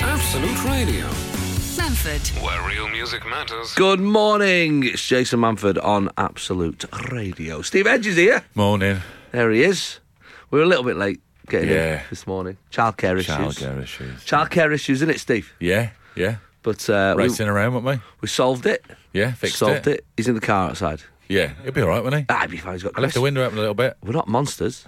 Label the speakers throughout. Speaker 1: Absolute Radio,
Speaker 2: Oh, Manford.
Speaker 1: where real music matters.
Speaker 3: Good morning. It's Jason Manford on Absolute Radio. Steve Edge is here.
Speaker 4: Morning.
Speaker 3: There he is. We were a little bit late getting in
Speaker 4: Yeah.
Speaker 3: this morning. Childcare issues.
Speaker 4: Childcare issues.
Speaker 3: Childcare issues, isn't it, Steve?
Speaker 4: yeah, yeah.
Speaker 3: But uh, we,
Speaker 4: Racing around, weren't
Speaker 3: we solved it.
Speaker 4: we? Yeah, fixed
Speaker 3: solved it. He's in the car outside.
Speaker 4: Yeah, it'll be all right, won't he?
Speaker 3: Ah, he'd be fine. He's got
Speaker 4: I left
Speaker 3: crisps.
Speaker 4: the window open a little bit.
Speaker 3: We're not monsters.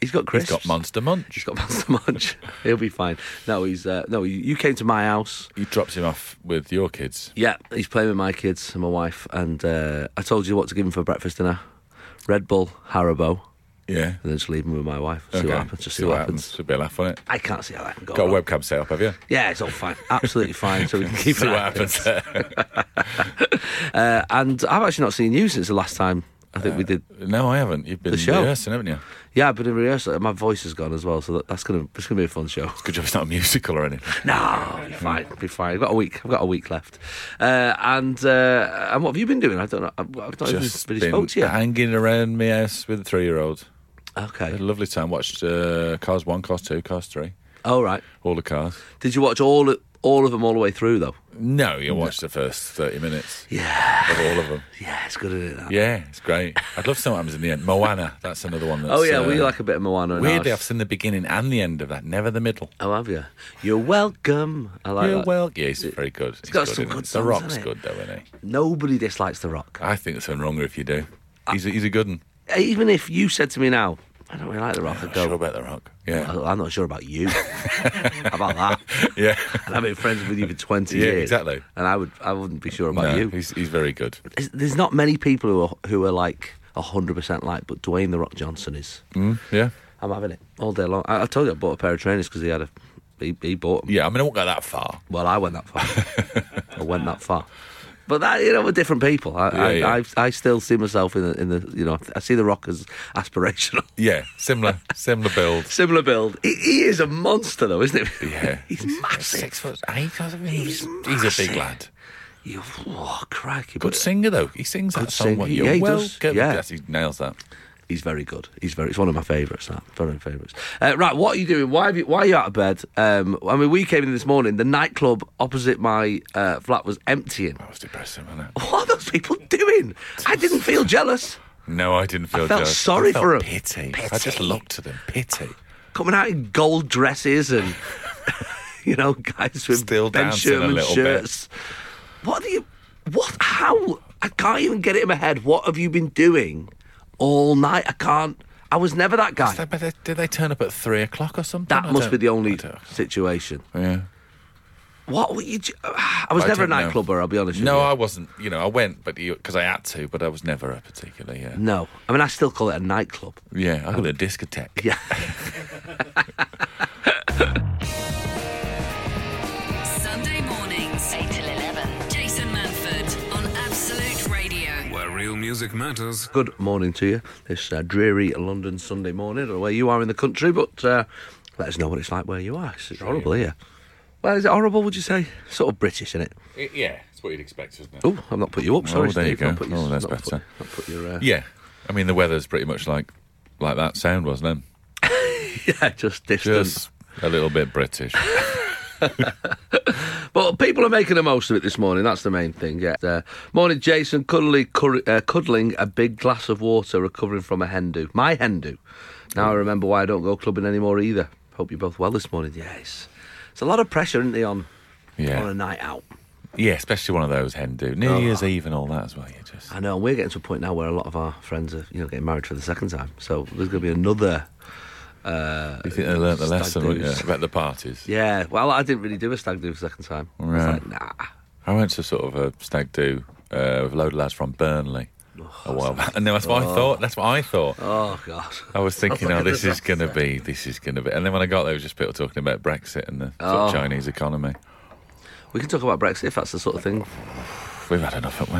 Speaker 3: He's got
Speaker 4: He's
Speaker 3: crisps.
Speaker 4: got Monster Munch.
Speaker 3: He's got monster munch. He'll be fine. No, he's uh, no. You you came to my house.
Speaker 4: You dropped him off with your kids.
Speaker 3: Yeah, he's playing with my kids and my wife. And uh, I told you what to give him for breakfast dinner: Red Bull, Haribo,
Speaker 4: Yeah.
Speaker 3: and then just leave him with my wife. See
Speaker 4: Okay.
Speaker 3: what happens. Just see, what happens.
Speaker 4: Should be a laugh on it.
Speaker 3: I can't see how that can go.
Speaker 4: Got a
Speaker 3: wrong.
Speaker 4: webcam set up, have you?
Speaker 3: Yeah, it's all fine. Absolutely fine. So we can keep
Speaker 4: See
Speaker 3: it.
Speaker 4: what
Speaker 3: out.
Speaker 4: happens there.
Speaker 3: Uh, and I've actually not seen you since the last time. I
Speaker 4: Uh.
Speaker 3: think we did.
Speaker 4: no, I haven't. You've been
Speaker 3: The show.
Speaker 4: rehearsing, haven't you?
Speaker 3: Yeah, but in rehearsal, my voice is gone as well. So that, that's gonna it's gonna be a fun show.
Speaker 4: Good job it's not a musical or anything.
Speaker 3: No, be fine, be fine. I've got a week. I've got a week left. Uh, and uh, and what have you been doing? I don't know. I've I've not
Speaker 4: Just
Speaker 3: even really
Speaker 4: been
Speaker 3: spoke to you.
Speaker 4: hanging around my house with a three year old. Had a
Speaker 3: okay.
Speaker 4: lovely time. Watched uh, Cars 1, Cars 2, Cars 3.
Speaker 3: All right.
Speaker 4: All the cars.
Speaker 3: Did you watch all all of them all the way through though?
Speaker 4: No, you watched the first 30 minutes
Speaker 3: Yeah.
Speaker 4: of all of them.
Speaker 3: Yeah, it's good isn't it. that?
Speaker 4: Yeah, it's great. I'd love to see what happens in the end. Moana, that's another one. That's,
Speaker 3: Oh yeah,
Speaker 4: uh,
Speaker 3: we like a bit of Moana. and
Speaker 4: Weirdly, I've
Speaker 3: ours.
Speaker 4: seen the beginning and the end of that, never the middle.
Speaker 3: Oh, have you? You're welcome. I like
Speaker 4: yeah,
Speaker 3: that.
Speaker 4: well, yeah, he's very good. He's
Speaker 3: got some
Speaker 4: isn't
Speaker 3: good
Speaker 4: he?
Speaker 3: songs,
Speaker 4: The Rock's
Speaker 3: hasn't it?
Speaker 4: good, though, isn't he?
Speaker 3: Nobody dislikes The Rock.
Speaker 4: I think there's something wrong if you do. He's a, he's a good one.
Speaker 3: Even if you said to me now, I don't really like The Rock, I'd
Speaker 4: Not
Speaker 3: go.
Speaker 4: sure about The Rock. Yeah.
Speaker 3: "Well, I'm not sure about you. How about that?
Speaker 4: yeah.
Speaker 3: And I've been friends with you for 20
Speaker 4: Yeah,
Speaker 3: years.
Speaker 4: exactly.
Speaker 3: And I would, I wouldn't be sure about
Speaker 4: No,
Speaker 3: you.
Speaker 4: He's, he's very good.
Speaker 3: There's- There's not many people who are who are like 100% like, but Dwayne The Rock Johnson is.
Speaker 4: Mm, yeah.
Speaker 3: I'm having it all day long. I, I told you I bought a pair of trainers because he had a, he, he bought 'em.
Speaker 4: Yeah, I mean, I won't go that far.
Speaker 3: Well, I went that far. I went that far. But that you know, we're different people. I, I,
Speaker 4: Yeah, yeah.
Speaker 3: I, I still see myself in the, in the you know I see the Rock as aspirational.
Speaker 4: Yeah, similar similar build.
Speaker 3: Similar build. He, he is a monster though, isn't he?
Speaker 4: Yeah.
Speaker 3: he's massive.
Speaker 4: Six foot eight, I think. He's, a
Speaker 3: massive.
Speaker 4: big lad.
Speaker 3: You, oh, crikey!
Speaker 4: Good
Speaker 3: but
Speaker 4: singer, though. He sings that song.
Speaker 3: singer.
Speaker 4: what
Speaker 3: Yeah,
Speaker 4: You're
Speaker 3: he does.
Speaker 4: welcome.
Speaker 3: Yeah.
Speaker 4: Yes, he nails that.
Speaker 3: he's very good. He's very. It's one of my favourites. That very favourites. Uh, right, what are you doing? Why have you? Why are you out of bed? Um, I mean, we came in this morning. The nightclub opposite my uh, flat was emptying.
Speaker 4: That was depressing, wasn't it?
Speaker 3: What are those people doing? I didn't feel jealous.
Speaker 4: No, I didn't feel
Speaker 3: I felt
Speaker 4: jealous.
Speaker 3: sorry
Speaker 4: I felt
Speaker 3: for 'em.
Speaker 4: Pity. I just looked at them. Pity.
Speaker 3: coming out in gold dresses and you know guys with
Speaker 4: Still
Speaker 3: Ben
Speaker 4: dancing a
Speaker 3: Sherman
Speaker 4: little bit.
Speaker 3: shirts. What do you? What? How? I can't even get it in my head. What have you been doing all night? I can't. I was never that guy.
Speaker 4: Did they, did they turn up at three o'clock or something?
Speaker 3: that
Speaker 4: I
Speaker 3: must
Speaker 4: don't-
Speaker 3: be the only
Speaker 4: I don't-
Speaker 3: situation.
Speaker 4: Yeah.
Speaker 3: What were you? do- I was
Speaker 4: I
Speaker 3: never a
Speaker 4: don't know.
Speaker 3: nightclubber. I'll be honest.
Speaker 4: No,
Speaker 3: with
Speaker 4: I wasn't. You know, I went, but because I had to, but I was never a particular. Yeah.
Speaker 3: you. no. I mean, I still call it a nightclub.
Speaker 4: Yeah, I got a discotheque.
Speaker 3: Yeah.
Speaker 2: Sunday mornings, 8 till 11. Jason Manford on Absolute Radio.
Speaker 1: Where real music matters.
Speaker 3: Good morning to you. This uh, dreary London Sunday morning, I don't know where you are in the country, but uh, let us know what it's like where you are. It's, it's horrible here. Well, is it horrible? Would you say? Sort of British, isn't it?
Speaker 4: yeah, it's what you'd expect, isn't it?
Speaker 3: Oh, I've not put you up. Sorry,
Speaker 4: there you
Speaker 3: Steve. Not
Speaker 4: go.
Speaker 3: put you-
Speaker 4: Oh, that's
Speaker 3: not put-
Speaker 4: better.
Speaker 3: not put your, uh,
Speaker 4: Yeah, I mean the weather's pretty much like like that sound, wasn't
Speaker 3: yeah, just
Speaker 4: it?
Speaker 3: distant.
Speaker 4: Just a little bit British.
Speaker 3: But people are making the most of it this morning. That's the main thing. Yeah. Uh, morning, Jason. Cuddly, cur- uh, cuddling a big glass of water, recovering from a hen do. My hen do. Now I remember why I don't go clubbing anymore either. Hope you're both well this morning. Yes. It's a lot of pressure, isn't it, on
Speaker 4: Yeah.
Speaker 3: on a night out?
Speaker 4: Yeah, especially one of those hen do. New
Speaker 3: Oh.
Speaker 4: Year's Eve and all that as well. You just
Speaker 3: I know, and we're getting to a point now where a lot of our friends are, you know, getting married for the second time. So there's going to be another. Uh,
Speaker 4: you think they learnt the
Speaker 3: stag
Speaker 4: lesson wouldn't you,
Speaker 3: do's.
Speaker 4: about the parties?
Speaker 3: Yeah. Well, I didn't really do a stag do for the second time. I was
Speaker 4: Right.
Speaker 3: like, nah.
Speaker 4: I went to sort of a stag do uh, with a load of lads from Burnley a while back, and that's what I thought. That's what I thought.
Speaker 3: Oh God.
Speaker 4: I was thinking,
Speaker 3: like
Speaker 4: oh,
Speaker 3: a
Speaker 4: this is going to be, this is going to be. And then when I got there, it was just people talking about Brexit and the sort of
Speaker 3: Oh.
Speaker 4: Chinese economy.
Speaker 3: We can talk about Brexit if that's the sort of thing.
Speaker 4: We've had enough, haven't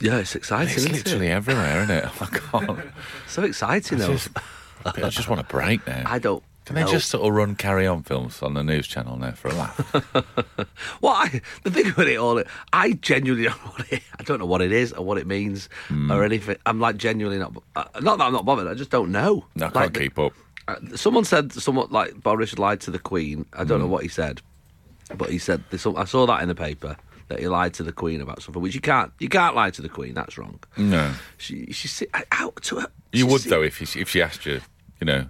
Speaker 4: we?
Speaker 3: Yeah, it's exciting.
Speaker 4: It's
Speaker 3: isn't
Speaker 4: literally
Speaker 3: it?
Speaker 4: everywhere, isn't it? I can't.
Speaker 3: so exciting
Speaker 4: I
Speaker 3: though.
Speaker 4: just, I just want a break now.
Speaker 3: I don't.
Speaker 4: Can they
Speaker 3: know.
Speaker 4: just sort of run carry on films on the news channel now for a laugh?
Speaker 3: Well, I, the thing about it all, I genuinely don't know what it. I don't know what it is or what it means
Speaker 4: Hmm.
Speaker 3: or anything. I'm like genuinely not. uh, Not that I'm not bothered. I just don't know.
Speaker 4: No, I can't
Speaker 3: Like,
Speaker 4: keep up. Hmm.
Speaker 3: Uh, someone said somewhat like Boris lied to the Queen. I don't know what he said. But he said this. I saw that in the paper that he lied to the Queen about something, which you can't. You can't lie to the Queen. That's wrong.
Speaker 4: No.
Speaker 3: She she si- out to her.
Speaker 4: Hmm. You
Speaker 3: she
Speaker 4: would
Speaker 3: si-
Speaker 4: though if she, if she asked you, you know.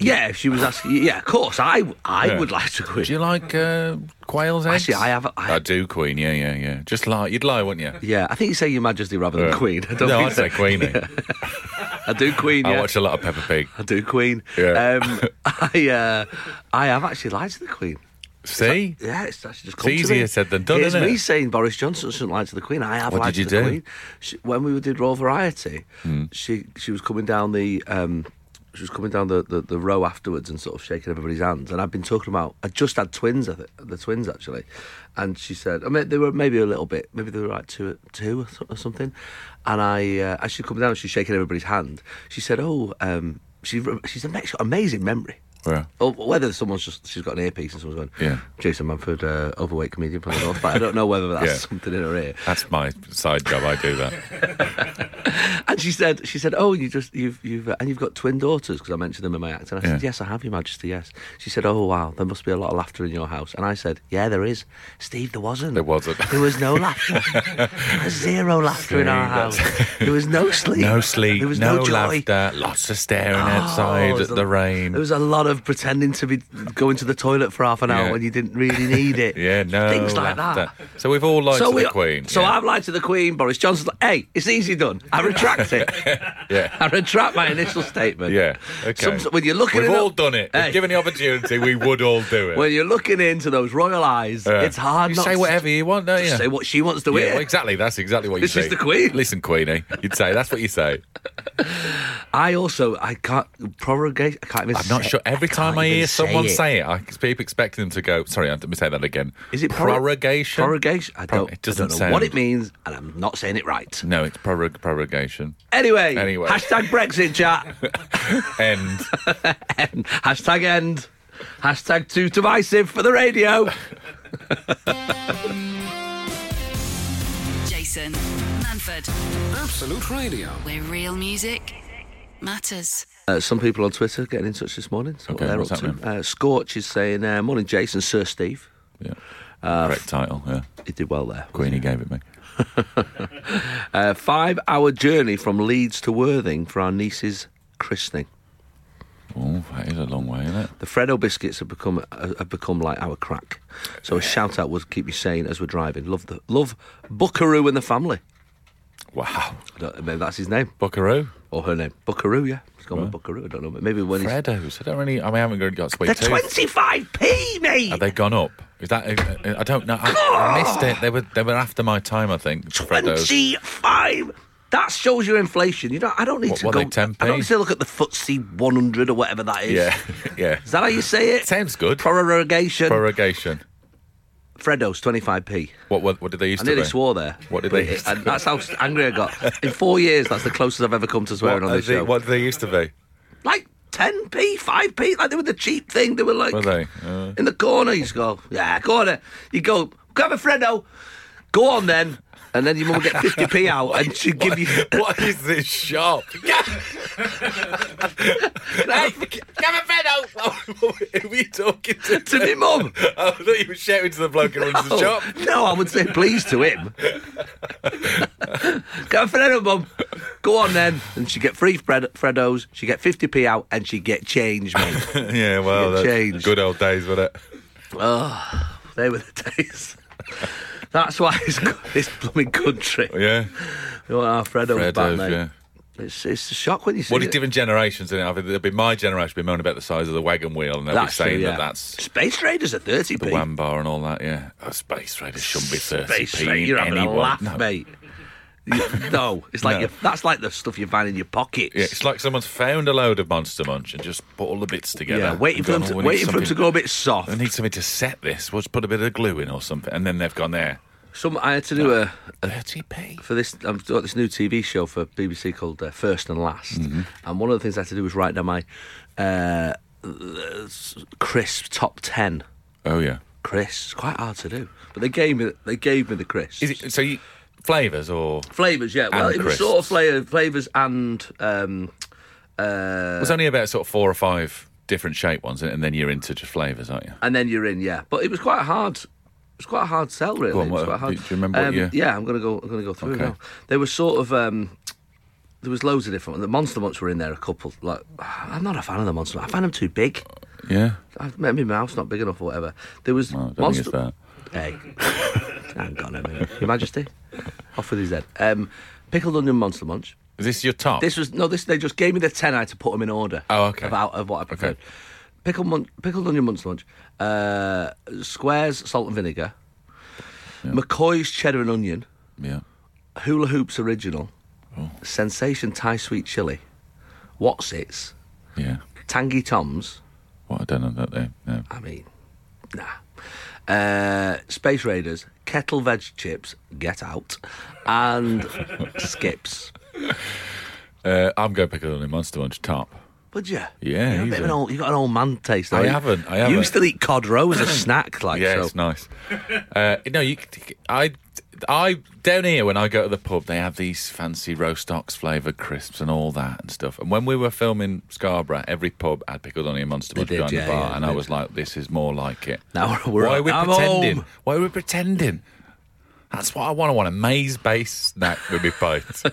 Speaker 3: Yeah, if she was asking. Yeah, of course. I I
Speaker 4: Yeah.
Speaker 3: would lie to the Queen.
Speaker 4: Do you like uh, quail's eggs?
Speaker 3: Actually, I have. a-
Speaker 4: I
Speaker 3: I,
Speaker 4: do, Queen. Yeah, yeah, yeah. Just lie. You'd lie, wouldn't you?
Speaker 3: yeah, I think you say Your Majesty rather than
Speaker 4: Yeah.
Speaker 3: Queen. I don't
Speaker 4: no,
Speaker 3: think
Speaker 4: I'd say Queenie.
Speaker 3: I do Queen.
Speaker 4: I
Speaker 3: yeah.
Speaker 4: watch a lot of Peppa Pig.
Speaker 3: I do Queen.
Speaker 4: Yeah.
Speaker 3: Um, I uh, I have actually lied to the Queen.
Speaker 4: See?
Speaker 3: Yeah, it's actually just
Speaker 4: It's
Speaker 3: come to
Speaker 4: easier
Speaker 3: me.
Speaker 4: said than done,
Speaker 3: Here's
Speaker 4: isn't
Speaker 3: me
Speaker 4: it?
Speaker 3: saying Boris Johnson shouldn't lie to the Queen. I have
Speaker 4: What
Speaker 3: lied
Speaker 4: did you
Speaker 3: to the
Speaker 4: do? Hmm.
Speaker 3: Queen. She, when we did Royal Variety, she she was coming down the. Um, she was coming down the, the, the row afterwards and sort of shaking everybody's hands. And I'd been talking about, I just had twins, I think, the twins actually. And she said, I mean, they were maybe a little bit, maybe they were like two, two or, so- or something. And I, uh, as she come down, she's shaking everybody's hand. She said, Oh, um, she, re- she's ama- she's got amazing memory.
Speaker 4: Yeah.
Speaker 3: Or Oh, whether someone's just she's got an earpiece and someone's going,
Speaker 4: Yeah.
Speaker 3: Jason Manford, uh, overweight comedian playing golf. But I don't know whether that's
Speaker 4: Yeah.
Speaker 3: something in her ear.
Speaker 4: That's my side job. I do that.
Speaker 3: And she said, she said, oh, you just you've you've uh, and you've got twin daughters because I mentioned them in my act. And I said,
Speaker 4: Yeah.
Speaker 3: yes, I have, Your Majesty, yes. She said, oh wow, there must be a lot of laughter in your house. And I said, yeah, there is. Steve, there wasn't.
Speaker 4: There wasn't.
Speaker 3: There was no laughter. There was zero laughter in our house.
Speaker 4: Steve,
Speaker 3: There was no sleep.
Speaker 4: No sleep.
Speaker 3: There was no,
Speaker 4: no,
Speaker 3: joy. Oh,
Speaker 4: laughter. Lots of staring outside
Speaker 3: there's
Speaker 4: at
Speaker 3: a-
Speaker 4: the rain.
Speaker 3: There was a lot of pretending to be going to the toilet for half an hour
Speaker 4: Yeah.
Speaker 3: when you didn't really need it.
Speaker 4: yeah, no.
Speaker 3: Things like that.
Speaker 4: laughter. So we've all lied to
Speaker 3: we-
Speaker 4: the Queen.
Speaker 3: So
Speaker 4: yeah.
Speaker 3: I've lied to the Queen. Boris Johnson's like, hey, it's easy done. I retract it.
Speaker 4: Yeah.
Speaker 3: I retract my initial statement.
Speaker 4: Yeah. Okay.
Speaker 3: Some- when you're looking
Speaker 4: We've
Speaker 3: in-
Speaker 4: all done it.
Speaker 3: Hey.
Speaker 4: If given the opportunity, we would all do it.
Speaker 3: When you're looking into those royal eyes,
Speaker 4: Yeah.
Speaker 3: it's hard
Speaker 4: You
Speaker 3: not
Speaker 4: say
Speaker 3: to
Speaker 4: whatever you want, don't
Speaker 3: just
Speaker 4: you?
Speaker 3: say what she wants to
Speaker 4: yeah,
Speaker 3: hear.
Speaker 4: well, exactly. That's exactly what you
Speaker 3: This
Speaker 4: say.
Speaker 3: is the Queen.
Speaker 4: Listen, Queenie. You'd say that's what you say.
Speaker 3: I also I can't prorogate. I can't even.
Speaker 4: I'm not
Speaker 3: say-
Speaker 4: sure. Every time
Speaker 3: can't
Speaker 4: I
Speaker 3: even
Speaker 4: hear
Speaker 3: say
Speaker 4: someone
Speaker 3: it.
Speaker 4: say it, I keep expecting them to go. Sorry, let me say that again.
Speaker 3: Is it prorog-
Speaker 4: prorogation?
Speaker 3: prorogation. I
Speaker 4: Pro-
Speaker 3: don't.
Speaker 4: it
Speaker 3: I
Speaker 4: doesn't
Speaker 3: don't know
Speaker 4: sound-
Speaker 3: what it means, and I'm not saying it right.
Speaker 4: No, it's prorog- prorogation.
Speaker 3: Anyway,
Speaker 4: Anyway.
Speaker 3: hashtag Brexit chat.
Speaker 4: End.
Speaker 3: End. hashtag end. Hashtag too divisive for the radio.
Speaker 2: Jason Manford,
Speaker 1: Absolute Radio.
Speaker 2: where real music matters.
Speaker 3: Uh, some people on Twitter getting in touch this morning. So
Speaker 4: Okay,
Speaker 3: what they're
Speaker 4: what's
Speaker 3: up
Speaker 4: that
Speaker 3: to. Uh, Scorch is saying, uh, "Morning, Jason, Sir Steve."
Speaker 4: Yeah.
Speaker 3: Uh,
Speaker 4: Correct title. Yeah.
Speaker 3: He did well there.
Speaker 4: Queenie gave it me.
Speaker 3: Uh, five-hour journey from Leeds to Worthing for our niece's christening.
Speaker 4: Oh, that is a long way, isn't it?
Speaker 3: The Freddo biscuits have become uh, have become like our crack. So a shout out was keep me sane as we're driving. Love the love Buckaroo and the family.
Speaker 4: Wow.
Speaker 3: I don't, maybe that's his name
Speaker 4: Buckaroo.
Speaker 3: or her name. Buckaroo, yeah. He's gone with Buckaroo. I don't know. but Maybe when he's
Speaker 4: Freddos. I don't really. I mean, I haven't really got sweet
Speaker 3: they're
Speaker 4: tooth.
Speaker 3: twenty-five p, mate.
Speaker 4: Have they gone up? Is that? I- I don't know. I, I missed it. They were. They were after my time. I think. Freddos.
Speaker 3: Twenty-five. That shows your inflation. You know, I don't need
Speaker 4: What
Speaker 3: to
Speaker 4: were
Speaker 3: go.
Speaker 4: they, 10p?
Speaker 3: I don't need to look at the FTSE 100 or whatever that is.
Speaker 4: Yeah. Yeah.
Speaker 3: Is that how you say it?
Speaker 4: Sounds good.
Speaker 3: Prorogation.
Speaker 4: Prorogation.
Speaker 3: Freddo's 25p.
Speaker 4: What, what? What did they used
Speaker 3: I
Speaker 4: to
Speaker 3: nearly
Speaker 4: be?
Speaker 3: swore there.
Speaker 4: What did
Speaker 3: But
Speaker 4: they
Speaker 3: it-
Speaker 4: used
Speaker 3: and That's how angry I got. In four years, that's the closest I've ever come to
Speaker 4: What,
Speaker 3: swearing on
Speaker 4: are
Speaker 3: this
Speaker 4: they,
Speaker 3: show.
Speaker 4: what did they used to be?
Speaker 3: Like 10p, 5p. Like they were the cheap thing. They were like
Speaker 4: Were they? Uh.
Speaker 3: in the corner. You just go, yeah, corner. You go, grab a Freddo. Go on then. And then your mum would get 50p out and she'd give you.
Speaker 4: what is this shop? Who are you talking to?
Speaker 3: to me mum.
Speaker 4: I thought you were shouting to the bloke who runs the
Speaker 3: Oh,
Speaker 4: shop.
Speaker 3: No, I would say please to him. Go Freddo, mum. Go on then. And she get free Fred- Freddos, she get 50p out, and she get change, mate.
Speaker 4: Yeah, well,
Speaker 3: It
Speaker 4: that's
Speaker 3: changed.
Speaker 4: good old days, wasn't it?
Speaker 3: they were the days. That's why it's good, this blooming country.
Speaker 4: Oh, Yeah.
Speaker 3: We want our Freddos, back,
Speaker 4: Freddos,
Speaker 3: mate.
Speaker 4: yeah.
Speaker 3: It's, it's a shock when you see
Speaker 4: Well, it's
Speaker 3: it.
Speaker 4: different generations, isn't it? I think there'll be my generation be moaning about the size of the wagon wheel, and they'll
Speaker 3: That's
Speaker 4: be
Speaker 3: true,
Speaker 4: saying
Speaker 3: yeah.
Speaker 4: that that's
Speaker 3: Space Raiders are 30p.
Speaker 4: the wham bar and all that. Yeah, oh, space raiders shouldn't be thirty.
Speaker 3: Space Raiders, you're having a laugh, mate. You- no, it's like
Speaker 4: No.
Speaker 3: your- that's like the stuff you find in your pockets.
Speaker 4: Yeah, it's like someone's found a load of Monster Munch and just put all the bits together.
Speaker 3: Yeah, waiting
Speaker 4: and
Speaker 3: for them
Speaker 4: gone,
Speaker 3: to,
Speaker 4: "Oh, we need
Speaker 3: waiting for them to
Speaker 4: something-
Speaker 3: go a bit soft.
Speaker 4: I need something to set this. We'll just put a bit of glue in or something, and then they've gone there.
Speaker 3: Some I had to do a, a
Speaker 4: Thirty p.
Speaker 3: for this. I've got this new TV show for BBC called uh, First and Last,
Speaker 4: Mm-hmm.
Speaker 3: and one of the things I had to do was write down my uh, s- crisp top ten.
Speaker 4: Oh yeah.
Speaker 3: Crisp, it's quite hard to do, but they gave me they gave me the crisp
Speaker 4: Is it so? You, flavors or
Speaker 3: flavors. Yeah, well,
Speaker 4: And
Speaker 3: it was
Speaker 4: crisps.
Speaker 3: sort of flavor, flavors and um, uh,
Speaker 4: there's only about sort of four or five different shape ones, and then you're into just flavors, aren't you?
Speaker 3: and then you're in. Yeah, but it was quite hard was quite a hard sell, really.
Speaker 4: on,
Speaker 3: It was
Speaker 4: what-
Speaker 3: quite hard.
Speaker 4: do you remember what
Speaker 3: Um,
Speaker 4: year?
Speaker 3: Yeah, I'm gonna go. I'm gonna go through
Speaker 4: Okay.
Speaker 3: now. They were sort of. Um, there was loads of different. The monster munch were in there a couple. Like, I'm not a fan of the monster. Munch. I find them too big.
Speaker 4: Yeah.
Speaker 3: I, maybe my mouth's not big enough or whatever. There was
Speaker 4: No, Oh, I don't
Speaker 3: monster.
Speaker 4: think it's that.
Speaker 3: Hey, hang on a minute, Your Majesty, off with his head. Um, pickled onion monster munch.
Speaker 4: Is this your top?
Speaker 3: This was no. This they just gave me the ten I to put them in order.
Speaker 4: Oh, okay.
Speaker 3: Of, out of what I preferred. Pickled mun- pickled onion monster munch. Uh, squares salt and vinegar. McCoy's cheddar and onion.
Speaker 4: Yeah.
Speaker 3: Hula Hoops original.
Speaker 4: Oh.
Speaker 3: Sensation Thai sweet chili. What's its?
Speaker 4: Yeah.
Speaker 3: Tangy Tom's.
Speaker 4: Well, I don't know that there. No.
Speaker 3: I mean, nah. Uh, Space Raiders, kettle veg chips, get out, and skips.
Speaker 4: Uh, I'm going pick on Monster Munch top.
Speaker 3: Would you?
Speaker 4: Yeah,
Speaker 3: You're a
Speaker 4: he's
Speaker 3: bit of an
Speaker 4: a-
Speaker 3: old, you've got an old man taste. haven't
Speaker 4: I
Speaker 3: you?
Speaker 4: haven't, I
Speaker 3: You
Speaker 4: haven't.
Speaker 3: used to eat cod roe as a snack, like
Speaker 4: Yeah,
Speaker 3: so.
Speaker 4: it's nice. Uh, no, you. c- I. I down here when I go to the pub, they have these fancy roast ox flavored crisps and all that and stuff. And when we were filming Scarborough, every pub had pickled onion monster munch
Speaker 3: did,
Speaker 4: behind
Speaker 3: yeah,
Speaker 4: the bar,
Speaker 3: yeah,
Speaker 4: and
Speaker 3: they
Speaker 4: I
Speaker 3: did.
Speaker 4: was like, "This is more like it."
Speaker 3: Now we're
Speaker 4: Why are
Speaker 3: on-
Speaker 4: we
Speaker 3: I'm
Speaker 4: pretending?
Speaker 3: home.
Speaker 4: Why are we pretending? That's what I want. I want a maize based snack with me bites. Do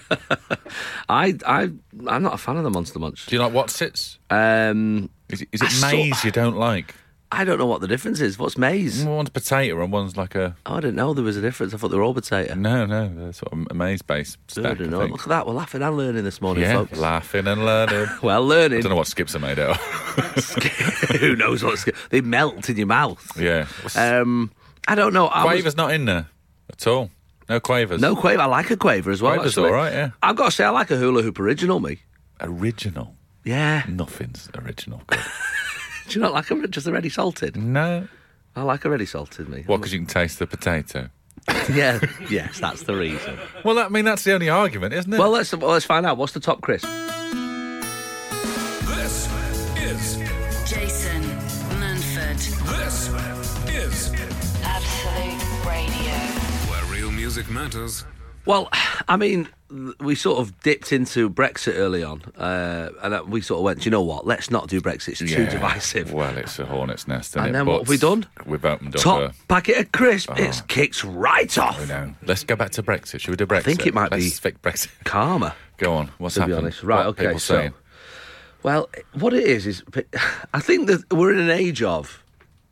Speaker 3: I, I, I'm not a fan of the Monster Munch.
Speaker 4: you like what's it?
Speaker 3: Um,
Speaker 4: Is it, is
Speaker 3: I
Speaker 4: it
Speaker 3: saw-
Speaker 4: maize you don't like?
Speaker 3: I don't know what the difference is. What's maize?
Speaker 4: One's potato and one's like a
Speaker 3: Oh, I didn't know there was a difference. I thought they were all potato.
Speaker 4: no, no, they're sort of maize based
Speaker 3: I
Speaker 4: snack. I
Speaker 3: don't know.
Speaker 4: think.
Speaker 3: Look at that. We're laughing and learning this morning,
Speaker 4: Yeah,
Speaker 3: folks.
Speaker 4: laughing and learning.
Speaker 3: well, learning.
Speaker 4: I don't know what skips are made out of.
Speaker 3: Who knows what's go- they melt in your mouth.
Speaker 4: yeah.
Speaker 3: Um, I don't know. I was-
Speaker 4: Quaver's not in there at all. No Quavers.
Speaker 3: no quaver. I like a quaver as well.
Speaker 4: Quaver's
Speaker 3: actually.
Speaker 4: all right, yeah.
Speaker 3: I've got to say, I like a hula hoop original. Me,
Speaker 4: Original.
Speaker 3: yeah.
Speaker 4: Nothing's original. Good.
Speaker 3: Do you not like them? Just already salted.
Speaker 4: no.
Speaker 3: I like already salted. Me.
Speaker 4: What, because you can taste the potato?
Speaker 3: yeah. Yes, that's the reason.
Speaker 4: Well, I mean, that's the only argument, isn't it?
Speaker 3: Well, let's well, let's find out. What's the top, Chris?
Speaker 1: This is
Speaker 2: Jason Manford,
Speaker 1: this is
Speaker 2: Absolute Radio.
Speaker 1: where real music matters.
Speaker 3: Well, I mean, th- we sort of dipped into Brexit early on, uh, and uh, we sort of went, "Do you know what? Let's not do Brexit. It's too
Speaker 4: Yeah.
Speaker 3: divisive.
Speaker 4: Well, it's a hornet's nest, isn't
Speaker 3: And
Speaker 4: it?
Speaker 3: then what
Speaker 4: But
Speaker 3: have we done?
Speaker 4: We've opened up
Speaker 3: Top
Speaker 4: a...
Speaker 3: packet of crisp. It's kicked right off.
Speaker 4: uh-huh. I know. Let's go back to Brexit. Should we do Brexit?
Speaker 3: think it might
Speaker 4: Let's
Speaker 3: be-
Speaker 4: fix Brexit.
Speaker 3: Karma.
Speaker 4: Go on. What's
Speaker 3: to be
Speaker 4: happened?
Speaker 3: honest. Right,
Speaker 4: What are
Speaker 3: okay,
Speaker 4: people
Speaker 3: so-
Speaker 4: saying?
Speaker 3: Well, what it is is, pe- I think that we're in an age of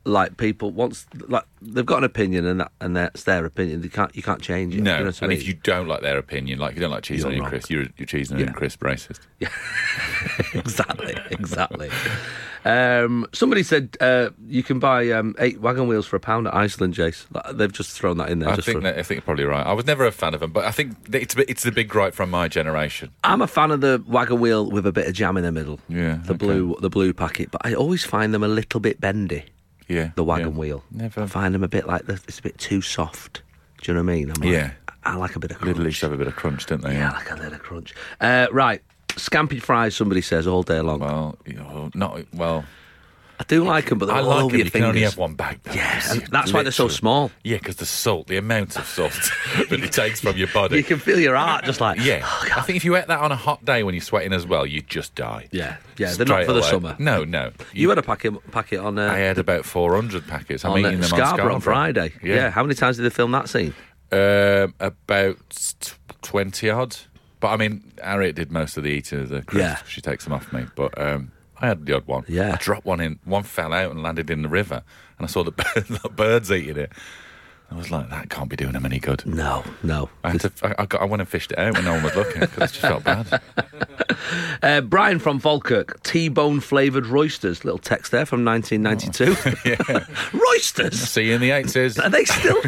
Speaker 3: like people once like they've got an opinion and that and that's their opinion. They can't you can't change it.
Speaker 4: No.
Speaker 3: you know what I
Speaker 4: and if
Speaker 3: mean?
Speaker 4: you don't like their opinion, like if you don't like cheese
Speaker 3: You're
Speaker 4: on your
Speaker 3: wrong.
Speaker 4: crisp, you're, you're cheese on
Speaker 3: Yeah.
Speaker 4: your crisp racist.
Speaker 3: exactly, exactly. um, somebody said uh, you can buy um, eight wagon wheels for a pound at Iceland, Jace. Like, they've just thrown that in there.
Speaker 4: I
Speaker 3: just
Speaker 4: think
Speaker 3: for-
Speaker 4: that, I think you're probably right. I was never a fan of them, but I think that it's a bit- it's the big gripe from my generation.
Speaker 3: I'm a fan of the wagon wheel with a bit of jam in the middle.
Speaker 4: Yeah,
Speaker 3: the
Speaker 4: okay.
Speaker 3: blue the blue packet, but I always find them a little bit bendy.
Speaker 4: Yeah,
Speaker 3: the wagon
Speaker 4: yeah.
Speaker 3: wheel.
Speaker 4: Never.
Speaker 3: I find them a bit like the, it's a bit too soft. Do you know what I mean? I'm like,
Speaker 4: Yeah.
Speaker 3: I like a bit of crunch.
Speaker 4: Lidl used to have a bit of crunch, didn't they?
Speaker 3: Yeah, I like a little crunch. Uh, right, scampi fries. Somebody says all day long.
Speaker 4: Well, you know, not well.
Speaker 3: I do like them, but they're
Speaker 4: I
Speaker 3: all
Speaker 4: like
Speaker 3: over
Speaker 4: 'em,
Speaker 3: your
Speaker 4: you can
Speaker 3: fingers.
Speaker 4: only have one bag. though,
Speaker 3: Yeah,
Speaker 4: because
Speaker 3: and
Speaker 4: you
Speaker 3: that's why they're so
Speaker 4: literally-
Speaker 3: small.
Speaker 4: Yeah, because the salt, the amount of salt that it takes from your
Speaker 3: You
Speaker 4: body.
Speaker 3: can Oh, feel your heart just like
Speaker 4: Yeah, I think if you ate that on a hot day when you're sweating as well, you'd just die.
Speaker 3: yeah, yeah. They're not
Speaker 4: Straight
Speaker 3: for the
Speaker 4: away.
Speaker 3: summer.
Speaker 4: No, no.
Speaker 3: You had a packet packet on.
Speaker 4: I
Speaker 3: Uh,
Speaker 4: had about 400 packets. I'm
Speaker 3: on uh,
Speaker 4: eating them on
Speaker 3: Scarborough on
Speaker 4: Scarborough.
Speaker 3: Friday. Yeah. How many times did they film that scene?
Speaker 4: Um, about t- twenty odd. But I mean, Harriet did most of the eating of the crisps.
Speaker 3: Yeah.
Speaker 4: She takes them off me, but um, I had the odd one.
Speaker 3: Yeah.
Speaker 4: I dropped one in. One fell out and landed in the river, and I saw the, bird, the birds eating it. I was like, that can't be doing them any good.
Speaker 3: No, no.
Speaker 4: I had to. I, I, got, I went and fished it out when no one was looking because I just felt bad.
Speaker 3: Uh, Brian from Falkirk, T-bone flavoured roysters. Little text there from
Speaker 4: Oh.
Speaker 3: 1992. roysters.
Speaker 4: See you in the eighties.
Speaker 3: Are they still?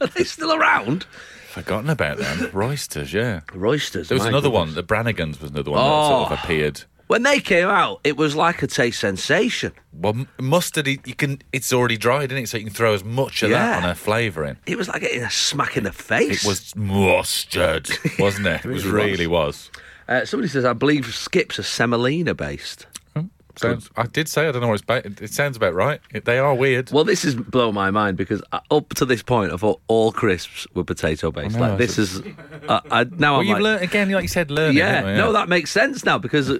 Speaker 3: Are they still around?
Speaker 4: Forgotten about them. Roysters, yeah.
Speaker 3: Roysters.
Speaker 4: There was
Speaker 3: my
Speaker 4: another
Speaker 3: goodness.
Speaker 4: one. The Brannigans was another one that sort
Speaker 3: Oh.
Speaker 4: of appeared.
Speaker 3: When they came out, it was like a taste sensation.
Speaker 4: Well, m- mustard, you you can. It's already dried, isn't it? So you can throw as much of
Speaker 3: Yeah.
Speaker 4: that on a flavour in.
Speaker 3: It was like getting a smack in the face.
Speaker 4: It was mustard, wasn't it? It was
Speaker 3: really
Speaker 4: really was.
Speaker 3: Uh, somebody says, I believe Skips are semolina based.
Speaker 4: Sounds, I did say I don't know what it's about. It, it sounds about right. It, they are weird.
Speaker 3: Well, this is blowing my mind because uh, up to this point, I thought all crisps were potato based.
Speaker 4: I know,
Speaker 3: Like
Speaker 4: that's
Speaker 3: this is uh, I, now
Speaker 4: Well,
Speaker 3: I'm
Speaker 4: you've
Speaker 3: like,
Speaker 4: learnt again, like you said, learning.
Speaker 3: yeah,
Speaker 4: haven't we?
Speaker 3: no, that makes sense now because uh,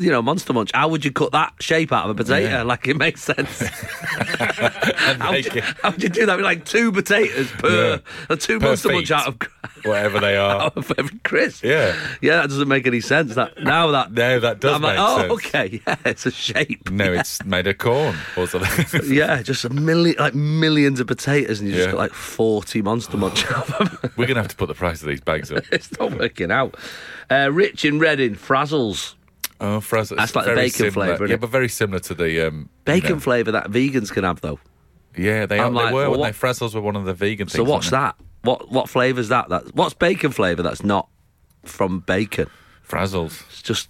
Speaker 3: you know, Monster Munch, how would you cut that shape out of a potato?
Speaker 4: Yeah.
Speaker 3: Like, it makes sense. how, would
Speaker 4: make
Speaker 3: you,
Speaker 4: it-
Speaker 3: how would you do that? With, Like, two potatoes per, uh, two
Speaker 4: Per
Speaker 3: Monster Munch
Speaker 4: feet.
Speaker 3: out of.
Speaker 4: whatever they are.
Speaker 3: out of every crisp.
Speaker 4: Yeah.
Speaker 3: yeah, that doesn't make any sense. That now that
Speaker 4: No, that does
Speaker 3: I'm
Speaker 4: make
Speaker 3: like,
Speaker 4: sense.
Speaker 3: oh, okay, yeah, it's a shape.
Speaker 4: No, it's made of corn or something.
Speaker 3: Yeah, just a million, like millions of potatoes, and you just
Speaker 4: Yeah.
Speaker 3: got like forty monster munch out of them.
Speaker 4: We're going to have to put the price of these bags up.
Speaker 3: it's not working out. Uh, Rich in Reading, Frazzles,
Speaker 4: Oh, frazzle.
Speaker 3: That's
Speaker 4: it's
Speaker 3: like the
Speaker 4: very
Speaker 3: bacon
Speaker 4: similar.
Speaker 3: flavour, isn't
Speaker 4: Yeah,
Speaker 3: it?
Speaker 4: but very similar to the um,
Speaker 3: bacon
Speaker 4: you know-
Speaker 3: flavour that vegans can have though.
Speaker 4: Yeah, they, are,
Speaker 3: I'm
Speaker 4: they
Speaker 3: like,
Speaker 4: were
Speaker 3: well,
Speaker 4: when
Speaker 3: what-
Speaker 4: they frazzles were one of the vegan things.
Speaker 3: So what's
Speaker 4: weren't
Speaker 3: that? What what flavour's that? That what's bacon flavour that's not from bacon?
Speaker 4: they? Frazzles.
Speaker 3: It's just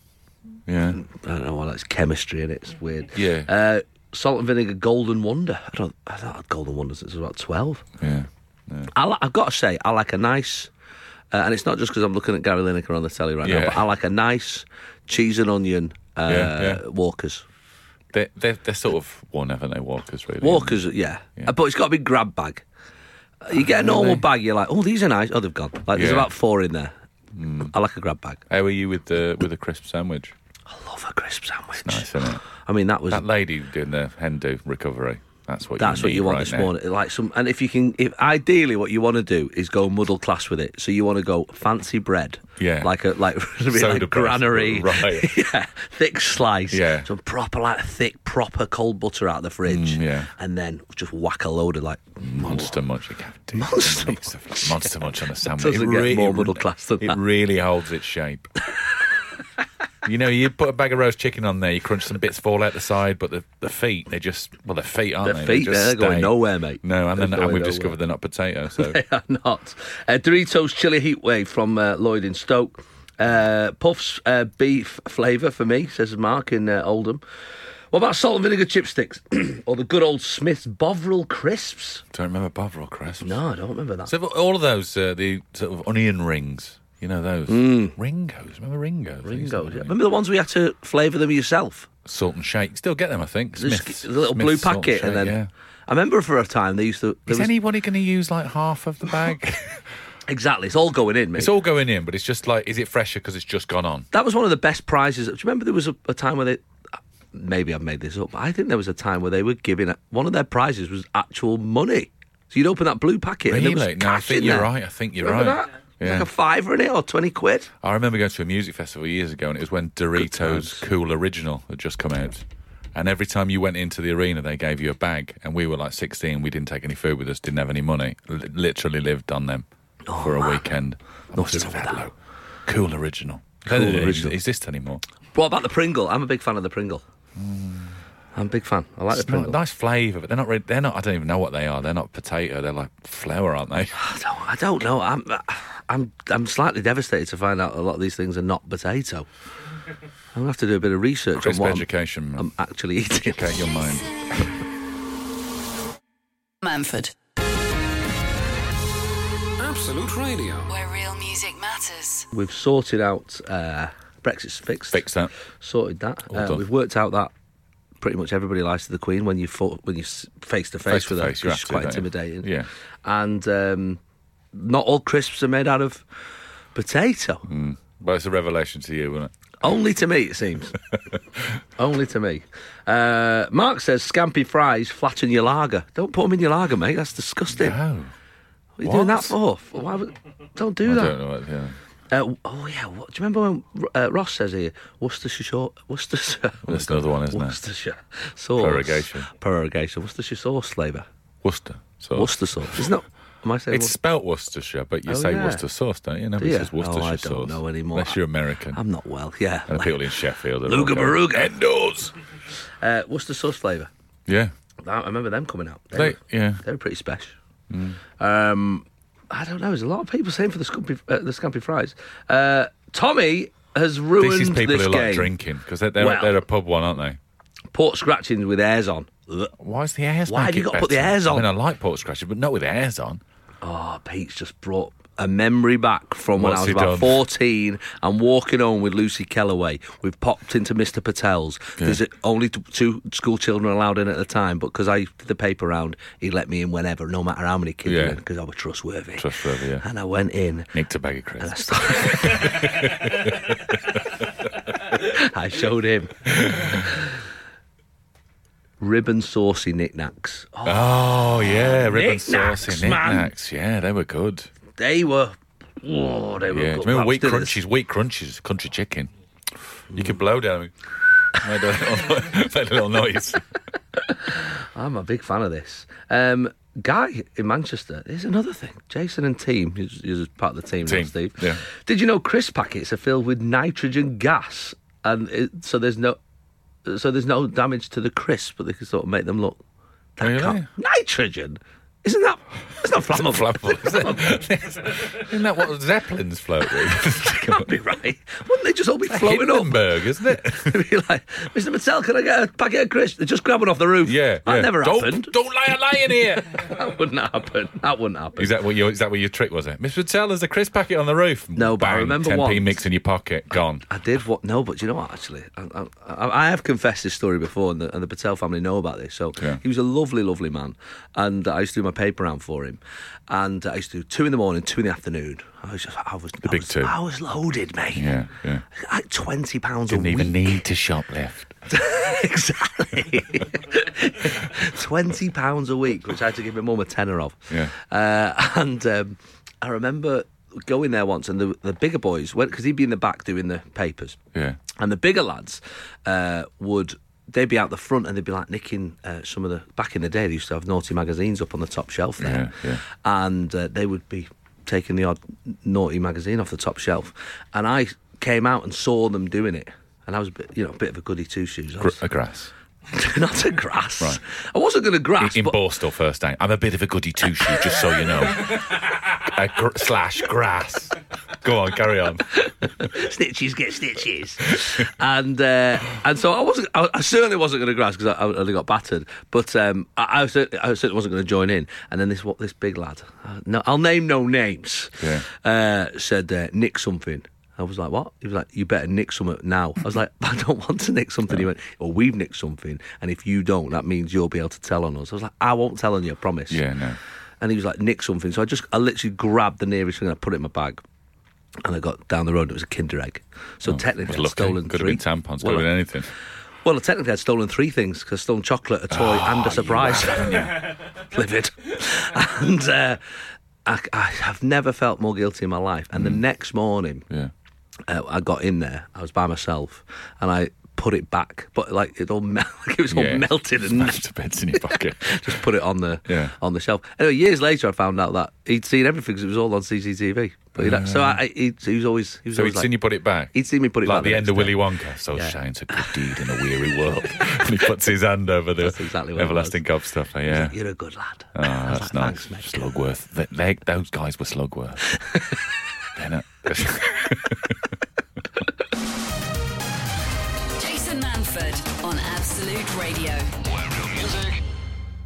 Speaker 4: Yeah.
Speaker 3: I don't know why that's chemistry in it. It's weird.
Speaker 4: Yeah.
Speaker 3: Uh, salt and vinegar golden wonder. I don't. I don't have golden wonder since I was about twelve.
Speaker 4: Yeah.
Speaker 3: I li- I've got to say, I like a nice, uh, and it's not just because I'm looking at Gary Lineker on the telly right now,
Speaker 4: Yeah.
Speaker 3: but I like a nice cheese and onion uh,
Speaker 4: Yeah, yeah.
Speaker 3: Walkers.
Speaker 4: They're, they're, they're sort of one, haven't they? Walkers, really.
Speaker 3: Walkers, yeah.
Speaker 4: Yeah.
Speaker 3: Uh, But it's got a big grab bag. Uh, You get a normal
Speaker 4: really?
Speaker 3: bag, you're like, oh, these are nice. Oh, they've gone. Like, there's
Speaker 4: Yeah. Hmm.
Speaker 3: about four in there. I like a grab bag.
Speaker 4: How are you with the with the crisp sandwich?
Speaker 3: I love a crisp sandwich.
Speaker 4: Nice, isn't it?
Speaker 3: I mean, that was
Speaker 4: That lady doing the hen do recovery. That's what.
Speaker 3: That's
Speaker 4: you
Speaker 3: what
Speaker 4: need
Speaker 3: you want
Speaker 4: right
Speaker 3: this
Speaker 4: now.
Speaker 3: morning. Like some, and if you can, if ideally, what you want to do is go muddle class with it. So you want to go fancy bread,
Speaker 4: Yeah.
Speaker 3: like a like, really
Speaker 4: Soda
Speaker 3: like
Speaker 4: bread,
Speaker 3: granary,
Speaker 4: right.
Speaker 3: yeah, thick slice,
Speaker 4: Yeah.
Speaker 3: some proper like thick proper cold butter out of the fridge,
Speaker 4: Mm, yeah. Mm.
Speaker 3: and then just whack a load of like
Speaker 4: Monster munch. You can't do
Speaker 3: Monster
Speaker 4: that. Monster munch on a sandwich.
Speaker 3: doesn't get more middle class than
Speaker 4: It
Speaker 3: that.
Speaker 4: really holds its shape. you know, you put a bag of roast chicken on there. You crunch some bits fall out the side, but the, the feet they just well the feet aren't
Speaker 3: The
Speaker 4: they?
Speaker 3: feet,
Speaker 4: they just
Speaker 3: they're going
Speaker 4: stay.
Speaker 3: nowhere, mate.
Speaker 4: No, and
Speaker 3: They're
Speaker 4: then
Speaker 3: going
Speaker 4: and we've
Speaker 3: nowhere.
Speaker 4: discovered they're not potato. So
Speaker 3: They are not. Uh, Doritos chili heat wave from uh, Lloyd in Stoke. Uh, Puffs uh, beef flavour for me, says Mark in uh, Oldham. What about salt and vinegar chipsticks or the good old Smith's Bovril crisps?
Speaker 4: don't remember Bovril crisps.
Speaker 3: No, I don't remember that.
Speaker 4: So for all of those uh, the sort of onion rings. You know those
Speaker 3: Mm.
Speaker 4: Ringos. Remember Ringos? They used to
Speaker 3: Ringo.
Speaker 4: have them.
Speaker 3: Remember the ones we had to flavour them yourself?
Speaker 4: Salt and shake. Still get them, I think.
Speaker 3: The,
Speaker 4: Smith's,
Speaker 3: the little blue
Speaker 4: Smith's salt
Speaker 3: packet, and
Speaker 4: shake,
Speaker 3: then
Speaker 4: yeah.
Speaker 3: I remember for a time they used to. there
Speaker 4: Is
Speaker 3: was-
Speaker 4: anybody going to use like half of the bag?
Speaker 3: Exactly, it's all going in, mate.
Speaker 4: it's all going in, but it's just like, is it fresher because it's just gone on?
Speaker 3: That was one of the best prizes. Do you remember there was a, a time where they? Maybe I've made this up, but I think there was a time where they were giving one of their prizes was actual money. So you'd open that blue packet and there
Speaker 4: Really?
Speaker 3: was
Speaker 4: No, I
Speaker 3: cash
Speaker 4: think
Speaker 3: in
Speaker 4: you're
Speaker 3: there.
Speaker 4: right. I think you're
Speaker 3: Remember
Speaker 4: right.
Speaker 3: that? It was
Speaker 4: Yeah.
Speaker 3: Like a fiver in it or twenty quid.
Speaker 4: I remember going to a music festival years ago, and it was when
Speaker 3: times.
Speaker 4: Doritos Cool Original had just come out. And every time you went into the arena, they gave you a bag. And we were like 16. We didn't take any food with us, didn't have any money. L- literally lived on them for a weekend. I
Speaker 3: No,
Speaker 4: must have
Speaker 3: stop
Speaker 4: had
Speaker 3: that.
Speaker 4: lo- Cool Original.
Speaker 3: Cool
Speaker 4: They don't
Speaker 3: Original.
Speaker 4: exist anymore.
Speaker 3: What about the Pringle? I'm a big fan of the Pringle. I'm a big fan. I like the
Speaker 4: It's not-
Speaker 3: Pringle.
Speaker 4: nice flavour, but they're not. Really, they're not. I don't even know what they are. They're not potato. They're like flour, aren't they?
Speaker 3: I don't, I don't know. I'm, I'm, I'm slightly devastated to find out a lot of these things are not potato. I'm gonna have to do a bit of research
Speaker 4: Crisp
Speaker 3: on what I'm-
Speaker 4: education. man.
Speaker 3: I'm actually eating.
Speaker 4: Educate your mind.
Speaker 2: Manford,
Speaker 1: Absolute Radio.
Speaker 2: where real music matters.
Speaker 3: We've sorted out uh, Brexit's fixed.
Speaker 4: Fix that.
Speaker 3: Sorted that. Uh,
Speaker 4: All done.
Speaker 3: we've worked out that pretty much everybody lies to the Queen when you fo- when you s- face to face
Speaker 4: Face to
Speaker 3: with her.
Speaker 4: face, you're
Speaker 3: 'cause she's quite
Speaker 4: absolutely right.
Speaker 3: intimidating.
Speaker 4: Yeah.
Speaker 3: And um, not all crisps are made out of potato.
Speaker 4: Mm. Well, it's a revelation to you, isn't it?
Speaker 3: Only to me, it seems. Only to me. Uh, Mark says scampy fries flatten your lager. Don't put them in your lager, mate. That's disgusting.
Speaker 4: No,
Speaker 3: what are you doing that
Speaker 4: what?
Speaker 3: for? Why would... Don't do
Speaker 4: I
Speaker 3: that.
Speaker 4: don't know. What, yeah.
Speaker 3: Uh, oh yeah, what, do you remember when uh, Ross says here Worcestershire, sau- Worcestershire?
Speaker 4: Well, that's another one, isn't it?
Speaker 3: Worcestershire sauce.
Speaker 4: Prorogation.
Speaker 3: Prorogation. Worcestershire sauce flavour.
Speaker 4: Worcester. sauce.
Speaker 3: Worcester sauce. Isn't that? Am I saying?
Speaker 4: It's spelt Worcestershire, but you
Speaker 3: Oh,
Speaker 4: say
Speaker 3: yeah.
Speaker 4: Worcester sauce, don't you? No,
Speaker 3: Yeah.
Speaker 4: it says
Speaker 3: Oh,
Speaker 4: Worcestershire
Speaker 3: I don't
Speaker 4: sauce.
Speaker 3: know anymore.
Speaker 4: Unless you're American.
Speaker 3: Wor- I'm not well. Yeah.
Speaker 4: and the people in Sheffield. are
Speaker 3: Luga
Speaker 4: all going,
Speaker 3: Baruga.
Speaker 4: Endos.
Speaker 3: Uh, Worcester sauce flavour.
Speaker 4: Yeah.
Speaker 3: I I remember them coming out. They,
Speaker 4: They,
Speaker 3: were,
Speaker 4: yeah. Mm.
Speaker 3: they were pretty special. Um, I don't know. There's a lot of people saying for the scumpy, uh, the scumpy fries. Uh, Tommy has ruined
Speaker 4: This is people who
Speaker 3: game.
Speaker 4: like drinking because they're, they're,
Speaker 3: Well-
Speaker 4: they're a pub one, aren't they?
Speaker 3: Port scratching with airs on. Ugh.
Speaker 4: Why's the airs?
Speaker 3: Why
Speaker 4: make
Speaker 3: have you
Speaker 4: it
Speaker 3: gotta put the
Speaker 4: better?
Speaker 3: airs on?
Speaker 4: I mean, I like port scratching, but not with the airs on.
Speaker 3: Oh, Pete's just brought a memory back from when
Speaker 4: What's
Speaker 3: I was
Speaker 4: he
Speaker 3: about
Speaker 4: done?
Speaker 3: 14 and walking home with Lucy Kellaway. We've popped into Mr. Patel's. There's a- only t- two school children allowed in at the time, but because I did the paper round, he let me in whenever, no matter how many kids
Speaker 4: Yeah.
Speaker 3: were in, because I was trustworthy.
Speaker 4: Trustworthy, yeah.
Speaker 3: And I went in.
Speaker 4: Nick to bag of
Speaker 3: and I
Speaker 4: crisps.
Speaker 3: started- I showed him. Ribbon saucy knickknacks. Oh,
Speaker 4: Oh yeah, ribbon
Speaker 3: knick-knacks,
Speaker 4: sauce and
Speaker 3: man.
Speaker 4: knickknacks. Yeah, they were good.
Speaker 3: they were. Whoa, they were.
Speaker 4: Yeah, do you
Speaker 3: good.
Speaker 4: remember
Speaker 3: Perhaps
Speaker 4: wheat
Speaker 3: still is.
Speaker 4: crunchies? Wheat crunchies, country chicken. You could blow down. Made a little, made a little noise.
Speaker 3: I'm a big fan of this. Um, guy in Manchester, here's another thing. Jason and team, he's, he's part of the team, now,
Speaker 4: Team,
Speaker 3: Steve.
Speaker 4: yeah.
Speaker 3: Did you know crisp packets are filled with nitrogen gas, and it, so there's no, so there's no damage to the crisp, but they can sort of make them look. That
Speaker 4: Really?
Speaker 3: can't- Nitrogen, isn't that? It's not flammable.
Speaker 4: Flammable, isn't it? Isn't that what zeppelins float with?
Speaker 3: Can't be right. Wouldn't they just all be floating up?
Speaker 4: Hindenburg, isn't it?
Speaker 3: They'd be like, Mr. Mattel, can I get a packet of crisps? They're just grabbing off the roof.
Speaker 4: Yeah,
Speaker 3: that
Speaker 4: yeah.
Speaker 3: never
Speaker 4: don't,
Speaker 3: happened.
Speaker 4: Don't lie a lie in here.
Speaker 3: That wouldn't happen. That wouldn't happen.
Speaker 4: is that what your is that what your trick was? It, Miss Patel, there's a crisp packet on the roof.
Speaker 3: No, but I
Speaker 4: Bang,
Speaker 3: remember
Speaker 4: 10p
Speaker 3: once-
Speaker 4: mix in your pocket, gone.
Speaker 3: I did what? No, but do you know what? Actually, I, I- I, I have confessed this story before, and the, and the Patel family know about this. So
Speaker 4: Yeah.
Speaker 3: he was a lovely, lovely man, and I used to do my paper round for him, and I used to do two in the morning, two in the afternoon. I was just, I was, the I
Speaker 4: big
Speaker 3: was,
Speaker 4: two.
Speaker 3: I was loaded, mate.
Speaker 4: Yeah, yeah.
Speaker 3: Like twenty pounds
Speaker 4: Didn't
Speaker 3: a week.
Speaker 4: even need to shoplift.
Speaker 3: exactly. Twenty pounds a week, which I had to give my mum a tenner of.
Speaker 4: Yeah.
Speaker 3: Uh, and um, I remember going there once, and the, the bigger boys went because he'd be in the back doing the papers.
Speaker 4: Yeah.
Speaker 3: And the bigger lads uh, would. They'd be out the front and they'd be like nicking uh, some of the. Back in the day, they used to have naughty magazines up on the top shelf there.
Speaker 4: Yeah, yeah.
Speaker 3: And uh, they would be taking the odd naughty magazine off the top shelf. And I came out and saw them doing it. And I was, a bit, you know, a bit of a goody two shoes.
Speaker 4: Gr- a grass.
Speaker 3: Not a grass.
Speaker 4: Right.
Speaker 3: I wasn't going to grass,
Speaker 4: In
Speaker 3: but
Speaker 4: Borstal first day. I'm a bit of a goody two shoe, just so you know. a gr- slash grass. Go on, carry on.
Speaker 3: snitches get stitches. and uh, and so I wasn't. I, I certainly wasn't going to grass because I, I only got battered. But um, I, I, certainly, I certainly wasn't going to join in. And then this what this big lad. uh, No, I'll name no names.
Speaker 4: Yeah.
Speaker 3: Uh, said uh, nick something. I was like, what? He was like, you better nick something now. I was like, I don't want to nick something. He went, well, we've nicked something. And if you don't, that means you'll be able to tell on us. I was like, I won't tell on you, I promise.
Speaker 4: Yeah, no.
Speaker 3: And he was like, nick something. So I just, I literally grabbed the nearest thing and I put it in my bag. And I got down the road and it was a Kinder Egg. So technically,
Speaker 4: Was
Speaker 3: I'd
Speaker 4: Oh, lucky.
Speaker 3: stolen
Speaker 4: Could have
Speaker 3: three.
Speaker 4: been tampons,
Speaker 3: well, uh,
Speaker 4: could have been anything.
Speaker 3: well, technically, I'd stolen three things because stolen chocolate, a toy,
Speaker 4: Ah,
Speaker 3: and a surprise. Livid. And uh, I, I have never felt more guilty in my life. And the
Speaker 4: Hmm.
Speaker 3: next morning,
Speaker 4: Yeah.
Speaker 3: uh, I got in there. I was by myself, and I put it back, but like it all mel- like it was all
Speaker 4: Yeah.
Speaker 3: melted and
Speaker 4: Smashed to bits in your pocket.
Speaker 3: just put it on the
Speaker 4: Yeah.
Speaker 3: on the shelf. Anyway, years later, I found out that he'd seen everything 'cause it was all on CCTV. But he'd, so I, he, he was always he was
Speaker 4: So
Speaker 3: always
Speaker 4: he'd
Speaker 3: like,
Speaker 4: seen you put it back.
Speaker 3: he'd seen me put it
Speaker 4: like
Speaker 3: back the
Speaker 4: the end
Speaker 3: next
Speaker 4: of Willy Wonka. So shines a good deed in a weary world. and he puts his hand over the
Speaker 3: That's exactly what it
Speaker 4: everlasting gobstopper. Yeah.
Speaker 3: you're a good lad.
Speaker 4: Oh,
Speaker 3: I was like,
Speaker 4: that's nice.
Speaker 3: "Thanks, mate."
Speaker 4: Slugworth. They, they- those guys were Slugworth. They're not-
Speaker 2: Jason Manford on Absolute Radio.
Speaker 1: Where real music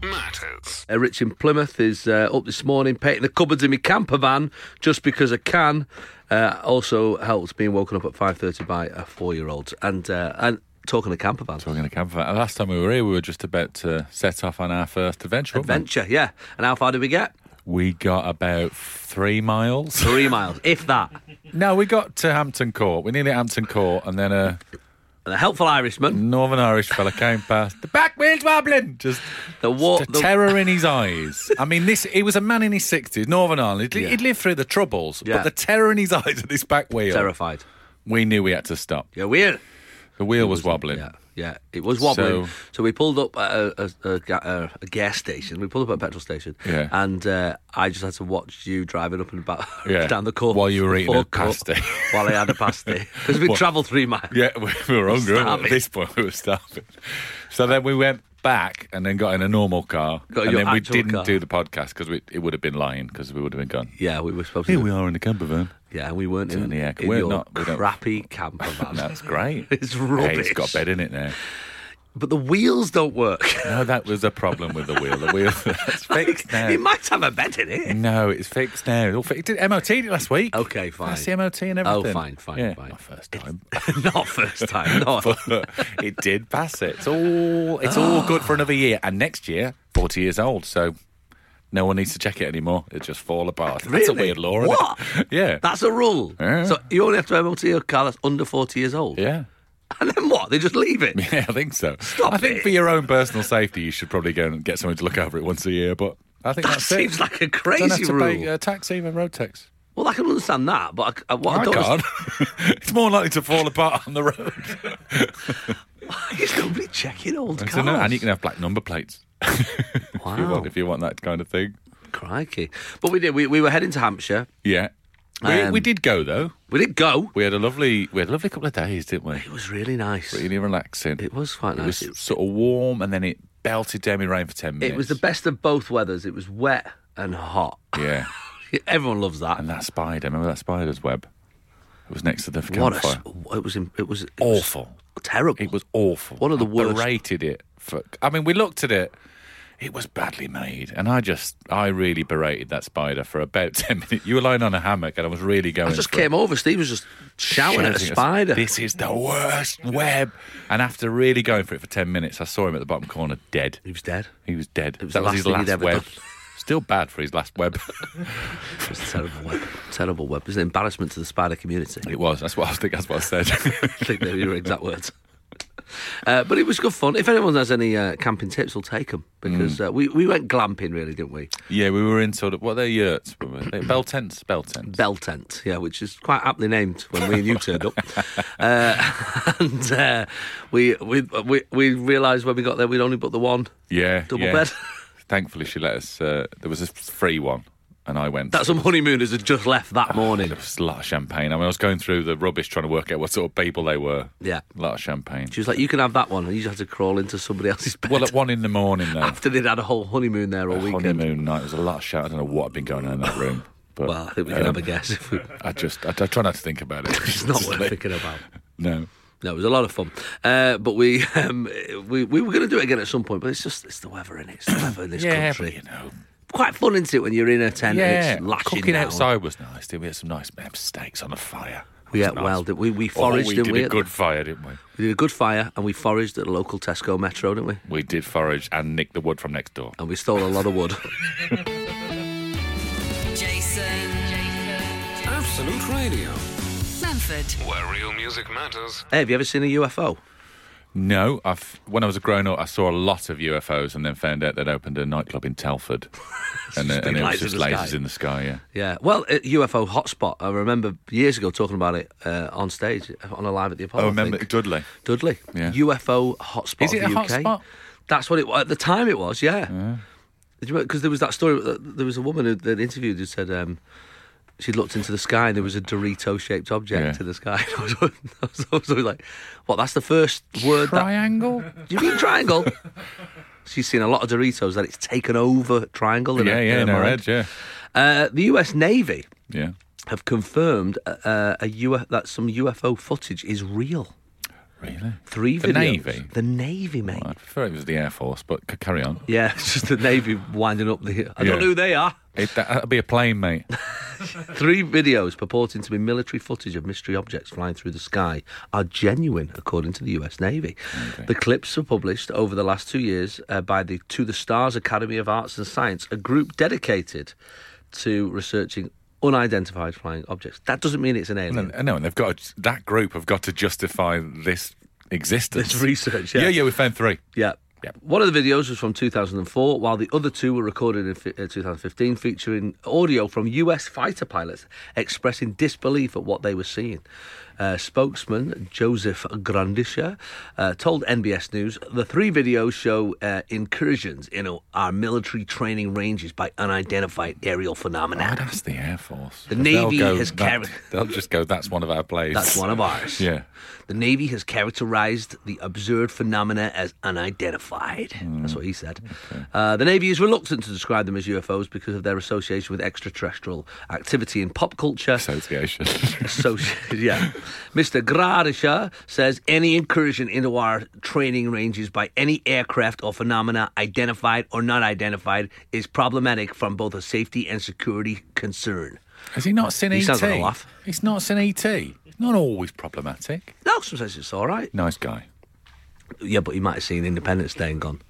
Speaker 1: matters.
Speaker 3: Uh, Rich in Plymouth is uh, up this morning painting the cupboards in my camper van just because I can. Uh, also helped being woken up at 5.30 by a four-year-old. And, uh, and talking of camper vans.
Speaker 4: We're going to camp for that. Last time we were here, we were just about to set off on our first adventure. weren't we?
Speaker 3: Adventure, yeah. And how far did we get?
Speaker 4: We got about three miles.
Speaker 3: Three miles, if that.
Speaker 4: no, we got to Hampton Court. We nearly at Hampton Court, and then a
Speaker 3: And the helpful Irishman,
Speaker 4: Northern Irish fella came past. The back wheel's wobbling. Just
Speaker 3: the war,
Speaker 4: the
Speaker 3: the,
Speaker 4: terror in his eyes. I mean, this he was a man in his sixties, Northern Ireland. He'd,
Speaker 3: Yeah.
Speaker 4: he'd lived through the troubles,
Speaker 3: Yeah.
Speaker 4: but the terror in his eyes at this back wheel.
Speaker 3: terrified.
Speaker 4: We knew we had to stop.
Speaker 3: Yeah, weird.
Speaker 4: The wheel was wobbling.
Speaker 3: Yeah, yeah, it was wobbling. So,
Speaker 4: So-
Speaker 3: we pulled up at a, a, a, ga- a, a gas station. We pulled up at a petrol station,
Speaker 4: Yeah.
Speaker 3: and uh, I just had to watch you driving up and back
Speaker 4: Yeah,
Speaker 3: down the court
Speaker 4: while you were eating a pasty.
Speaker 3: while I had a pasty because we
Speaker 4: What?
Speaker 3: travelled three miles.
Speaker 4: Yeah, we, we were hungry. weren't we?
Speaker 3: Starving.
Speaker 4: At this point, we were starving. So then we went back and then got in a normal car.
Speaker 3: Got
Speaker 4: and
Speaker 3: your
Speaker 4: then we
Speaker 3: actual
Speaker 4: didn't
Speaker 3: car.
Speaker 4: do the podcast because it would have been lying because we would have been gone.
Speaker 3: Yeah, we were supposed
Speaker 4: Here
Speaker 3: to.
Speaker 4: we are in the camper van.
Speaker 3: Yeah, we weren't in,
Speaker 4: Bloody heck,
Speaker 3: in
Speaker 4: we're
Speaker 3: your
Speaker 4: not- we don't-
Speaker 3: crappy camper van.
Speaker 4: That's great.
Speaker 3: It's
Speaker 4: Hey, it's got
Speaker 3: rubbish.
Speaker 4: a bed in it now.
Speaker 3: But the wheels don't work.
Speaker 4: No, that was a problem with the wheel. The wheel that's fixed now.
Speaker 3: it might have a bed in it.
Speaker 4: No, it's fixed now. It's all fixed. It did MOT it last week.
Speaker 3: Okay, fine.
Speaker 4: That's the MOT and
Speaker 3: Oh,
Speaker 4: everything.
Speaker 3: fine, fine,
Speaker 4: yeah.
Speaker 3: fine.
Speaker 4: My first time.
Speaker 3: not first time. Not.
Speaker 4: but it did pass it. It's all it's all good for another year. And next year, forty years old, so no one needs to check it anymore. It just fall apart. That's a
Speaker 3: Really?
Speaker 4: weird law, isn't
Speaker 3: What?
Speaker 4: it? Yeah.
Speaker 3: That's a rule.
Speaker 4: Yeah.
Speaker 3: So you only have to MOT your car that's under 40 years old.
Speaker 4: yeah.
Speaker 3: And then what? They just leave it.
Speaker 4: Yeah, I think so.
Speaker 3: Stop
Speaker 4: I think
Speaker 3: it.
Speaker 4: for your own personal safety, you should probably go and get someone to look over it once a year. But I think
Speaker 3: That
Speaker 4: that's
Speaker 3: seems
Speaker 4: it.
Speaker 3: like a
Speaker 4: Don't have
Speaker 3: crazy
Speaker 4: to
Speaker 3: rule.
Speaker 4: pay uh, tax even road tax.
Speaker 3: Well, I can understand that, but I, I- what I,
Speaker 4: I
Speaker 3: don't
Speaker 4: can't. it's more likely to fall apart on the road.
Speaker 3: understand is nobody checking old
Speaker 4: I
Speaker 3: cars.
Speaker 4: don't know, and you can have black number plates if you
Speaker 3: Wow.
Speaker 4: want if you want that kind of thing.
Speaker 3: Crikey. But we did. We, we were heading to Hampshire.
Speaker 4: Yeah, we,
Speaker 3: Um,
Speaker 4: we did go though.
Speaker 3: We did go.
Speaker 4: We had a lovely we had a lovely couple of days, didn't we?
Speaker 3: It was really nice.
Speaker 4: Really relaxing.
Speaker 3: It was quite
Speaker 4: It
Speaker 3: nice.
Speaker 4: was
Speaker 3: It,
Speaker 4: sort of warm, and then it belted down with rain for ten minutes.
Speaker 3: it was the best of both weathers. It was wet and hot.
Speaker 4: Yeah,
Speaker 3: Everyone loves that.
Speaker 4: and that spider. Remember that spider's web? It was next to the
Speaker 3: what a,
Speaker 4: campfire.
Speaker 3: s- it was. im- It was it was
Speaker 4: awful.
Speaker 3: terrible.
Speaker 4: It was awful.
Speaker 3: One of the
Speaker 4: I
Speaker 3: worst.
Speaker 4: Berated it for. I mean, we looked at it. It was badly made, and I just, I really berated that spider for about ten minutes. You were lying on a hammock, and I was really going.
Speaker 3: I just
Speaker 4: for it.
Speaker 3: came over. Steve was just shouting at a
Speaker 4: shouting us,
Speaker 3: spider.
Speaker 4: This is the worst web. And after really going for it for 10 minutes, I saw him at the bottom corner dead.
Speaker 3: He was dead.
Speaker 4: He was dead.
Speaker 3: was
Speaker 4: that
Speaker 3: the
Speaker 4: was
Speaker 3: last
Speaker 4: his
Speaker 3: thing
Speaker 4: last
Speaker 3: he'd ever
Speaker 4: web.
Speaker 3: done.
Speaker 4: Still bad for his last web.
Speaker 3: It was a terrible web. Terrible web. It was an embarrassment to the spider community.
Speaker 4: it was. That's what I think. That's what I said.
Speaker 3: I think they were your exact words. Uh, but it was good fun. If anyone has any uh, camping tips, we'll take them because
Speaker 4: Mm.
Speaker 3: uh, we, we went glamping, really, didn't we?
Speaker 4: yeah, we were in sort of what are their yurts. were we? They- Bell tents. Bell tents.
Speaker 3: Bell tent, yeah, which is quite aptly named when we and you turned up. Uh, and uh, we we we, we realised when we got there we'd only booked the one.
Speaker 4: Yeah.
Speaker 3: Double
Speaker 4: yeah.
Speaker 3: bed.
Speaker 4: Thankfully, she let us. Uh, there was a free one, and I went.
Speaker 3: That's some honeymooners had just left that morning.
Speaker 4: There was a lot of champagne. I mean, I was going through the rubbish trying to work out what sort of people they were.
Speaker 3: Yeah.
Speaker 4: A lot of champagne.
Speaker 3: She was like, "You can have that one," and you just had to crawl into somebody else's bed.
Speaker 4: well, at one in the morning, though.
Speaker 3: after they'd had a whole honeymoon there all weekend.
Speaker 4: honeymoon night. There was a lot of shout. I don't know what had been going on in that room. But,
Speaker 3: Well, I think we can
Speaker 4: um,
Speaker 3: have a guess. If we,
Speaker 4: I just, I, I try not to think about it.
Speaker 3: it's not worth thinking about.
Speaker 4: No.
Speaker 3: No, it was a lot of fun. Uh, but we, um, we we were going to do it again at some point, but it's just it's the weather in it. It's the weather in this
Speaker 4: Yeah, but,
Speaker 3: country.
Speaker 4: you know.
Speaker 3: Quite fun, isn't it, when you're in a tent
Speaker 4: Yeah,
Speaker 3: and it's lashing
Speaker 4: cooking
Speaker 3: down.
Speaker 4: outside was nice. Did we had some nice um, steaks on a fire?
Speaker 3: We
Speaker 4: It
Speaker 3: ate
Speaker 4: was nice.
Speaker 3: well, didn't we? We
Speaker 4: Oh,
Speaker 3: foraged,
Speaker 4: we
Speaker 3: didn't
Speaker 4: did
Speaker 3: we?
Speaker 4: a
Speaker 3: at-
Speaker 4: good fire, didn't we?
Speaker 3: we did a good fire and we foraged at the local Tesco Metro, didn't we?
Speaker 4: We did forage and nicked the wood from next door.
Speaker 3: And we stole a lot of wood.
Speaker 2: Jason. Jason.
Speaker 1: Absolute Radio,
Speaker 2: Manford.
Speaker 1: where real music matters.
Speaker 3: hey, have you ever seen a UFO?
Speaker 4: No, I've when I was a grown up, I saw a lot of UFOs, and then found out they'd opened a nightclub in Telford, and, uh,
Speaker 3: Big
Speaker 4: and
Speaker 3: lights
Speaker 4: it was
Speaker 3: in
Speaker 4: just
Speaker 3: the
Speaker 4: lasers
Speaker 3: sky.
Speaker 4: in the sky. Yeah,
Speaker 3: Yeah. Well, a UFO hotspot. I remember years ago talking about it uh, on stage on a live at the Apollo. I
Speaker 4: I Oh, remember
Speaker 3: think.
Speaker 4: Dudley.
Speaker 3: Dudley.
Speaker 4: Yeah.
Speaker 3: UFO hotspot.
Speaker 4: Is it
Speaker 3: of the
Speaker 4: a
Speaker 3: UK.
Speaker 4: hotspot?
Speaker 3: That's what it was. At the time, it was, yeah. Because there was that story, that- there was a woman who that interviewed who said um, she looked into the sky and there was a Dorito shaped object
Speaker 4: Yeah.
Speaker 3: in the sky. I was, always- I was always like, what, that's the first word that.
Speaker 4: Triangle.
Speaker 3: Do you mean triangle? She's seen a lot of Doritos that it's taken over triangle. In
Speaker 4: yeah,
Speaker 3: her,
Speaker 4: yeah,
Speaker 3: in
Speaker 4: in
Speaker 3: her
Speaker 4: our
Speaker 3: mind.
Speaker 4: edge, yeah,
Speaker 3: Uh, the US Navy
Speaker 4: yeah.
Speaker 3: have confirmed uh, a U- that some UFO footage is real.
Speaker 4: Really?
Speaker 3: Three
Speaker 4: The
Speaker 3: videos.
Speaker 4: Navy?
Speaker 3: The Navy, mate.
Speaker 4: I prefer it was the Air Force, but c- carry on.
Speaker 3: Yeah, it's just the Navy winding up the. I
Speaker 4: Yeah.
Speaker 3: don't know who they are.
Speaker 4: It, that, that'd be a plane, mate.
Speaker 3: Three videos purporting to be military footage of mystery objects flying through the sky are genuine, according to the US Navy. The clips were published over the last two years uh, by the To the Stars Academy of Arts and Science, a group dedicated to researching unidentified flying objects. That doesn't mean it's an alien.
Speaker 4: No, no, and they've got to, that group have got to justify this existence.
Speaker 3: It's research,
Speaker 4: yeah.
Speaker 3: yeah.
Speaker 4: yeah, we found three.
Speaker 3: Yeah.
Speaker 4: Yeah.
Speaker 3: One of the videos was from 2004, while the other two were recorded in fi- uh, 2015, featuring audio from US fighter pilots expressing disbelief at what they were seeing. Uh, spokesman Joseph Grandisher uh, told NBS News the three videos show uh, incursions in o- our military training ranges by unidentified aerial
Speaker 4: I'd
Speaker 3: phenomena.
Speaker 4: ask the Air Force.
Speaker 3: The
Speaker 4: If they'll
Speaker 3: Navy
Speaker 4: go,
Speaker 3: has
Speaker 4: that-
Speaker 3: carried-
Speaker 4: They'll just go. That's one of our planes.
Speaker 3: That's one of ours.
Speaker 4: Yeah.
Speaker 3: The Navy has characterized the observed phenomena as unidentified. That's what he said. Uh, the Navy is reluctant to describe them as UFOs because of their association with extraterrestrial activity in pop culture.
Speaker 4: Association.
Speaker 3: Associ- yeah. Mr. Gradisha says any incursion into our training ranges by any aircraft or phenomena, identified or not identified, is problematic from both a safety and security concern.
Speaker 4: Has he not seen
Speaker 3: He
Speaker 4: ET?
Speaker 3: sounds like a laugh.
Speaker 4: He's not seen ET. He's not always problematic.
Speaker 3: No, sometimes it's all right.
Speaker 4: Nice guy.
Speaker 3: Yeah, but you might have seen Independence Day and gone.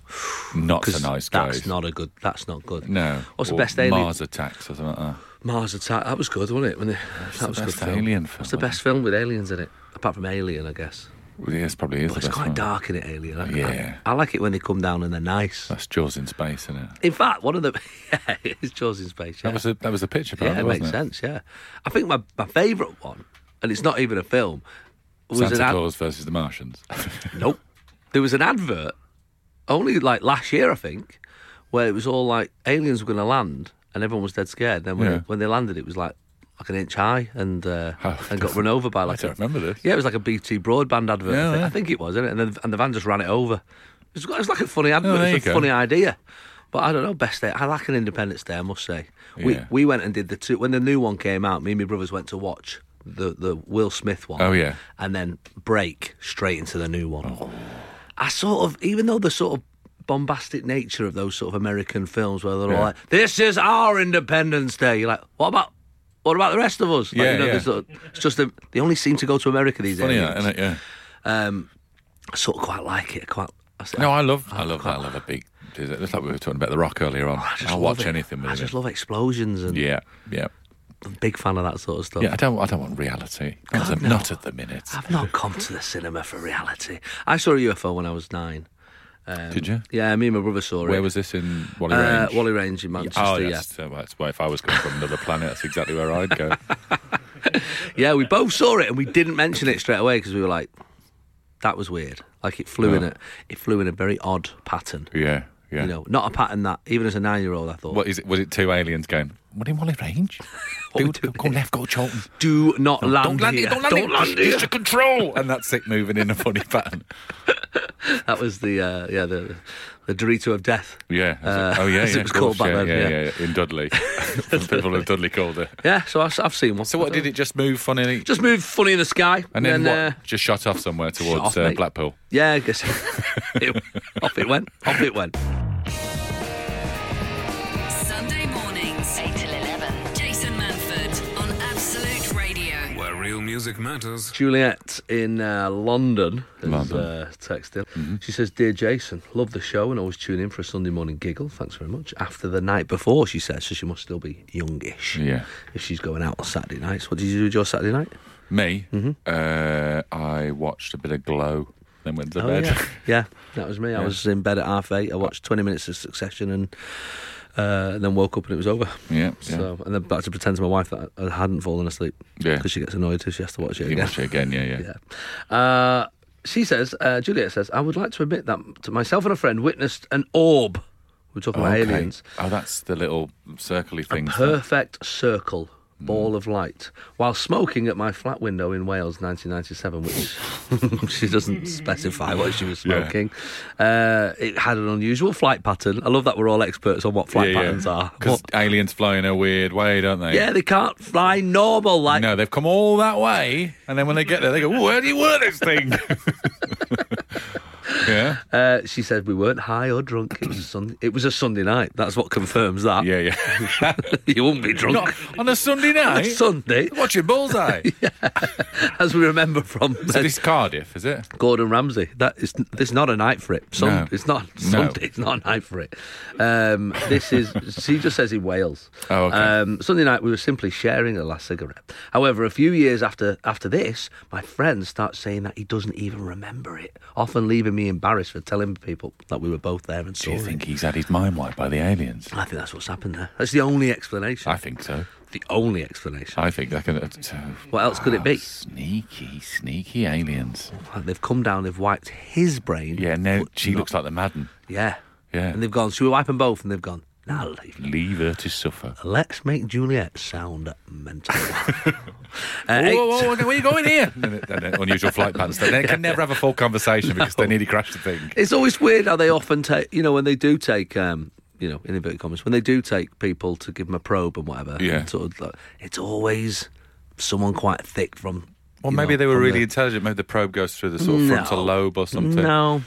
Speaker 4: Not so
Speaker 3: Because
Speaker 4: nice guy.
Speaker 3: that's not a good. That's not good.
Speaker 4: No.
Speaker 3: What's
Speaker 4: Or
Speaker 3: the best alien?
Speaker 4: Mars attacks or something like that.
Speaker 3: Mars Attack. That was good, wasn't it? When they, that
Speaker 4: the
Speaker 3: was
Speaker 4: best
Speaker 3: good. Film.
Speaker 4: alien film,
Speaker 3: What's the
Speaker 4: wasn't
Speaker 3: best film with aliens in it? Apart from Alien, I guess.
Speaker 4: Well, yes, probably is.
Speaker 3: But
Speaker 4: the
Speaker 3: it's
Speaker 4: best
Speaker 3: quite
Speaker 4: one.
Speaker 3: dark in it, Alien. I-
Speaker 4: Yeah.
Speaker 3: I, I like it when they come down and they're nice.
Speaker 4: That's Jaws in space, isn't it?
Speaker 3: In fact, one of the yeah, it's Jaws in Space. Yeah,
Speaker 4: That was the that was the picture,
Speaker 3: yeah,
Speaker 4: probably,
Speaker 3: it
Speaker 4: wasn't
Speaker 3: makes
Speaker 4: it?
Speaker 3: sense. Yeah, I think my, my favourite one, and it's not even a film, was
Speaker 4: Santa
Speaker 3: an ad-
Speaker 4: Claus versus the Martians.
Speaker 3: Nope. There was an advert only like last year, I think, where it was all like aliens were going to land and everyone was dead scared. Then when,
Speaker 4: Yeah.
Speaker 3: when they landed, it was like like an inch high and uh,
Speaker 4: Oh,
Speaker 3: and got run over by like
Speaker 4: don't
Speaker 3: a-
Speaker 4: remember this.
Speaker 3: Yeah, it was like a BT broadband advert. I,
Speaker 4: Yeah,
Speaker 3: think,
Speaker 4: yeah.
Speaker 3: I think it was, innit? and then and the van just ran it over. It was, it was like a funny advert.
Speaker 4: Oh, there
Speaker 3: it's a
Speaker 4: you go.
Speaker 3: funny idea. But I don't know, best day. I like an Independence Day, I must say. We
Speaker 4: Yeah.
Speaker 3: we went and did the two when the new one came out. Me and my brothers went to watch the the Will Smith one
Speaker 4: Oh, yeah. Oh.
Speaker 3: and then break straight into the new one. I sort of, even though the sort of bombastic nature of those sort of American films where they're all
Speaker 4: Yeah.
Speaker 3: like, "This is our Independence Day," you're like, "What about?" What about the rest of us? Like,
Speaker 4: Yeah,
Speaker 3: you know,
Speaker 4: yeah.
Speaker 3: there's sort of- it's just a, they only seem to go to America these
Speaker 4: Funny,
Speaker 3: days.
Speaker 4: that, isn't it? Yeah.
Speaker 3: I sort of quite like it. I Quite. I s-
Speaker 4: No, I love, I love that. I love a big. It looks like we were talking about The Rock earlier on.
Speaker 3: Oh, I just
Speaker 4: I'll
Speaker 3: love
Speaker 4: watch
Speaker 3: it.
Speaker 4: anything with
Speaker 3: I
Speaker 4: him.
Speaker 3: just love explosions and
Speaker 4: yeah, yeah,
Speaker 3: I'm a big fan of that sort of stuff.
Speaker 4: yeah. I don't, I don't want reality. Not,
Speaker 3: God,
Speaker 4: at-
Speaker 3: no.
Speaker 4: not at the minute.
Speaker 3: I've not come to the cinema for reality. I saw a UFO when I was nine.
Speaker 4: Did you?
Speaker 3: Um, Yeah, me and my brother saw it.
Speaker 4: Where was this in Wally
Speaker 3: uh,
Speaker 4: Range?
Speaker 3: Wally Range in Manchester?
Speaker 4: Oh,
Speaker 3: yeah.
Speaker 4: yes. So that's why if I was coming from another planet, that's exactly where I'd go.
Speaker 3: Yeah, we both saw it and we didn't mention it straight away because we were like, that was weird. Like it flew in
Speaker 4: Yeah.
Speaker 3: a it flew in a very odd pattern.
Speaker 4: Yeah, yeah.
Speaker 3: You know, not a pattern that even as a nine year old I thought
Speaker 4: what is it? Was it two aliens going? What in Wally Range?
Speaker 3: What we
Speaker 4: Dude,
Speaker 3: doing?
Speaker 4: go left, go Charlton.
Speaker 3: "Oh, do not land,
Speaker 4: don't land
Speaker 3: here.
Speaker 4: it! Don't land it!
Speaker 3: here.
Speaker 4: It's a control, and that's it moving in a funny pattern.
Speaker 3: That was the uh, yeah, the the Dorito of death.
Speaker 4: Yeah.
Speaker 3: Uh,
Speaker 4: oh yeah.
Speaker 3: as
Speaker 4: yeah,
Speaker 3: it was
Speaker 4: of
Speaker 3: called
Speaker 4: course,
Speaker 3: back
Speaker 4: yeah,
Speaker 3: then,
Speaker 4: Yeah,
Speaker 3: yeah.
Speaker 4: yeah, In Dudley, people in Dudley called it.
Speaker 3: Yeah, so I've, I've seen one.
Speaker 4: So what did it just move funnily?
Speaker 3: Just move funny in the sky
Speaker 4: and then,
Speaker 3: uh,
Speaker 4: what? Just shot off somewhere towards
Speaker 3: off,
Speaker 4: uh,
Speaker 3: mate.
Speaker 4: Blackpool.
Speaker 3: Yeah, I guess it, off it went. Off it went.
Speaker 2: Sunday mornings, 8 till 11. Jason Manford on Absolute Radio.
Speaker 1: Where real music matters.
Speaker 3: Juliet in uh, London has
Speaker 4: London. Mm-hmm.
Speaker 3: Uh, texted. She says, "Dear Jason, love the show and always tune in for a Sunday morning giggle. Thanks very much. After the night before, she says, so she must still be youngish.
Speaker 4: Yeah.
Speaker 3: if she's going out on Saturday nights. What did you do with your Saturday night?
Speaker 4: Me,
Speaker 3: Mm-hmm.
Speaker 4: uh, I watched a bit of Glow, then went to bed.
Speaker 3: Oh, yeah, yeah, that was me. I was in bed at half eight. I watched twenty minutes of Succession and uh, then woke up and it was over.
Speaker 4: Yeah, yeah.
Speaker 3: So and then back to pretend to my wife that I hadn't fallen asleep.
Speaker 4: Yeah.
Speaker 3: because she gets annoyed if she has to watch it
Speaker 4: you
Speaker 3: again.
Speaker 4: watch it again, yeah, yeah.
Speaker 3: Yeah. Uh, she says, uh, Juliet says, I would like to admit that to myself and a friend witnessed an orb. We're talking about
Speaker 4: okay.
Speaker 3: aliens.
Speaker 4: Oh, that's the little circly things.
Speaker 3: Perfect circle
Speaker 4: Hmm.
Speaker 3: ball of light while smoking at my flat window in Wales 1997 which she doesn't specify what she was
Speaker 4: Yeah.
Speaker 3: smoking uh, it had an unusual flight pattern I love that we're all experts on what flight patterns are
Speaker 4: Because
Speaker 3: What-
Speaker 4: aliens fly in a weird way, don't they?
Speaker 3: yeah they can't fly normal like
Speaker 4: No, they've come all that way, and then when they get there, they go, "Where do you work this thing?" yeah,
Speaker 3: Uh, she said we weren't high or drunk. It was a sun- it was a Sunday night. That's what confirms that.
Speaker 4: yeah, yeah.
Speaker 3: you wouldn't be drunk
Speaker 4: Not on a Sunday
Speaker 3: on a
Speaker 4: night.
Speaker 3: Sunday,
Speaker 4: Watching Bullseye.
Speaker 3: as we remember from
Speaker 4: So
Speaker 3: uh,
Speaker 4: this is Cardiff, is it?
Speaker 3: Gordon Ramsay. That is, it's not a night for it. Sun-
Speaker 4: No.
Speaker 3: It's not
Speaker 4: No.
Speaker 3: Sunday. It's not a night for it. Um, this is. she just says in Wales.
Speaker 4: Oh, okay.
Speaker 3: Um, Sunday night we were simply sharing a last cigarette. However, a few years after after this, my friend starts saying that he doesn't even remember it, often leaving me embarrassed for telling people that we were both there and saw
Speaker 4: Do you
Speaker 3: it.
Speaker 4: think he's had his mind wiped by the aliens?
Speaker 3: I think that's what's happened there. That's the only explanation.
Speaker 4: I think so.
Speaker 3: the only explanation.
Speaker 4: I Ah, think they're going to.
Speaker 3: What else could it be?
Speaker 4: Sneaky, sneaky aliens.
Speaker 3: Like, they've come down, they've wiped his brain.
Speaker 4: Yeah, no,
Speaker 3: but
Speaker 4: she
Speaker 3: not-
Speaker 4: looks like the Madden.
Speaker 3: Yeah.
Speaker 4: Yeah.
Speaker 3: And they've gone, should we wipe them both? And they've gone, nah, leave.
Speaker 4: Leave her to suffer.
Speaker 3: Let's make Juliet sound mental. Uh,
Speaker 4: Whoa,
Speaker 3: eight-
Speaker 4: whoa, whoa, where are you going here? And then- and then unusual flight patterns. They can never have a full conversation because they nearly crash the thing.
Speaker 3: It's always weird how they often take, you know, when they do take, um, you know, in inverted commas, when they do take people to give them a probe and whatever.
Speaker 4: Yeah.
Speaker 3: and sort of like- it's always someone quite thick from.
Speaker 4: Well,
Speaker 3: you
Speaker 4: maybe
Speaker 3: know,
Speaker 4: they were
Speaker 3: from the-
Speaker 4: really intelligent. Maybe the probe goes through the sort of frontal
Speaker 3: No.
Speaker 4: lobe or something.
Speaker 3: No.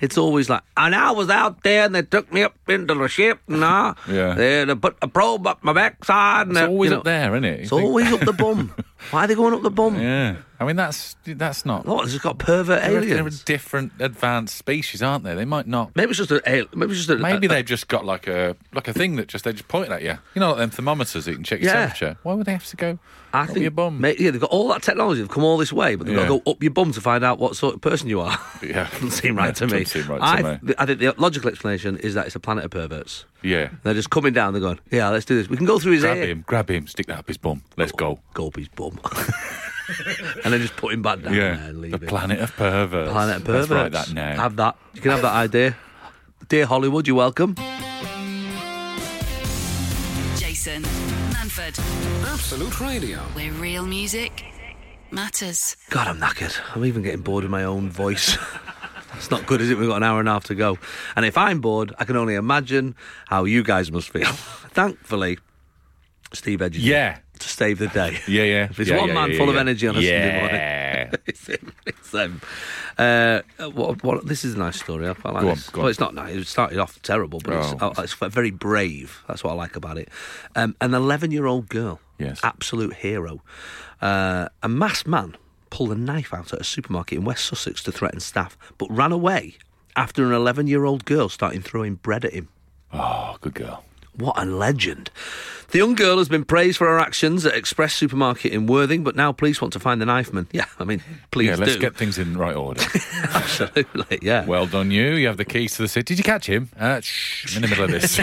Speaker 3: It's always like, and I was out there and they took me up into the ship and I,
Speaker 4: Yeah.
Speaker 3: they, they put a probe up my backside. And
Speaker 4: It's
Speaker 3: they-
Speaker 4: always
Speaker 3: you know,
Speaker 4: up there, isn't it? You
Speaker 3: It's
Speaker 4: think-
Speaker 3: always up the bum. Why are they going up the bum?
Speaker 4: Yeah. I mean, that's that's not.
Speaker 3: What? It's just got pervert
Speaker 4: They're a, they're a
Speaker 3: aliens.
Speaker 4: different advanced species, aren't they? They might not.
Speaker 3: Maybe it's just a. al- Maybe it's just a.
Speaker 4: Maybe
Speaker 3: a-
Speaker 4: they've just got like a like a thing that just they just point at you. You know, like them thermometers that you can check your
Speaker 3: Yeah.
Speaker 4: temperature. Why would they have to go?
Speaker 3: I
Speaker 4: up
Speaker 3: think
Speaker 4: your bum.
Speaker 3: ma- yeah, they've got all that technology. They've come all this way, but they've got
Speaker 4: Yeah.
Speaker 3: to go up your bum to find out what sort of person you are.
Speaker 4: Yeah.
Speaker 3: doesn't seem right to
Speaker 4: Yeah,
Speaker 3: me.
Speaker 4: doesn't seem right to
Speaker 3: I,
Speaker 4: me.
Speaker 3: th- I think the logical explanation is that it's a planet of perverts.
Speaker 4: yeah.
Speaker 3: They're just coming down. They're going, yeah, let's do this. We can go through his
Speaker 4: Grab
Speaker 3: ear.
Speaker 4: him, grab him, stick that up his bum. Let's go.
Speaker 3: Go up his bum, and then just put him back down there
Speaker 4: Yeah.
Speaker 3: and leave
Speaker 4: The
Speaker 3: him.
Speaker 4: planet of perverts.
Speaker 3: Planet of perverts.
Speaker 4: Let's write that now.
Speaker 3: Have that. You can have that idea. Dear Hollywood, you're welcome.
Speaker 2: Jason Manford,
Speaker 1: Absolute Radio.
Speaker 2: where real music matters.
Speaker 3: God, I'm knackered. I'm even getting bored of my own voice. It's not good, is it? We've got an hour and a half to go. And if I'm bored, I can only imagine how you guys must feel. Thankfully, Steve Edges
Speaker 4: Yeah.
Speaker 3: to save the day.
Speaker 4: Yeah, yeah.
Speaker 3: If it's
Speaker 4: Yeah,
Speaker 3: one
Speaker 4: yeah,
Speaker 3: man
Speaker 4: yeah,
Speaker 3: full of
Speaker 4: yeah.
Speaker 3: energy on a Sunday morning,
Speaker 4: Yeah.
Speaker 3: it's him. It's them. Uh, what, what, this is a nice story. I quite like
Speaker 4: Go on,
Speaker 3: this.
Speaker 4: go on.
Speaker 3: Well, it's not nice. It started off terrible, but it's,
Speaker 4: Oh.
Speaker 3: oh, it's very brave. That's what I like about it. Um, an 11 year old girl,
Speaker 4: Yes.
Speaker 3: absolute hero. Uh, a masked man pulled a knife out at a supermarket in West Sussex to threaten staff, but ran away after an 11 year old girl started throwing bread at him.
Speaker 4: Oh, good girl.
Speaker 3: What a legend. The young girl has been praised for her actions at Express Supermarket in Worthing, but now police want to find the knife man. Yeah, I mean, please
Speaker 4: yeah, let's
Speaker 3: do.
Speaker 4: get things in the right order.
Speaker 3: Absolutely, yeah.
Speaker 4: well done, you. You have the keys to the city. Did you catch him? Uh, shh, I'm in the middle of this.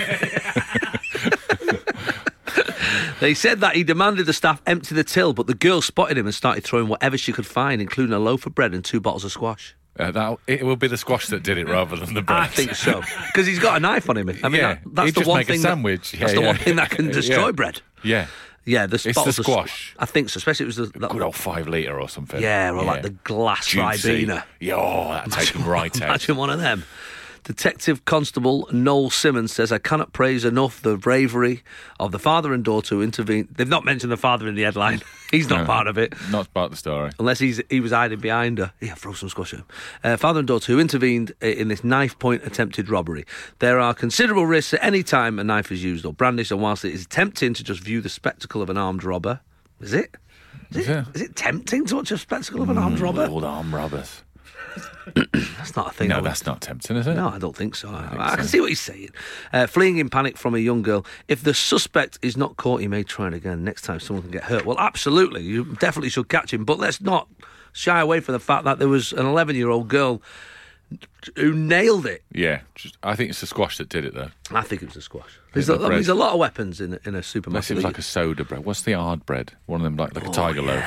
Speaker 3: They said that he demanded the staff empty the till, but the girl spotted him and started throwing whatever she could find, including a loaf of bread and two bottles of squash.
Speaker 4: uh, that it will be the squash that did it rather than the bread.
Speaker 3: I think so. Because he's got a knife on him. I mean,
Speaker 4: Yeah,
Speaker 3: that, that's
Speaker 4: he'd
Speaker 3: the
Speaker 4: just
Speaker 3: one
Speaker 4: make a
Speaker 3: thing. that-
Speaker 4: sandwich. Yeah,
Speaker 3: that's the
Speaker 4: yeah.
Speaker 3: one thing that can
Speaker 4: Yeah.
Speaker 3: destroy bread.
Speaker 4: Yeah.
Speaker 3: Yeah, the
Speaker 4: the
Speaker 3: bottles of squ-
Speaker 4: squash.
Speaker 3: I think so, especially it was the. That,
Speaker 4: Good old five litre or something.
Speaker 3: yeah, or like the glass
Speaker 4: Juicy.
Speaker 3: ribena.
Speaker 4: Yeah, oh, that takes them right out.
Speaker 3: Imagine one of them. Detective Constable Noel Simmons says, I cannot praise enough the bravery of the father and daughter who intervened. They've not mentioned the father in the headline. He's not
Speaker 4: No.
Speaker 3: part of it.
Speaker 4: Not part of the story.
Speaker 3: Unless he's, he was hiding behind her. Yeah, throw some squash at him. Uh, father and daughter who intervened i- in this knife point attempted robbery. There are considerable risks at any time a knife is used or brandished, and whilst it is tempting to just view the spectacle of an armed robber, is it? Is it, Mm.
Speaker 4: Yeah.
Speaker 3: is it tempting to watch the spectacle of an armed robber?
Speaker 4: Old arm robbers.
Speaker 3: That's not a thing. I
Speaker 4: No,
Speaker 3: would
Speaker 4: that's not tempting, is it?
Speaker 3: No, I don't think so. I, I can see what he's saying. Uh, fleeing in panic from a young girl. If the suspect is not caught, he may try it again. Next time someone can get hurt. Well, absolutely. You definitely should catch him. But let's not shy away from the fact that there was an 11 year old girl who nailed it.
Speaker 4: Yeah. Just, I think it's the squash that did it, though.
Speaker 3: I think it was a squash. There's,
Speaker 4: Yeah,
Speaker 3: a,
Speaker 4: the bread.
Speaker 3: there's a lot of weapons in, in a
Speaker 4: Unless
Speaker 3: supermarket. Oh,
Speaker 4: it was
Speaker 3: that
Speaker 4: like a soda bread. What's the hard bread? One of them, like, like a tiger loaf.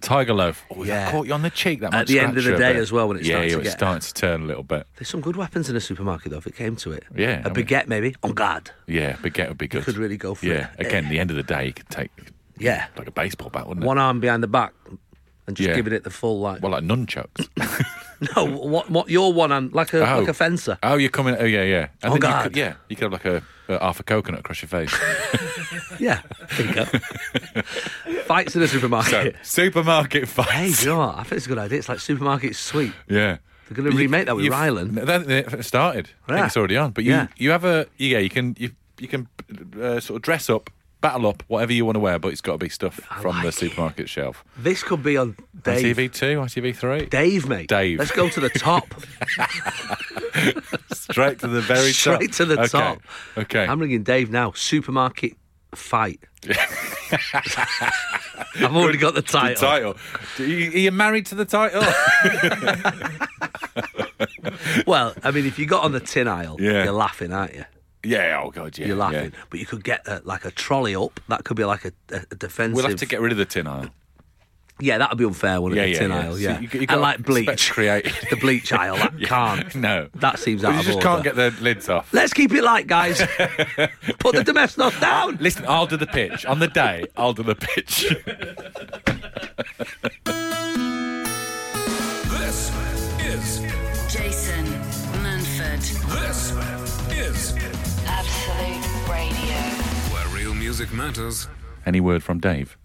Speaker 4: tiger loaf. Oh, yeah.
Speaker 3: Yeah.
Speaker 4: that caught you on the cheek. That
Speaker 3: At
Speaker 4: might
Speaker 3: the end of
Speaker 4: scratch
Speaker 3: the
Speaker 4: you a
Speaker 3: day
Speaker 4: bit.
Speaker 3: as well, when it
Speaker 4: yeah,
Speaker 3: starts
Speaker 4: yeah,
Speaker 3: to
Speaker 4: it
Speaker 3: get-
Speaker 4: starts to turn a little bit.
Speaker 3: There's some good weapons in a supermarket, though, if it came to it.
Speaker 4: Yeah,
Speaker 3: A
Speaker 4: I mean-
Speaker 3: baguette, maybe. On guard.
Speaker 4: Yeah, baguette would be good.
Speaker 3: could really go for
Speaker 4: yeah.
Speaker 3: it.
Speaker 4: Again, the end of the day, you could take
Speaker 3: Yeah.
Speaker 4: like a baseball bat, wouldn't it?
Speaker 3: One arm behind the back and just
Speaker 4: Yeah.
Speaker 3: giving it the full, like.
Speaker 4: well, like nunchucks.
Speaker 3: no, Oh, what, what, your one hand, like a, like a fencer.
Speaker 4: Oh, you're coming. Oh, yeah, yeah. And
Speaker 3: Oh,
Speaker 4: then
Speaker 3: God.
Speaker 4: You could, yeah, you could have like a, a half a coconut across your face.
Speaker 3: Yeah, there you go. Fights in a
Speaker 4: so,
Speaker 3: supermarket.
Speaker 4: supermarket
Speaker 3: hey,
Speaker 4: fights.
Speaker 3: do you know what? I think it's a good idea. It's like supermarket sweep.
Speaker 4: Yeah.
Speaker 3: They're going to remake that with
Speaker 4: You've-
Speaker 3: Ryland.
Speaker 4: No, That, that- it started. I
Speaker 3: Yeah.
Speaker 4: think it's already on. But you,
Speaker 3: Yeah.
Speaker 4: you have a yeah. You can you you can uh, sort of dress up, battle up, whatever you want to wear, but it's got to be stuff from
Speaker 3: like
Speaker 4: the
Speaker 3: it.
Speaker 4: supermarket shelf.
Speaker 3: This could be on Dave.
Speaker 4: ITV two, ITV three,
Speaker 3: Dave, mate.
Speaker 4: Dave.
Speaker 3: Let's go to the top.
Speaker 4: straight to the very top.
Speaker 3: Straight to the
Speaker 4: Okay.
Speaker 3: top.
Speaker 4: Okay.
Speaker 3: I'm ringing Dave now. Supermarket fight. I've already got the
Speaker 4: The
Speaker 3: title.
Speaker 4: title. Do you- Are you married to the title?
Speaker 3: Well, I mean, if you got on the tin aisle,
Speaker 4: Yeah.
Speaker 3: you're laughing, aren't you?
Speaker 4: yeah. Oh God. Yeah.
Speaker 3: You're
Speaker 4: yeah.
Speaker 3: laughing. But you could get uh, like a trolley up. That could be like a, a, a defensive.
Speaker 4: We'll have to get rid of the tin aisle.
Speaker 3: Yeah, that would be unfair, wouldn't
Speaker 4: Yeah,
Speaker 3: it? the
Speaker 4: yeah,
Speaker 3: tin
Speaker 4: yeah.
Speaker 3: aisle,
Speaker 4: So
Speaker 3: yeah.
Speaker 4: you- you gotta
Speaker 3: and like bleach,
Speaker 4: expect creative.
Speaker 3: the bleach aisle. That can't.
Speaker 4: No.
Speaker 3: that seems
Speaker 4: Well,
Speaker 3: out
Speaker 4: you
Speaker 3: of
Speaker 4: just
Speaker 3: order.
Speaker 4: can't get the lids off.
Speaker 3: Let's keep it light, guys. Put the Domestos down.
Speaker 4: Listen, I'll do the pitch. On the day, I'll do the pitch.
Speaker 1: This is
Speaker 2: Jason Manford,
Speaker 1: this is
Speaker 2: Absolute Radio.
Speaker 1: where real music matters.
Speaker 4: Any word from Dave?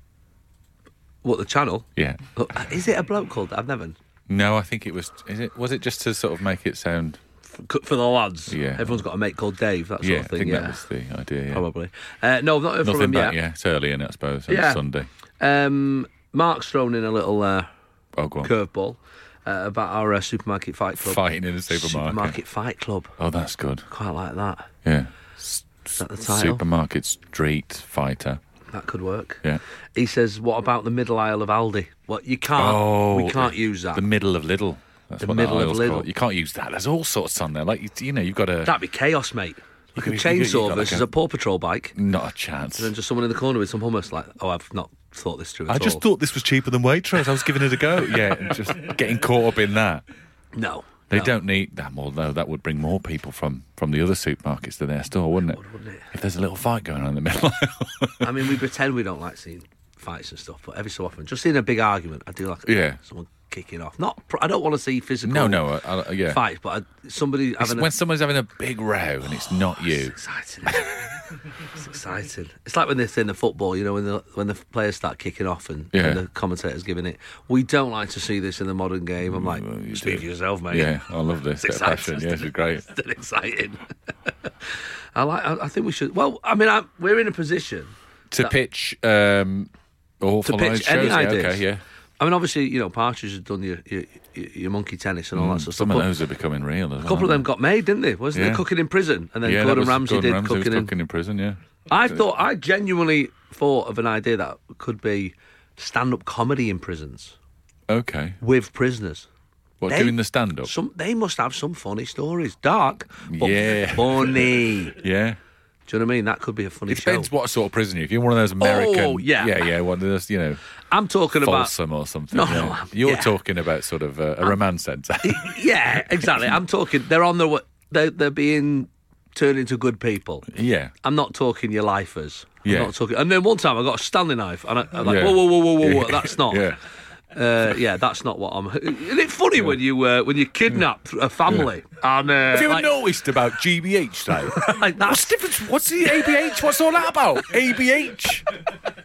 Speaker 3: What the channel? uh,
Speaker 4: Yeah.
Speaker 3: Look, Is it a bloke called? I've never.
Speaker 4: No, I think it was. Is it? Was it just to sort of make it sound
Speaker 3: cook for the lads.
Speaker 4: Yeah.
Speaker 3: Everyone's got a mate called Dave, that sort
Speaker 4: yeah,
Speaker 3: of
Speaker 4: I
Speaker 3: thing.
Speaker 4: think
Speaker 3: Yeah,
Speaker 4: that was the idea. Yeah.
Speaker 3: probably. Uh, no, I've not heard from
Speaker 4: Nothing
Speaker 3: him
Speaker 4: back.
Speaker 3: yet.
Speaker 4: Yeah, it's early in it, I suppose. and
Speaker 3: Yeah.
Speaker 4: It's Sunday.
Speaker 3: Um, Mark's thrown in a little uh,
Speaker 4: Oh, go on.
Speaker 3: curveball uh, about our uh, supermarket fight club.
Speaker 4: Fighting in a supermarket.
Speaker 3: Supermarket fight club.
Speaker 4: Oh, that's good.
Speaker 3: Quite like that.
Speaker 4: Yeah.
Speaker 3: Is that the title?
Speaker 4: Supermarket street fighter.
Speaker 3: That could work.
Speaker 4: Yeah.
Speaker 3: He says, "What about the middle aisle of Aldi? What you can't? we can't use that.
Speaker 4: Oh, The middle of Lidl. That's
Speaker 3: The
Speaker 4: what
Speaker 3: middle
Speaker 4: that
Speaker 3: of
Speaker 4: aisle's
Speaker 3: Lidl.
Speaker 4: Called. You can't use that. There's all sorts on there. Like you, you know, you've got a
Speaker 3: That'd be chaos, mate. You could
Speaker 4: could- you could- you
Speaker 3: chainsaw
Speaker 4: got like
Speaker 3: versus
Speaker 4: a-
Speaker 3: a Paw Patrol bike,
Speaker 4: not a chance.
Speaker 3: and just someone in the corner with some hummus. Like, oh, I've not thought this through at
Speaker 4: I just
Speaker 3: all.
Speaker 4: thought this was cheaper than Waitrose. I was giving it a go. yeah, and just getting caught up in that.
Speaker 3: no,
Speaker 4: They
Speaker 3: no.
Speaker 4: don't need that. Although that would bring more people from from the other supermarkets to their store, wouldn't it?
Speaker 3: wouldn't it?
Speaker 4: If there's a little fight going on in the middle.
Speaker 3: I mean, we pretend we don't like seeing fights and stuff, but every so often, just seeing a big argument, I do like.
Speaker 4: Yeah.
Speaker 3: someone kicking off. Not, pr- I don't want to see physical.
Speaker 4: no, no, uh, uh, yeah.
Speaker 3: fights, but I, somebody
Speaker 4: It's
Speaker 3: having
Speaker 4: when
Speaker 3: a.
Speaker 4: someone's having a big row and it's not
Speaker 3: It's
Speaker 4: you.
Speaker 3: exciting. isn't it? it's exciting. It's like when they're in the football, you know, when the when the players start kicking off and,
Speaker 4: Yeah.
Speaker 3: and the commentators giving it. We don't like to see this in the modern game. I'm like,
Speaker 4: Mm, you
Speaker 3: speak
Speaker 4: do.
Speaker 3: for yourself, mate.
Speaker 4: Yeah, I love this. Bit of
Speaker 3: exciting,
Speaker 4: passion. Yeah,
Speaker 3: isn't
Speaker 4: it's great.
Speaker 3: It's still exciting. I like. I, I think we should. Well, I mean, I, we're in a position.
Speaker 4: To pitch um, awful
Speaker 3: pitch
Speaker 4: live shows.
Speaker 3: any
Speaker 4: yeah,
Speaker 3: ideas.
Speaker 4: okay, yeah.
Speaker 3: I mean, obviously, you know, Partridge has done your your, your, your monkey tennis and all that sort of stuff.
Speaker 4: Mm, Some of
Speaker 3: but
Speaker 4: those are becoming real.
Speaker 3: a couple of them got made, didn't they? Wasn't
Speaker 4: Yeah.
Speaker 3: there cooking in prison? And then
Speaker 4: Yeah, that
Speaker 3: Gordon
Speaker 4: was
Speaker 3: Ramsay
Speaker 4: Gordon
Speaker 3: did
Speaker 4: Ramsay was
Speaker 3: cooking in.
Speaker 4: cooking in prison. Yeah.
Speaker 3: I thought I genuinely thought of an idea that could be stand-up comedy in prisons
Speaker 4: Okay.
Speaker 3: with prisoners.
Speaker 4: What
Speaker 3: They-
Speaker 4: doing the stand up?
Speaker 3: Some they must have some funny stories, dark but
Speaker 4: Yeah.
Speaker 3: funny. Do
Speaker 4: Yeah.
Speaker 3: you know what I mean? That could be a funny
Speaker 4: It
Speaker 3: show.
Speaker 4: depends what sort of prison you're. If you're one of those American,
Speaker 3: Oh, yeah.
Speaker 4: yeah, yeah, one of those, you know,
Speaker 3: I'm talking about.
Speaker 4: Folsom or something.
Speaker 3: No,
Speaker 4: yeah.
Speaker 3: no, I'm-
Speaker 4: You're
Speaker 3: yeah.
Speaker 4: talking about sort of uh, a romance centre.
Speaker 3: Yeah, exactly. I'm talking. They're on the. They're, they're being turned into good people.
Speaker 4: yeah,
Speaker 3: I'm not talking your lifers. I'm
Speaker 4: Yeah.
Speaker 3: not talking. And then one time I got a Stanley knife, and I, I'm like,
Speaker 4: Yeah.
Speaker 3: whoa, whoa, whoa, whoa, whoa, whoa, that's not.
Speaker 4: yeah,
Speaker 3: Uh, yeah, that's not what I'm. Isn't it funny when you uh, when you kidnap a family and uh,
Speaker 4: Have you ever
Speaker 3: like-
Speaker 4: noticed about GBH though?
Speaker 3: like
Speaker 4: What's
Speaker 3: that's
Speaker 4: the difference? What's the ABH? What's all that about? ABH?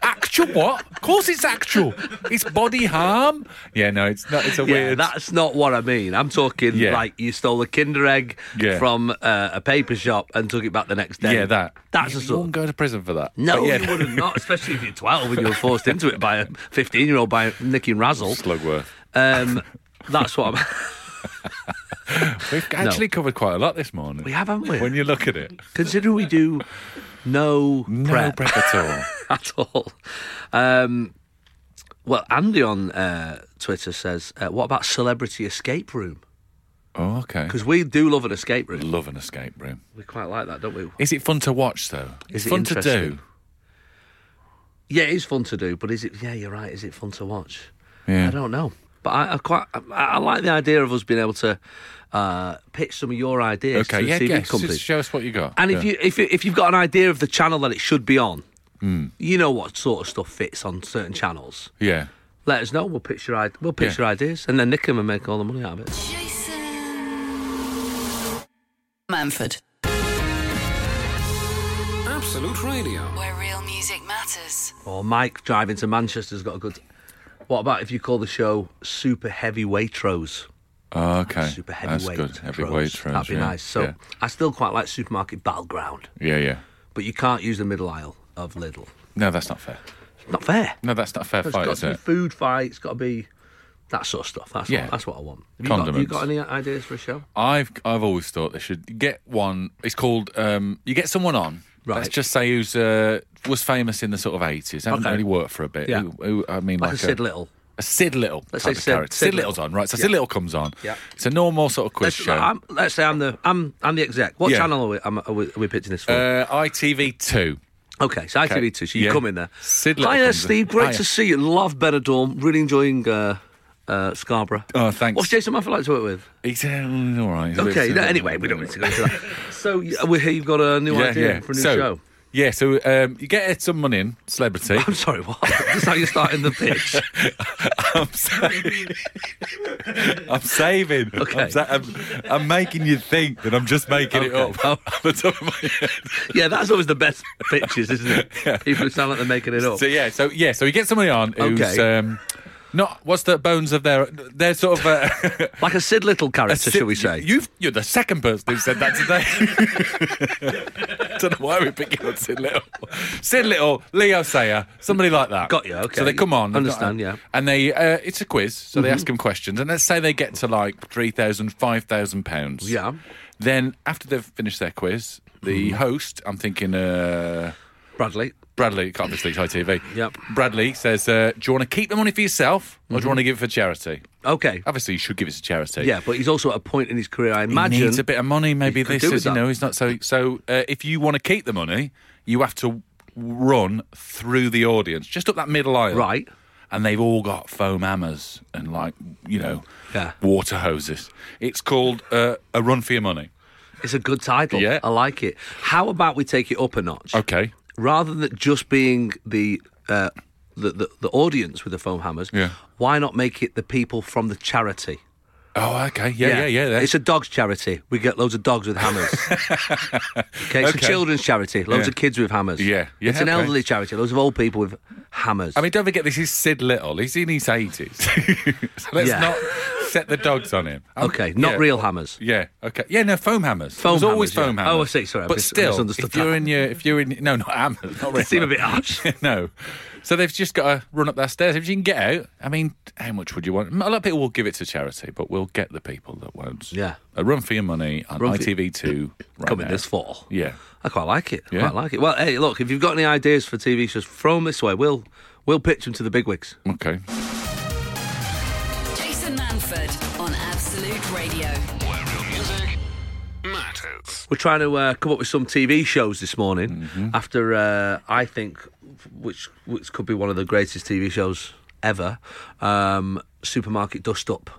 Speaker 4: Actual what? Of course it's actual. It's body harm. Yeah, no, it's not. It's a
Speaker 3: yeah,
Speaker 4: weird.
Speaker 3: that's not what I mean. I'm talking
Speaker 4: Yeah.
Speaker 3: like you stole a Kinder egg
Speaker 4: Yeah.
Speaker 3: from uh, a paper shop and took it back the next day.
Speaker 4: yeah, that.
Speaker 3: That's
Speaker 4: you,
Speaker 3: a
Speaker 4: you
Speaker 3: sort.
Speaker 4: wouldn't go to prison for that.
Speaker 3: No,
Speaker 4: But yeah,
Speaker 3: you wouldn't not, especially if you're 12 and you were forced into it by a 15 year old by Nicky Razzle.
Speaker 4: Slugworth.
Speaker 3: Um, that's what I'm.
Speaker 4: We've actually covered quite a lot this morning.
Speaker 3: We have, haven't we?
Speaker 4: When you look at it,
Speaker 3: Considering we do no,
Speaker 4: no
Speaker 3: prep.
Speaker 4: prep at all.
Speaker 3: at all. Um, well, Andy on uh, Twitter says, uh, "What about celebrity escape room?
Speaker 4: Oh, okay.
Speaker 3: Because we do love an escape room.
Speaker 4: Love an escape room.
Speaker 3: We quite like that, don't we?
Speaker 4: Is it fun to watch though? It's
Speaker 3: it
Speaker 4: fun to do?
Speaker 3: interesting? Yeah, it is fun to do, but is it? Yeah, you're right. Is it fun to watch?
Speaker 4: Yeah.
Speaker 3: I don't know, but I, I quite I, I like the idea of us being able to uh, pitch some of your ideas
Speaker 4: Okay,
Speaker 3: to
Speaker 4: yeah,
Speaker 3: TV
Speaker 4: yeah.
Speaker 3: companies.
Speaker 4: Just show us what you got.
Speaker 3: And
Speaker 4: yeah.
Speaker 3: if you if you- if you've got an idea of the channel that it should be on,
Speaker 4: Hmm.
Speaker 3: you know what sort of stuff fits on certain channels.
Speaker 4: yeah,
Speaker 3: Let us know. We'll pitch your id- we'll pitch
Speaker 4: Yeah.
Speaker 3: your ideas, and then nick 'em and make all the money out of it.
Speaker 2: Jason Manford,
Speaker 1: Absolute Radio.
Speaker 2: where real music matters.
Speaker 3: Or Mike driving to Manchester's got a good. What about if you call the show Super Heavy Waitrose?
Speaker 4: oh, okay,
Speaker 3: Super
Speaker 4: that's
Speaker 3: Heavyweight.
Speaker 4: good. Heavyweight
Speaker 3: Waitrose.
Speaker 4: rows,
Speaker 3: That'd be
Speaker 4: yeah.
Speaker 3: nice. So
Speaker 4: yeah,
Speaker 3: I still quite like Supermarket Battleground,
Speaker 4: yeah, yeah.
Speaker 3: but you can't use the middle aisle of Lidl.
Speaker 4: No, that's not fair.
Speaker 3: It's not fair.
Speaker 4: No, that's not a fair
Speaker 3: It's
Speaker 4: fight,
Speaker 3: got
Speaker 4: is
Speaker 3: to be
Speaker 4: it?
Speaker 3: food fight. It's got to be that sort of stuff. That's
Speaker 4: Yeah.
Speaker 3: what, that's what I want. Have you, got, have you
Speaker 4: Condiments.
Speaker 3: got any ideas for a show?
Speaker 4: I've I've always thought they should get one. It's called um, you get someone on.
Speaker 3: Right.
Speaker 4: Let's just say who's uh, was famous in the sort of eighties. Haven't
Speaker 3: Okay.
Speaker 4: really worked for a bit.
Speaker 3: Yeah.
Speaker 4: Who, who, I mean,
Speaker 3: Like,
Speaker 4: like,
Speaker 3: a Sid Little.
Speaker 4: A Sid Little.
Speaker 3: Let's
Speaker 4: type
Speaker 3: say
Speaker 4: of
Speaker 3: Sid-
Speaker 4: character.
Speaker 3: Sid
Speaker 4: Sid Little's
Speaker 3: Little.
Speaker 4: on, right? So
Speaker 3: Yeah.
Speaker 4: Sid Little comes on.
Speaker 3: Yeah.
Speaker 4: It's a normal sort of quiz
Speaker 3: Let's,
Speaker 4: show.
Speaker 3: I'm, let's say I'm the I'm I'm the exec. What
Speaker 4: Yeah.
Speaker 3: channel are we, am, are we are we pitching this for?
Speaker 4: Uh, ITV two.
Speaker 3: Okay, so I need to. So you
Speaker 4: Yeah.
Speaker 3: come in there.
Speaker 4: Sid Little
Speaker 3: Hi there,
Speaker 4: comes in.
Speaker 3: Steve. Great
Speaker 4: Hiya.
Speaker 3: to see you. Love Benidorm. Really enjoying uh, uh, Scarborough.
Speaker 4: Oh, thanks.
Speaker 3: What's Jason Murphy like to work with?
Speaker 4: He's uh, all right. He's a bit-
Speaker 3: Okay,
Speaker 4: he's a
Speaker 3: no,
Speaker 4: bit-
Speaker 3: anyway, we don't need to go into that. so y- we hear you've got a new idea for a new
Speaker 4: so,
Speaker 3: show.
Speaker 4: Yeah, so um, you get someone in, celebrity.
Speaker 3: I'm sorry, what? That's how you're starting the pitch.
Speaker 4: I'm, sa- I'm saving.
Speaker 3: Okay.
Speaker 4: I'm, sa- I'm, I'm making you think that I'm just making
Speaker 3: Okay.
Speaker 4: it up off the top of my head.
Speaker 3: yeah, that's always the best pitches, isn't it? People who sound like they're making it up.
Speaker 4: So yeah, so yeah, so you get somebody on who's
Speaker 3: Okay.
Speaker 4: um, Not what's the bones of their. They're sort of uh, a.
Speaker 3: Like a Sid Little character,
Speaker 4: si-
Speaker 3: shall we say?
Speaker 4: You've, you're the second person who said that today. Don't know why we're picking on Sid Little. Sid Little, Leo Sayer, somebody like that.
Speaker 3: Got you, okay.
Speaker 4: So they come on. they've got
Speaker 3: Understand,
Speaker 4: a-
Speaker 3: yeah. Mm-hmm.
Speaker 4: And they, uh, it's a quiz, so they ask them questions. And let's say they get to like 3,000, 5,000 pounds.
Speaker 3: Yeah. Mm-hmm.
Speaker 4: Then after they've finished their quiz, the host, I'm thinking, uh,
Speaker 3: Bradley.
Speaker 4: Bradley, can't be sleep ITV.
Speaker 3: Yep. Mm-hmm.
Speaker 4: Bradley says, uh, do you want to keep the money for yourself or do you want to give it for charity?
Speaker 3: Okay.
Speaker 4: Obviously, you should give it to charity.
Speaker 3: Yeah, but he's also at a point in his career. I imagine
Speaker 4: he needs a bit of money. Maybe
Speaker 3: He could
Speaker 4: this
Speaker 3: do with
Speaker 4: is, you
Speaker 3: that.
Speaker 4: know, he's not so. So, uh, if you want to keep the money, you have to run through the audience, just up that middle aisle,
Speaker 3: Right.
Speaker 4: And they've all got foam hammers and like you know,
Speaker 3: Yeah.
Speaker 4: water hoses. It's called uh, a run for your money.
Speaker 3: It's a good title.
Speaker 4: Yeah.
Speaker 3: I like it. How about we take it up a notch?
Speaker 4: Okay.
Speaker 3: Rather than just being the, uh, the, the the audience with the foam hammers,
Speaker 4: Yeah.
Speaker 3: why not make it the people from the charity?
Speaker 4: Oh, okay. Yeah, yeah, yeah. there.
Speaker 3: It's a dogs charity. We get loads of dogs with hammers. okay, it's
Speaker 4: Okay.
Speaker 3: a children's charity. Loads
Speaker 4: Yeah.
Speaker 3: of kids with hammers.
Speaker 4: Yeah. Yeah,
Speaker 3: it's an
Speaker 4: okay.
Speaker 3: elderly charity. Loads of old people with hammers.
Speaker 4: I mean, don't forget this is Sid Little. He's in his eighties. so let's
Speaker 3: Yeah.
Speaker 4: not set the dogs on him. I'm-
Speaker 3: okay, not
Speaker 4: yeah.
Speaker 3: real hammers.
Speaker 4: Yeah. Okay. Yeah. No foam hammers.
Speaker 3: Foam
Speaker 4: There's always
Speaker 3: hammers,
Speaker 4: foam
Speaker 3: yeah.
Speaker 4: hammers.
Speaker 3: Oh, I see, sorry, I
Speaker 4: But
Speaker 3: mis-
Speaker 4: still,
Speaker 3: misunderstood
Speaker 4: if you're
Speaker 3: that.
Speaker 4: in your, if you're in, no, not hammers. Not really.
Speaker 3: Seem a bit harsh.
Speaker 4: no. So they've just got to run up their stairs. If you can get out, I mean, how much would you want? A lot of people will give it to charity, but we'll get the people that won't.
Speaker 3: Yeah.
Speaker 4: A run for your money on
Speaker 3: Run for-
Speaker 4: ITV2 right
Speaker 3: Coming
Speaker 4: now.
Speaker 3: this fall.
Speaker 4: Yeah.
Speaker 3: I quite like it. I
Speaker 4: Yeah.
Speaker 3: quite like it. Well, hey, look, if you've got any ideas for TV shows, throw them this way. We'll we'll pitch them to the bigwigs.
Speaker 4: Okay.
Speaker 2: Jason Manford on Absolute Radio.
Speaker 1: Where real music matters.
Speaker 3: We're trying to uh, come up with some TV shows this morning
Speaker 4: Mm-hmm.
Speaker 3: after uh, I think which which could be one of the greatest TV shows ever. Um, Supermarket Dust Up.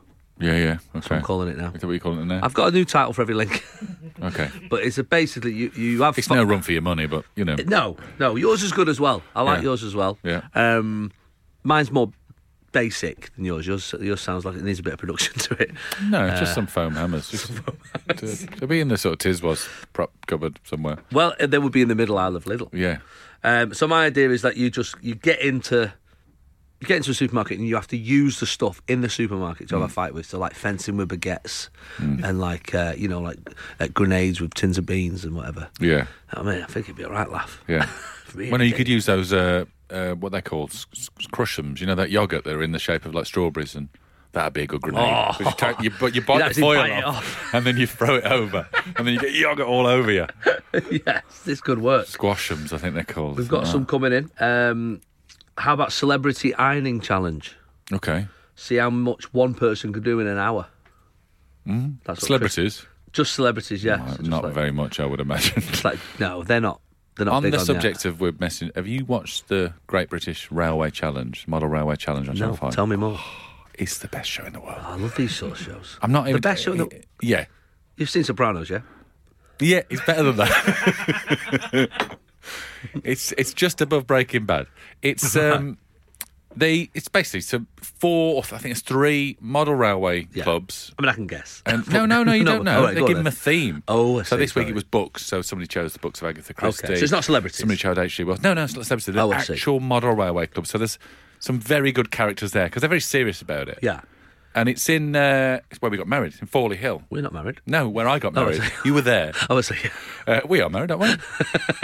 Speaker 4: Yeah. Yeah. Okay.
Speaker 3: I'm calling it now.
Speaker 4: Is that what you're calling it now?
Speaker 3: I've got a new title for every link,
Speaker 4: Okay.
Speaker 3: but it's a basically you you have
Speaker 4: It's
Speaker 3: fi-
Speaker 4: no run for your money, but you know.
Speaker 3: No, no, yours is good as well. I like
Speaker 4: Yeah.
Speaker 3: yours as well.
Speaker 4: Yeah.
Speaker 3: Um, mine's more basic than yours. Yours yours sounds like it needs a bit of production to it.
Speaker 4: No, just
Speaker 3: Uh,
Speaker 4: some foam hammers. Just- They'll be in the sort of Tiswas prop cupboard somewhere.
Speaker 3: Well, uh, they would be in the middle aisle of Lidl.
Speaker 4: Yeah.
Speaker 3: Um, so my idea is that you just you get into you get into a supermarket and you have to use the stuff in the supermarket to have a
Speaker 4: Mm.
Speaker 3: fight with. So like fencing with baguettes and like uh, you know like uh, grenades with tins of beans and whatever.
Speaker 4: Yeah.
Speaker 3: I mean, I think it'd be a right laugh.
Speaker 4: Yeah.
Speaker 3: Really?
Speaker 4: Well, no, you could use those, uh, uh, what they're called, s- s- crushums. You know, that yoghurt that are in the shape of like strawberries, and that'd be a good grenade.
Speaker 3: Oh.
Speaker 4: You, take- you, but you bite the
Speaker 3: actually
Speaker 4: foil
Speaker 3: bite it
Speaker 4: off, and then you throw it over, and then you get yoghurt all over you.
Speaker 3: yes, this could work.
Speaker 4: Squashums, I think they're called.
Speaker 3: We've got some coming in. Um, how about celebrity ironing challenge?
Speaker 4: Okay.
Speaker 3: See how much one person could do in an hour. Mm. That's what Chris-
Speaker 4: Celebrities.
Speaker 3: just celebrities, yeah. So
Speaker 4: Uh,
Speaker 3: just
Speaker 4: not
Speaker 3: like-
Speaker 4: very much, I would imagine.
Speaker 3: It's like no, they're not. They're not
Speaker 4: on
Speaker 3: big
Speaker 4: the
Speaker 3: on
Speaker 4: subject of we're messing, have you watched the Great British Railway Challenge, Model Railway Challenge on
Speaker 3: The,
Speaker 4: Channel
Speaker 3: no,
Speaker 4: 5?
Speaker 3: tell me more.
Speaker 4: It's the best show in the world.
Speaker 3: I love these sort of shows.
Speaker 4: I'm not even
Speaker 3: the best show. in the-
Speaker 4: Yeah,
Speaker 3: You've seen Sopranos, yeah?
Speaker 4: yeah, it's better than that. it's it's just above Breaking Bad. It's um, they it's basically some four, I think it's three model railway
Speaker 3: Yeah.
Speaker 4: clubs.
Speaker 3: I mean, I can guess.
Speaker 4: And Um, no, no, no, you don't know.
Speaker 3: all right,
Speaker 4: they
Speaker 3: go on
Speaker 4: give them
Speaker 3: then.
Speaker 4: a theme.
Speaker 3: Oh, I
Speaker 4: so
Speaker 3: see,
Speaker 4: this week
Speaker 3: sorry.
Speaker 4: it was books. So somebody chose the books of Agatha Christie.
Speaker 3: so it's not celebrities?
Speaker 4: Somebody chose H.G. Wells. No, no, it's not celebrities. They're
Speaker 3: Oh, I see.
Speaker 4: actual model railway clubs. So there's some very good characters there because they're very serious about it.
Speaker 3: Yeah,
Speaker 4: And it's in uh, it's where we got married. It's in Fawley Hill.
Speaker 3: we're not married.
Speaker 4: No, where I got
Speaker 3: Oh, I
Speaker 4: married.
Speaker 3: see.
Speaker 4: you were there.
Speaker 3: Obviously,
Speaker 4: Uh, we are married, aren't we?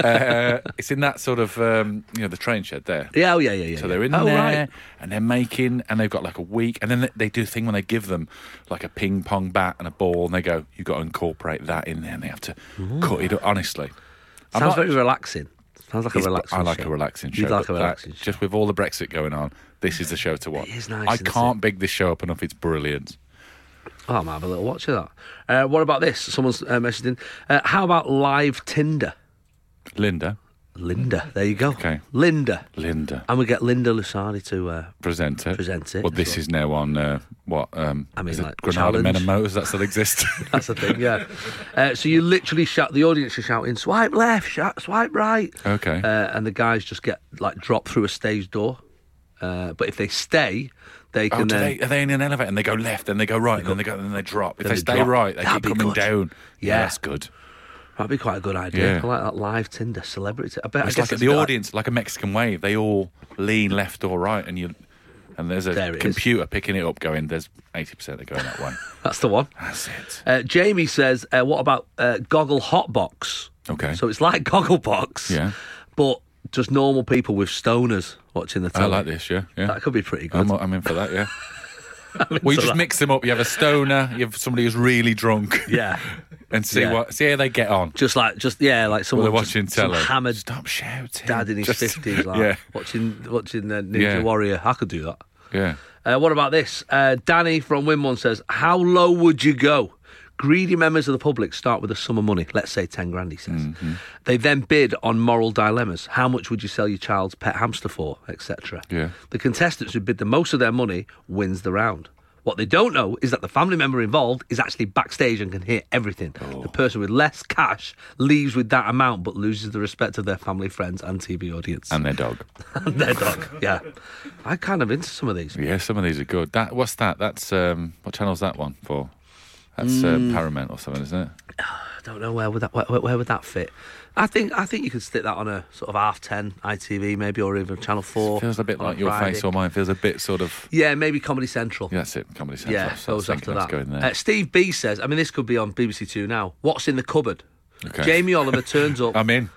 Speaker 4: uh, it's in that sort of, um, you know, the train shed there.
Speaker 3: yeah, oh yeah, yeah, yeah.
Speaker 4: So
Speaker 3: yeah.
Speaker 4: they're in
Speaker 3: oh,
Speaker 4: there
Speaker 3: Right.
Speaker 4: and they're making, and they've got like a week, and then they, they do a thing when they give them like a ping pong bat and a ball, and they go, you've got to incorporate that in there, and they have to cut it up. Honestly. I'm
Speaker 3: Sounds
Speaker 4: not-
Speaker 3: very relaxing. Sounds like a
Speaker 4: it's-
Speaker 3: relaxing.
Speaker 4: I like
Speaker 3: show.
Speaker 4: a relaxing show.
Speaker 3: You'd like a
Speaker 4: but that-
Speaker 3: relaxing. show.
Speaker 4: Just with all the Brexit going on, this is the show to watch.
Speaker 3: It is nice,
Speaker 4: I
Speaker 3: isn't
Speaker 4: can't big this show up enough. It's brilliant.
Speaker 3: Oh, I might have a little watch of that. Uh, what about this? Someone's uh, messaged in. Uh, how about live Tinder?
Speaker 4: Linda.
Speaker 3: Linda, there you go.
Speaker 4: Okay.
Speaker 3: Linda.
Speaker 4: Linda.
Speaker 3: And we get Linda Lusardi to. Uh,
Speaker 4: present it.
Speaker 3: Present it
Speaker 4: Well,
Speaker 3: as
Speaker 4: this
Speaker 3: well.
Speaker 4: is now on uh, what? Um,
Speaker 3: I mean,
Speaker 4: is it
Speaker 3: like,
Speaker 4: Granada Men
Speaker 3: Challenge.
Speaker 4: and Motors that still exist.
Speaker 3: that's the thing, yeah. uh, so you literally shout, the audience are shouting, swipe left, shout, swipe right.
Speaker 4: okay.
Speaker 3: Uh, and the guys just get like dropped through a stage door. Uh, but if they stay, they
Speaker 4: oh,
Speaker 3: can
Speaker 4: do
Speaker 3: then.
Speaker 4: they, are they in an elevator and they go left, then they go right, and then they go, and then they drop. If
Speaker 3: Then
Speaker 4: they,
Speaker 3: they
Speaker 4: stay
Speaker 3: drop.
Speaker 4: right, they
Speaker 3: That'd
Speaker 4: keep
Speaker 3: be
Speaker 4: coming
Speaker 3: good.
Speaker 4: down.
Speaker 3: Yeah.
Speaker 4: that's good.
Speaker 3: That'd be quite a good idea.
Speaker 4: Yeah.
Speaker 3: I like that live Tinder celebrity. I bet I
Speaker 4: It's
Speaker 3: guess
Speaker 4: like at
Speaker 3: it's
Speaker 4: the
Speaker 3: a bit like-
Speaker 4: audience, like, a Mexican wave. They all lean left or right, and you. and there's a
Speaker 3: There it is.
Speaker 4: computer picking it up, going, "There's eighty percent are going that way."
Speaker 3: That's the one.
Speaker 4: That's it.
Speaker 3: Uh, Jamie says, uh, "What about uh, Goggle Hotbox?"
Speaker 4: Okay.
Speaker 3: So it's like Gogglebox,
Speaker 4: Yeah.
Speaker 3: but just normal people with stoners watching the
Speaker 4: I
Speaker 3: telly.
Speaker 4: like this. Yeah, yeah.
Speaker 3: That could be pretty good.
Speaker 4: I'm, I'm in for that. Yeah. well, you just mix them up. You have a stoner. You have somebody who's really drunk.
Speaker 3: yeah,
Speaker 4: and see
Speaker 3: Yeah.
Speaker 4: what see how they get on.
Speaker 3: just like just yeah, like someone
Speaker 4: Well, they're
Speaker 3: just-
Speaker 4: watching
Speaker 3: some
Speaker 4: telly.
Speaker 3: hammered
Speaker 4: Stop shouting.
Speaker 3: dad in his
Speaker 4: Just-
Speaker 3: fifties, like
Speaker 4: yeah,
Speaker 3: watching watching uh, Ninja
Speaker 4: Yeah.
Speaker 3: Warrior. I could do that.
Speaker 4: yeah.
Speaker 3: Uh, what about this? Uh, Danny from Winmon says, "How low would you go?" Greedy members of the public start with a sum of money, let's say 10 grand, he says.
Speaker 4: Mm-hmm.
Speaker 3: They then bid on moral dilemmas. How much would you sell your child's pet hamster for, etc.?
Speaker 4: Yeah.
Speaker 3: The contestants who bid the most of their money wins the round. What they don't know is that the family member involved is actually backstage and can hear everything. The
Speaker 4: Oh.
Speaker 3: person with less cash leaves with that amount but loses the respect of their family, friends, and TV audience.
Speaker 4: And their dog.
Speaker 3: And their dog. Yeah. I kind of into some of these.
Speaker 4: Yeah, some of these are good. That what's that? That's um, what channel's that one for? That's
Speaker 3: Mm.
Speaker 4: uh, Paramount or something, isn't it?
Speaker 3: I don't know where would that where, where would that fit? I think I think you could stick that on a sort of half ten ITV maybe or even Channel Four.
Speaker 4: Feels a bit
Speaker 3: on
Speaker 4: like your
Speaker 3: Friday.
Speaker 4: face or mine. Feels a bit sort of.
Speaker 3: Yeah, maybe Comedy Central.
Speaker 4: Yeah, that's it. Comedy Central.
Speaker 3: Yeah,
Speaker 4: So I was
Speaker 3: goes after
Speaker 4: thinking
Speaker 3: that.
Speaker 4: that's going there.
Speaker 3: Uh, Steve B says, I mean, this could be on BBC Two now. What's in the cupboard?
Speaker 4: Okay. Um,
Speaker 3: Jamie Oliver turns up.
Speaker 4: I'm in.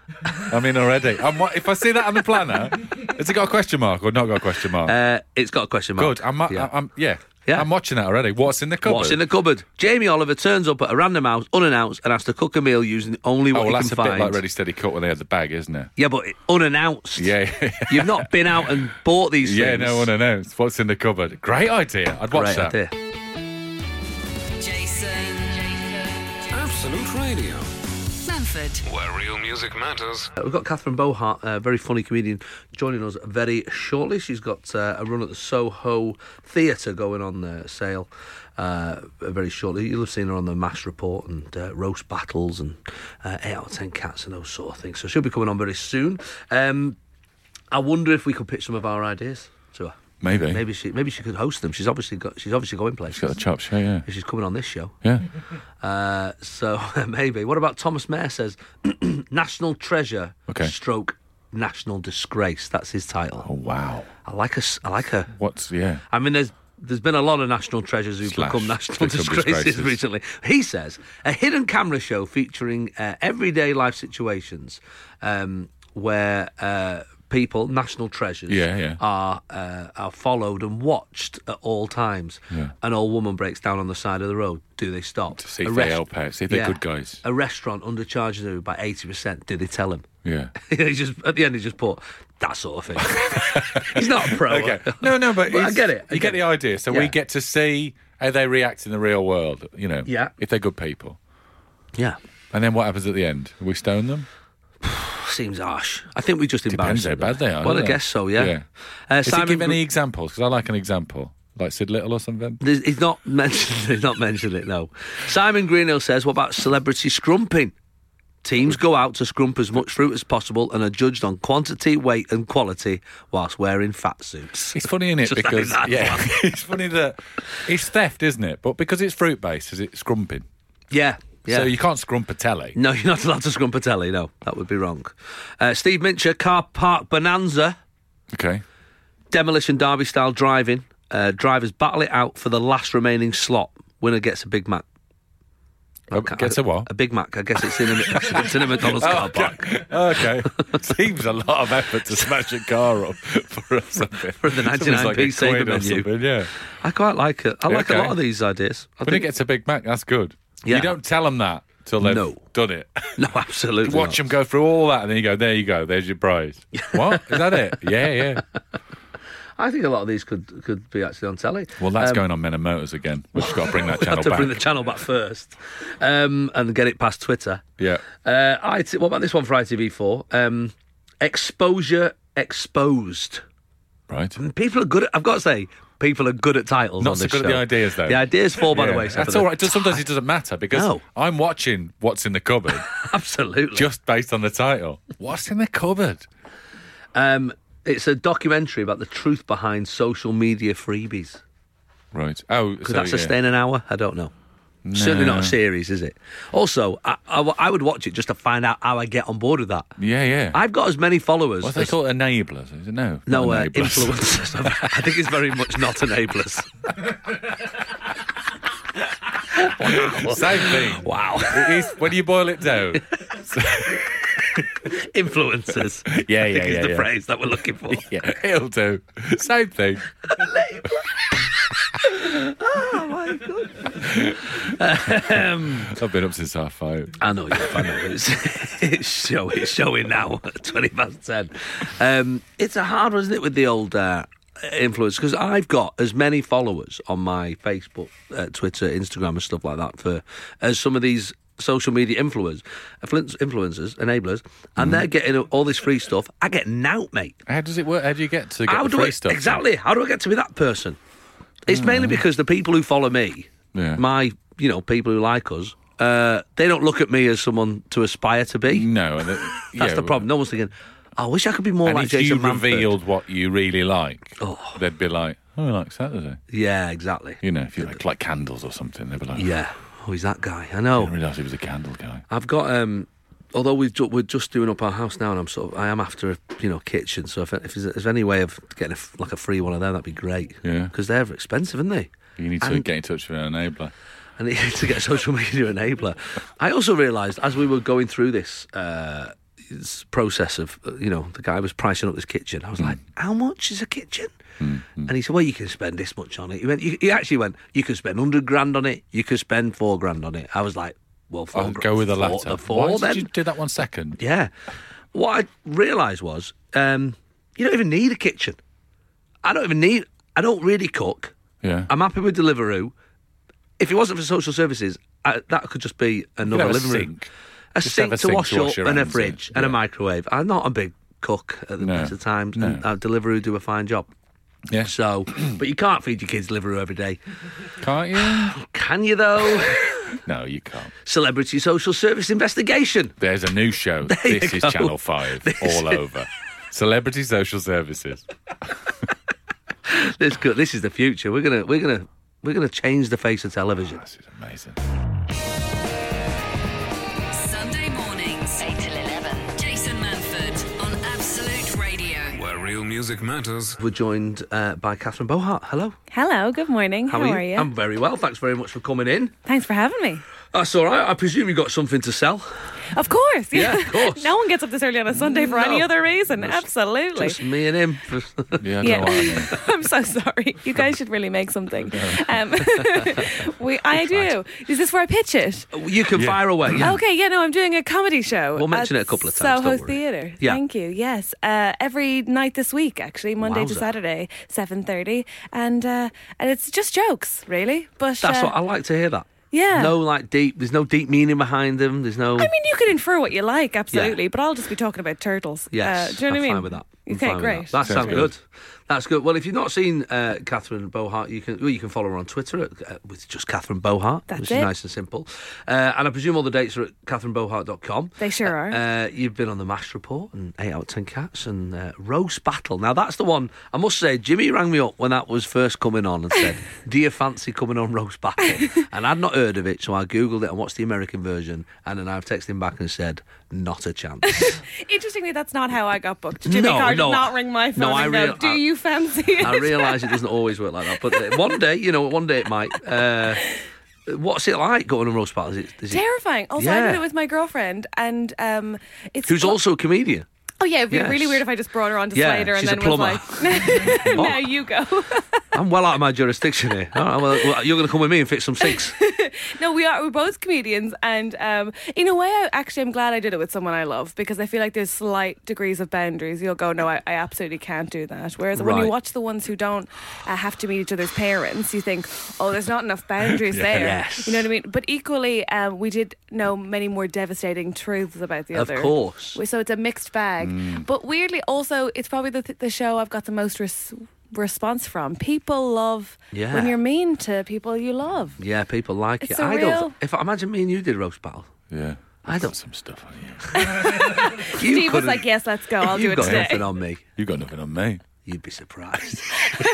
Speaker 4: I'm in already. I'm, wa- if I see that on the planner, has it got a question mark or not got a question mark?
Speaker 3: uh, it's got a question mark.
Speaker 4: good. I'm. i
Speaker 3: Yeah.
Speaker 4: I'm. Yeah.
Speaker 3: Yeah.
Speaker 4: I'm watching that already. What's in the cupboard?
Speaker 3: What's in the cupboard? Jamie Oliver turns up at a random house, unannounced, and has to cook a meal using only what
Speaker 4: Oh, well,
Speaker 3: he
Speaker 4: that's
Speaker 3: can
Speaker 4: a
Speaker 3: find.
Speaker 4: bit like Ready Steady Cut when they had the bag, isn't it?
Speaker 3: Yeah, but it- unannounced.
Speaker 4: Yeah.
Speaker 3: You've not been out and bought these
Speaker 4: Yeah,
Speaker 3: things.
Speaker 4: no one announced. What's in the cupboard? Great idea. I'd watch
Speaker 3: Great
Speaker 4: that.
Speaker 3: idea.
Speaker 2: Jason. Jason.
Speaker 1: Absolute Radio,
Speaker 2: Manford.
Speaker 1: where real music matters.
Speaker 3: We've got Catherine Bohart, a very funny comedian, joining us very shortly. She's got uh, a run at the Soho Theatre going on uh, sale uh, very shortly. You'll have seen her on the Mass Report and uh, Roast Battles and uh, 8 out of 10 Cats and those sort of things. So she'll be coming on very soon. Um, I wonder if we could pitch some of our ideas to her.
Speaker 4: Maybe.
Speaker 3: Maybe she maybe she could host them. She's obviously got she's obviously going places.
Speaker 4: She's got the chop show, yeah.
Speaker 3: If she's coming on this show.
Speaker 4: Yeah.
Speaker 3: Uh, so maybe. What about Thomas Mayer says national treasure
Speaker 4: Okay.
Speaker 3: stroke national disgrace? That's his title.
Speaker 4: Oh, wow.
Speaker 3: I like a. s- I like a.
Speaker 4: What's, yeah.
Speaker 3: I mean, there's there's been a lot of national treasures who've
Speaker 4: Slash
Speaker 3: become national
Speaker 4: become
Speaker 3: disgraces,
Speaker 4: disgraces.
Speaker 3: recently. He says a hidden camera show featuring uh, everyday life situations um, where. Uh, People, national treasures,
Speaker 4: Yeah, yeah.
Speaker 3: are uh, are followed and watched at all times. An old woman breaks down on the side of the road. Do they stop?
Speaker 4: To see if
Speaker 3: A
Speaker 4: they
Speaker 3: rest-
Speaker 4: help out, see if they're good guys.
Speaker 3: A restaurant undercharges her by eighty percent. Do they tell him?
Speaker 4: Yeah.
Speaker 3: he just at the end he just put that sort of thing. he's not a pro. eh?
Speaker 4: Okay. No, no, but,
Speaker 3: I
Speaker 4: it's-
Speaker 3: get it. I
Speaker 4: you get
Speaker 3: it.
Speaker 4: the idea. So
Speaker 3: Yeah.
Speaker 4: we get to see how they react in the real world, you know,
Speaker 3: Yeah.
Speaker 4: if they're good people.
Speaker 3: Yeah.
Speaker 4: And then what happens at the end? We stone them?
Speaker 3: Uh, Seems harsh. I think we just embarrassed
Speaker 4: Depends how
Speaker 3: them.
Speaker 4: bad they are.
Speaker 3: Well, I
Speaker 4: doesn't it?
Speaker 3: guess so. Yeah.
Speaker 4: yeah.
Speaker 3: Uh,
Speaker 4: Does he give
Speaker 3: Gr-
Speaker 4: any examples? Because I like an example, like Sid Little or something.
Speaker 3: There's- He's not mentioned. He's not mentioned it. No. Simon Greenhill says, "What about celebrity scrumping? Teams go out to scrump as much fruit as possible and are judged on quantity, weight, and quality whilst wearing fat suits."
Speaker 4: It's funny, isn't it?
Speaker 3: Just like
Speaker 4: because
Speaker 3: that.
Speaker 4: yeah, it's funny that it's theft, isn't it? But because it's fruit based, is it scrumping?
Speaker 3: Yeah. Yeah.
Speaker 4: So you can't scrump a telly.
Speaker 3: No, you're not allowed to scrump a telly. No, that would be wrong. Uh, Steve Mincher, car park bonanza,
Speaker 4: Okay.
Speaker 3: demolition derby style driving. Uh, drivers battle it out for the last remaining slot. Winner gets a Big Mac.
Speaker 4: Uh, Gets a what? Oh,
Speaker 3: A Big Mac. I guess it's in a, it's in a McDonald's car park.
Speaker 4: okay. Seems a lot of effort to smash a car up for something. For
Speaker 3: the 99p Sega menu.
Speaker 4: Yeah.
Speaker 3: I quite like it. I like a
Speaker 4: Okay.
Speaker 3: lot of these ideas. I
Speaker 4: When it gets a Big Mac, that's good.
Speaker 3: Yeah.
Speaker 4: You don't tell them that till they've
Speaker 3: No.
Speaker 4: done it.
Speaker 3: no, absolutely.
Speaker 4: Watch
Speaker 3: not.
Speaker 4: them go through all that, and then you go, "There you go. There's your prize." what is that? It? Yeah, yeah.
Speaker 3: I think a lot of these could could be actually on telly.
Speaker 4: Well, that's
Speaker 3: Um,
Speaker 4: going on Men and Motors again. We've just got to bring that
Speaker 3: we have
Speaker 4: channel
Speaker 3: to
Speaker 4: back.
Speaker 3: bring the channel back first, um, and get it past Twitter.
Speaker 4: yeah.
Speaker 3: Uh, IT, what about this one for ITV4? Um, exposure exposed.
Speaker 4: Right.
Speaker 3: People are good. At, I've got to say, people are good at titles.
Speaker 4: Not
Speaker 3: on
Speaker 4: so
Speaker 3: this
Speaker 4: good at
Speaker 3: show.
Speaker 4: the ideas, though.
Speaker 3: The ideas fall by the
Speaker 4: Yeah.
Speaker 3: wayside.
Speaker 4: That's
Speaker 3: for
Speaker 4: all
Speaker 3: the-
Speaker 4: right. Just sometimes it doesn't matter because
Speaker 3: No.
Speaker 4: I'm watching what's in the cupboard
Speaker 3: Absolutely.
Speaker 4: just based on the title. What's in the cupboard?
Speaker 3: Um, it's a documentary about the truth behind social media freebies.
Speaker 4: Right. Oh, so,
Speaker 3: Could that sustain an hour? I don't know. Certainly not a series, is it? Also, I, I w- I would watch it just to find out how I get on board with that.
Speaker 4: Yeah, yeah.
Speaker 3: I've got as many followers.
Speaker 4: What do they
Speaker 3: as-
Speaker 4: call it? Enablers? Is it? No.
Speaker 3: no
Speaker 4: not
Speaker 3: uh,
Speaker 4: enablers.
Speaker 3: influencers. I think it's very much not enablers.
Speaker 4: Same thing.
Speaker 3: Wow,
Speaker 4: It is, when you boil it down.
Speaker 3: influencers.
Speaker 4: Yeah,
Speaker 3: I
Speaker 4: yeah,
Speaker 3: think is
Speaker 4: yeah,
Speaker 3: the
Speaker 4: yeah.
Speaker 3: phrase that we're looking for.
Speaker 4: yeah, it'll do. Same thing. Oh, Um.
Speaker 3: Um.
Speaker 4: I've been up since half five.
Speaker 3: I know, yeah, I know. It's, it's, show, it's showing now at 20 past 10. Um, it's a hard one, isn't it, with the old uh, influence? Because I've got as many followers on my Facebook, uh, Twitter, Instagram, and stuff like that for as some of these social media influencers, influencers enablers,
Speaker 4: Mm-hmm.
Speaker 3: and they're getting all this free stuff. I get nout, mate.
Speaker 4: How does it work? How do you get to get
Speaker 3: How
Speaker 4: the
Speaker 3: do
Speaker 4: free
Speaker 3: I,
Speaker 4: stuff? Mm.
Speaker 3: Exactly. How do I get to be that person? It's mainly because the people who follow me,
Speaker 4: Yeah.
Speaker 3: my, you know, people who like us, uh, they don't look at me as someone to aspire to be.
Speaker 4: No, and it-
Speaker 3: That's
Speaker 4: yeah,
Speaker 3: the problem. No one's thinking, "Oh, I wish I could be more
Speaker 4: And
Speaker 3: like
Speaker 4: if
Speaker 3: Jason
Speaker 4: you
Speaker 3: Manford."
Speaker 4: revealed what you really like,
Speaker 3: Oh.
Speaker 4: they'd be like, "Oh, he likes that, does he?"
Speaker 3: Yeah, exactly.
Speaker 4: You know, if you like, like candles or something, they'd be like,
Speaker 3: Yeah. Oh, he's that guy. I
Speaker 4: I
Speaker 3: know.
Speaker 4: didn't realise he was a candle guy."
Speaker 3: I've got um although we've ju- we're just doing up our house now and I'm sort of I am after a you know kitchen so if if there's, if there's any way of getting a f like a free one of them that'd be great.
Speaker 4: Yeah.
Speaker 3: Because they're expensive, aren't they?
Speaker 4: You need to
Speaker 3: And-
Speaker 4: get in touch with an enabler.
Speaker 3: and it, to get a social media enabler. I also realised as we were going through this uh, s- process of, uh, you know, the guy was pricing up his kitchen. I
Speaker 4: Hmm.
Speaker 3: was like, how much is a kitchen? And he said, well, you can spend this much on it. He, went, you, he actually went, you can spend 100 grand on it, you can spend four grand on it. I was like, well, 4
Speaker 4: I'll
Speaker 3: gra-
Speaker 4: go with the
Speaker 3: four-
Speaker 4: latter.
Speaker 3: The four,
Speaker 4: Why
Speaker 3: then.
Speaker 4: did you do that one second?
Speaker 3: Yeah. What I realised was um, you don't even need a kitchen. I don't even need. I don't really cook.
Speaker 4: Yeah.
Speaker 3: I'm happy with Deliveroo. If it wasn't for social services, I, that could just be another
Speaker 4: have a
Speaker 3: living room.
Speaker 4: sink.
Speaker 3: A
Speaker 4: Just
Speaker 3: sink
Speaker 4: have a
Speaker 3: to
Speaker 4: sink
Speaker 3: wash
Speaker 4: to wash
Speaker 3: up
Speaker 4: your
Speaker 3: and a
Speaker 4: hands in.
Speaker 3: fridge and a
Speaker 4: Yeah.
Speaker 3: microwave. I'm not a big cook at the
Speaker 4: No.
Speaker 3: best of times, and
Speaker 4: No.
Speaker 3: uh, Deliveroo do a fine job.
Speaker 4: Yeah.
Speaker 3: So, but you can't feed your kids Deliveroo every day,
Speaker 4: Can't you?
Speaker 3: can you? Though,
Speaker 4: no, you can't.
Speaker 3: celebrity social service investigation.
Speaker 4: There's a new show.
Speaker 3: you
Speaker 4: this is
Speaker 3: go.
Speaker 4: Channel 5 all over. Celebrity Social Services.
Speaker 3: This could, this is the future. We're gonna we're gonna we're gonna change the face of television.
Speaker 4: This is amazing.
Speaker 2: Sunday mornings, 8 till 11. Jason Manford on Absolute Radio.
Speaker 1: Where real music matters.
Speaker 3: We're joined uh, by Catherine Bohart. Hello.
Speaker 5: Hello, good morning. How, are you?
Speaker 3: I'm very well. Thanks very much for coming in.
Speaker 5: Thanks for having me.
Speaker 3: That's all right. I presume you've got something to sell.
Speaker 5: Of course.
Speaker 3: Yeah, of course.
Speaker 5: no one gets up this early on a Sunday for any
Speaker 3: No.
Speaker 5: other reason. Absolutely.
Speaker 3: Just me and him.
Speaker 4: Yeah, I don't
Speaker 5: Yeah.
Speaker 4: know what I mean.
Speaker 5: I'm so sorry. You guys should really make something. Um, we, I do. Is this where I pitch it?
Speaker 3: you can fire away. Yeah.
Speaker 5: Okay, yeah, no, I'm doing a comedy show.
Speaker 3: We'll mention
Speaker 5: at
Speaker 3: it a couple of times,
Speaker 5: Soho
Speaker 3: don't worry.
Speaker 5: Theatre.
Speaker 3: Yeah.
Speaker 5: Thank you. Yes, uh, every night this week, actually, Monday to
Speaker 3: Wowza.
Speaker 5: Saturday, seven thirty, and uh, and it's just jokes, really. But
Speaker 3: That's
Speaker 5: uh,
Speaker 3: what I like to hear. That.
Speaker 5: Yeah.
Speaker 3: No, like deep. There's no deep meaning behind them. There's no.
Speaker 5: I mean, you can infer what you like, absolutely, but I'll just be talking about turtles.
Speaker 3: Yes,
Speaker 5: Uh, do you know
Speaker 3: I'm
Speaker 5: what I mean?
Speaker 3: fine with that. I'm
Speaker 5: Okay,
Speaker 3: fine with
Speaker 5: great.
Speaker 3: That, that
Speaker 4: Sounds
Speaker 3: sounds good.
Speaker 4: good.
Speaker 3: That's good. Well, if you've not seen uh, Catherine Bohart, you can well, you can follow her on Twitter at, uh, with just Catherine Bohart,
Speaker 5: That's
Speaker 3: which
Speaker 5: it.
Speaker 3: is nice and simple. Uh, and I presume all the dates are at catherinebohart.com.
Speaker 5: They sure are.
Speaker 3: Uh, you've been on the Mash Report and Eight Out of Ten Cats and uh, Roast Battle. Now that's the one. I must say, Jimmy rang me up when that was first coming on and said, "Do you fancy coming on Roast Battle?" and I'd not heard of it, so I googled it and watched the American version, and then I've texted him back and said, "Not a chance."
Speaker 5: Interestingly, that's not how I got booked. Jimmy
Speaker 3: No,
Speaker 5: Carr did
Speaker 3: no.
Speaker 5: not ring my phone.
Speaker 3: No, I
Speaker 5: and go,
Speaker 3: real-
Speaker 5: Do
Speaker 3: I-
Speaker 5: you fancy it?
Speaker 3: I realise it doesn't always work like that, but uh, one day, you know, one day it might. Uh, what's it like going on roast battle? Is it, is it
Speaker 5: Terrifying. Also,
Speaker 3: Yeah.
Speaker 5: I did it with my girlfriend, and um, it's
Speaker 3: who's
Speaker 5: pl-
Speaker 3: also a comedian?
Speaker 5: Oh yeah, it'd be really
Speaker 3: Yes.
Speaker 5: weird if I just brought her onto
Speaker 3: Yeah,
Speaker 5: Slater
Speaker 3: she's
Speaker 5: and
Speaker 3: a Oh.
Speaker 5: then was like, "Now you go."
Speaker 3: I'm well out of my jurisdiction here. All right, well, well, you're going to come with me and fit some six.
Speaker 5: no, we are. We're both comedians, and um, in a way, I actually I'm glad I did it with someone I love because I feel like there's slight degrees of boundaries. You'll go, no, I, I absolutely can't do that. Whereas when
Speaker 3: Right.
Speaker 5: you watch the ones who don't uh, have to meet each other's parents, you think, oh, there's not enough boundaries there.
Speaker 3: Yes.
Speaker 5: You know what I mean? But equally, um, we did know many more devastating truths about the
Speaker 3: Of
Speaker 5: other.
Speaker 3: course. Mm.
Speaker 5: So it's a mixed bag. But weirdly, also, it's probably the, th- the show I've got the most. Res- response from people love
Speaker 3: Yeah.
Speaker 5: when you're mean to people you love
Speaker 3: Yeah, people like
Speaker 5: It's
Speaker 3: it.
Speaker 5: a
Speaker 3: I don't.
Speaker 5: real-
Speaker 3: If I imagine me and you did roast battle,
Speaker 4: Yeah.
Speaker 3: I
Speaker 4: You've
Speaker 3: don't-
Speaker 4: got some stuff on you.
Speaker 3: you
Speaker 5: Steve was
Speaker 3: couldn't-
Speaker 5: like, "Yes, let's go. I'll
Speaker 3: you've
Speaker 5: do
Speaker 3: got
Speaker 5: it today."
Speaker 3: nothing on me.
Speaker 4: You've got nothing on me.
Speaker 3: You'd be surprised.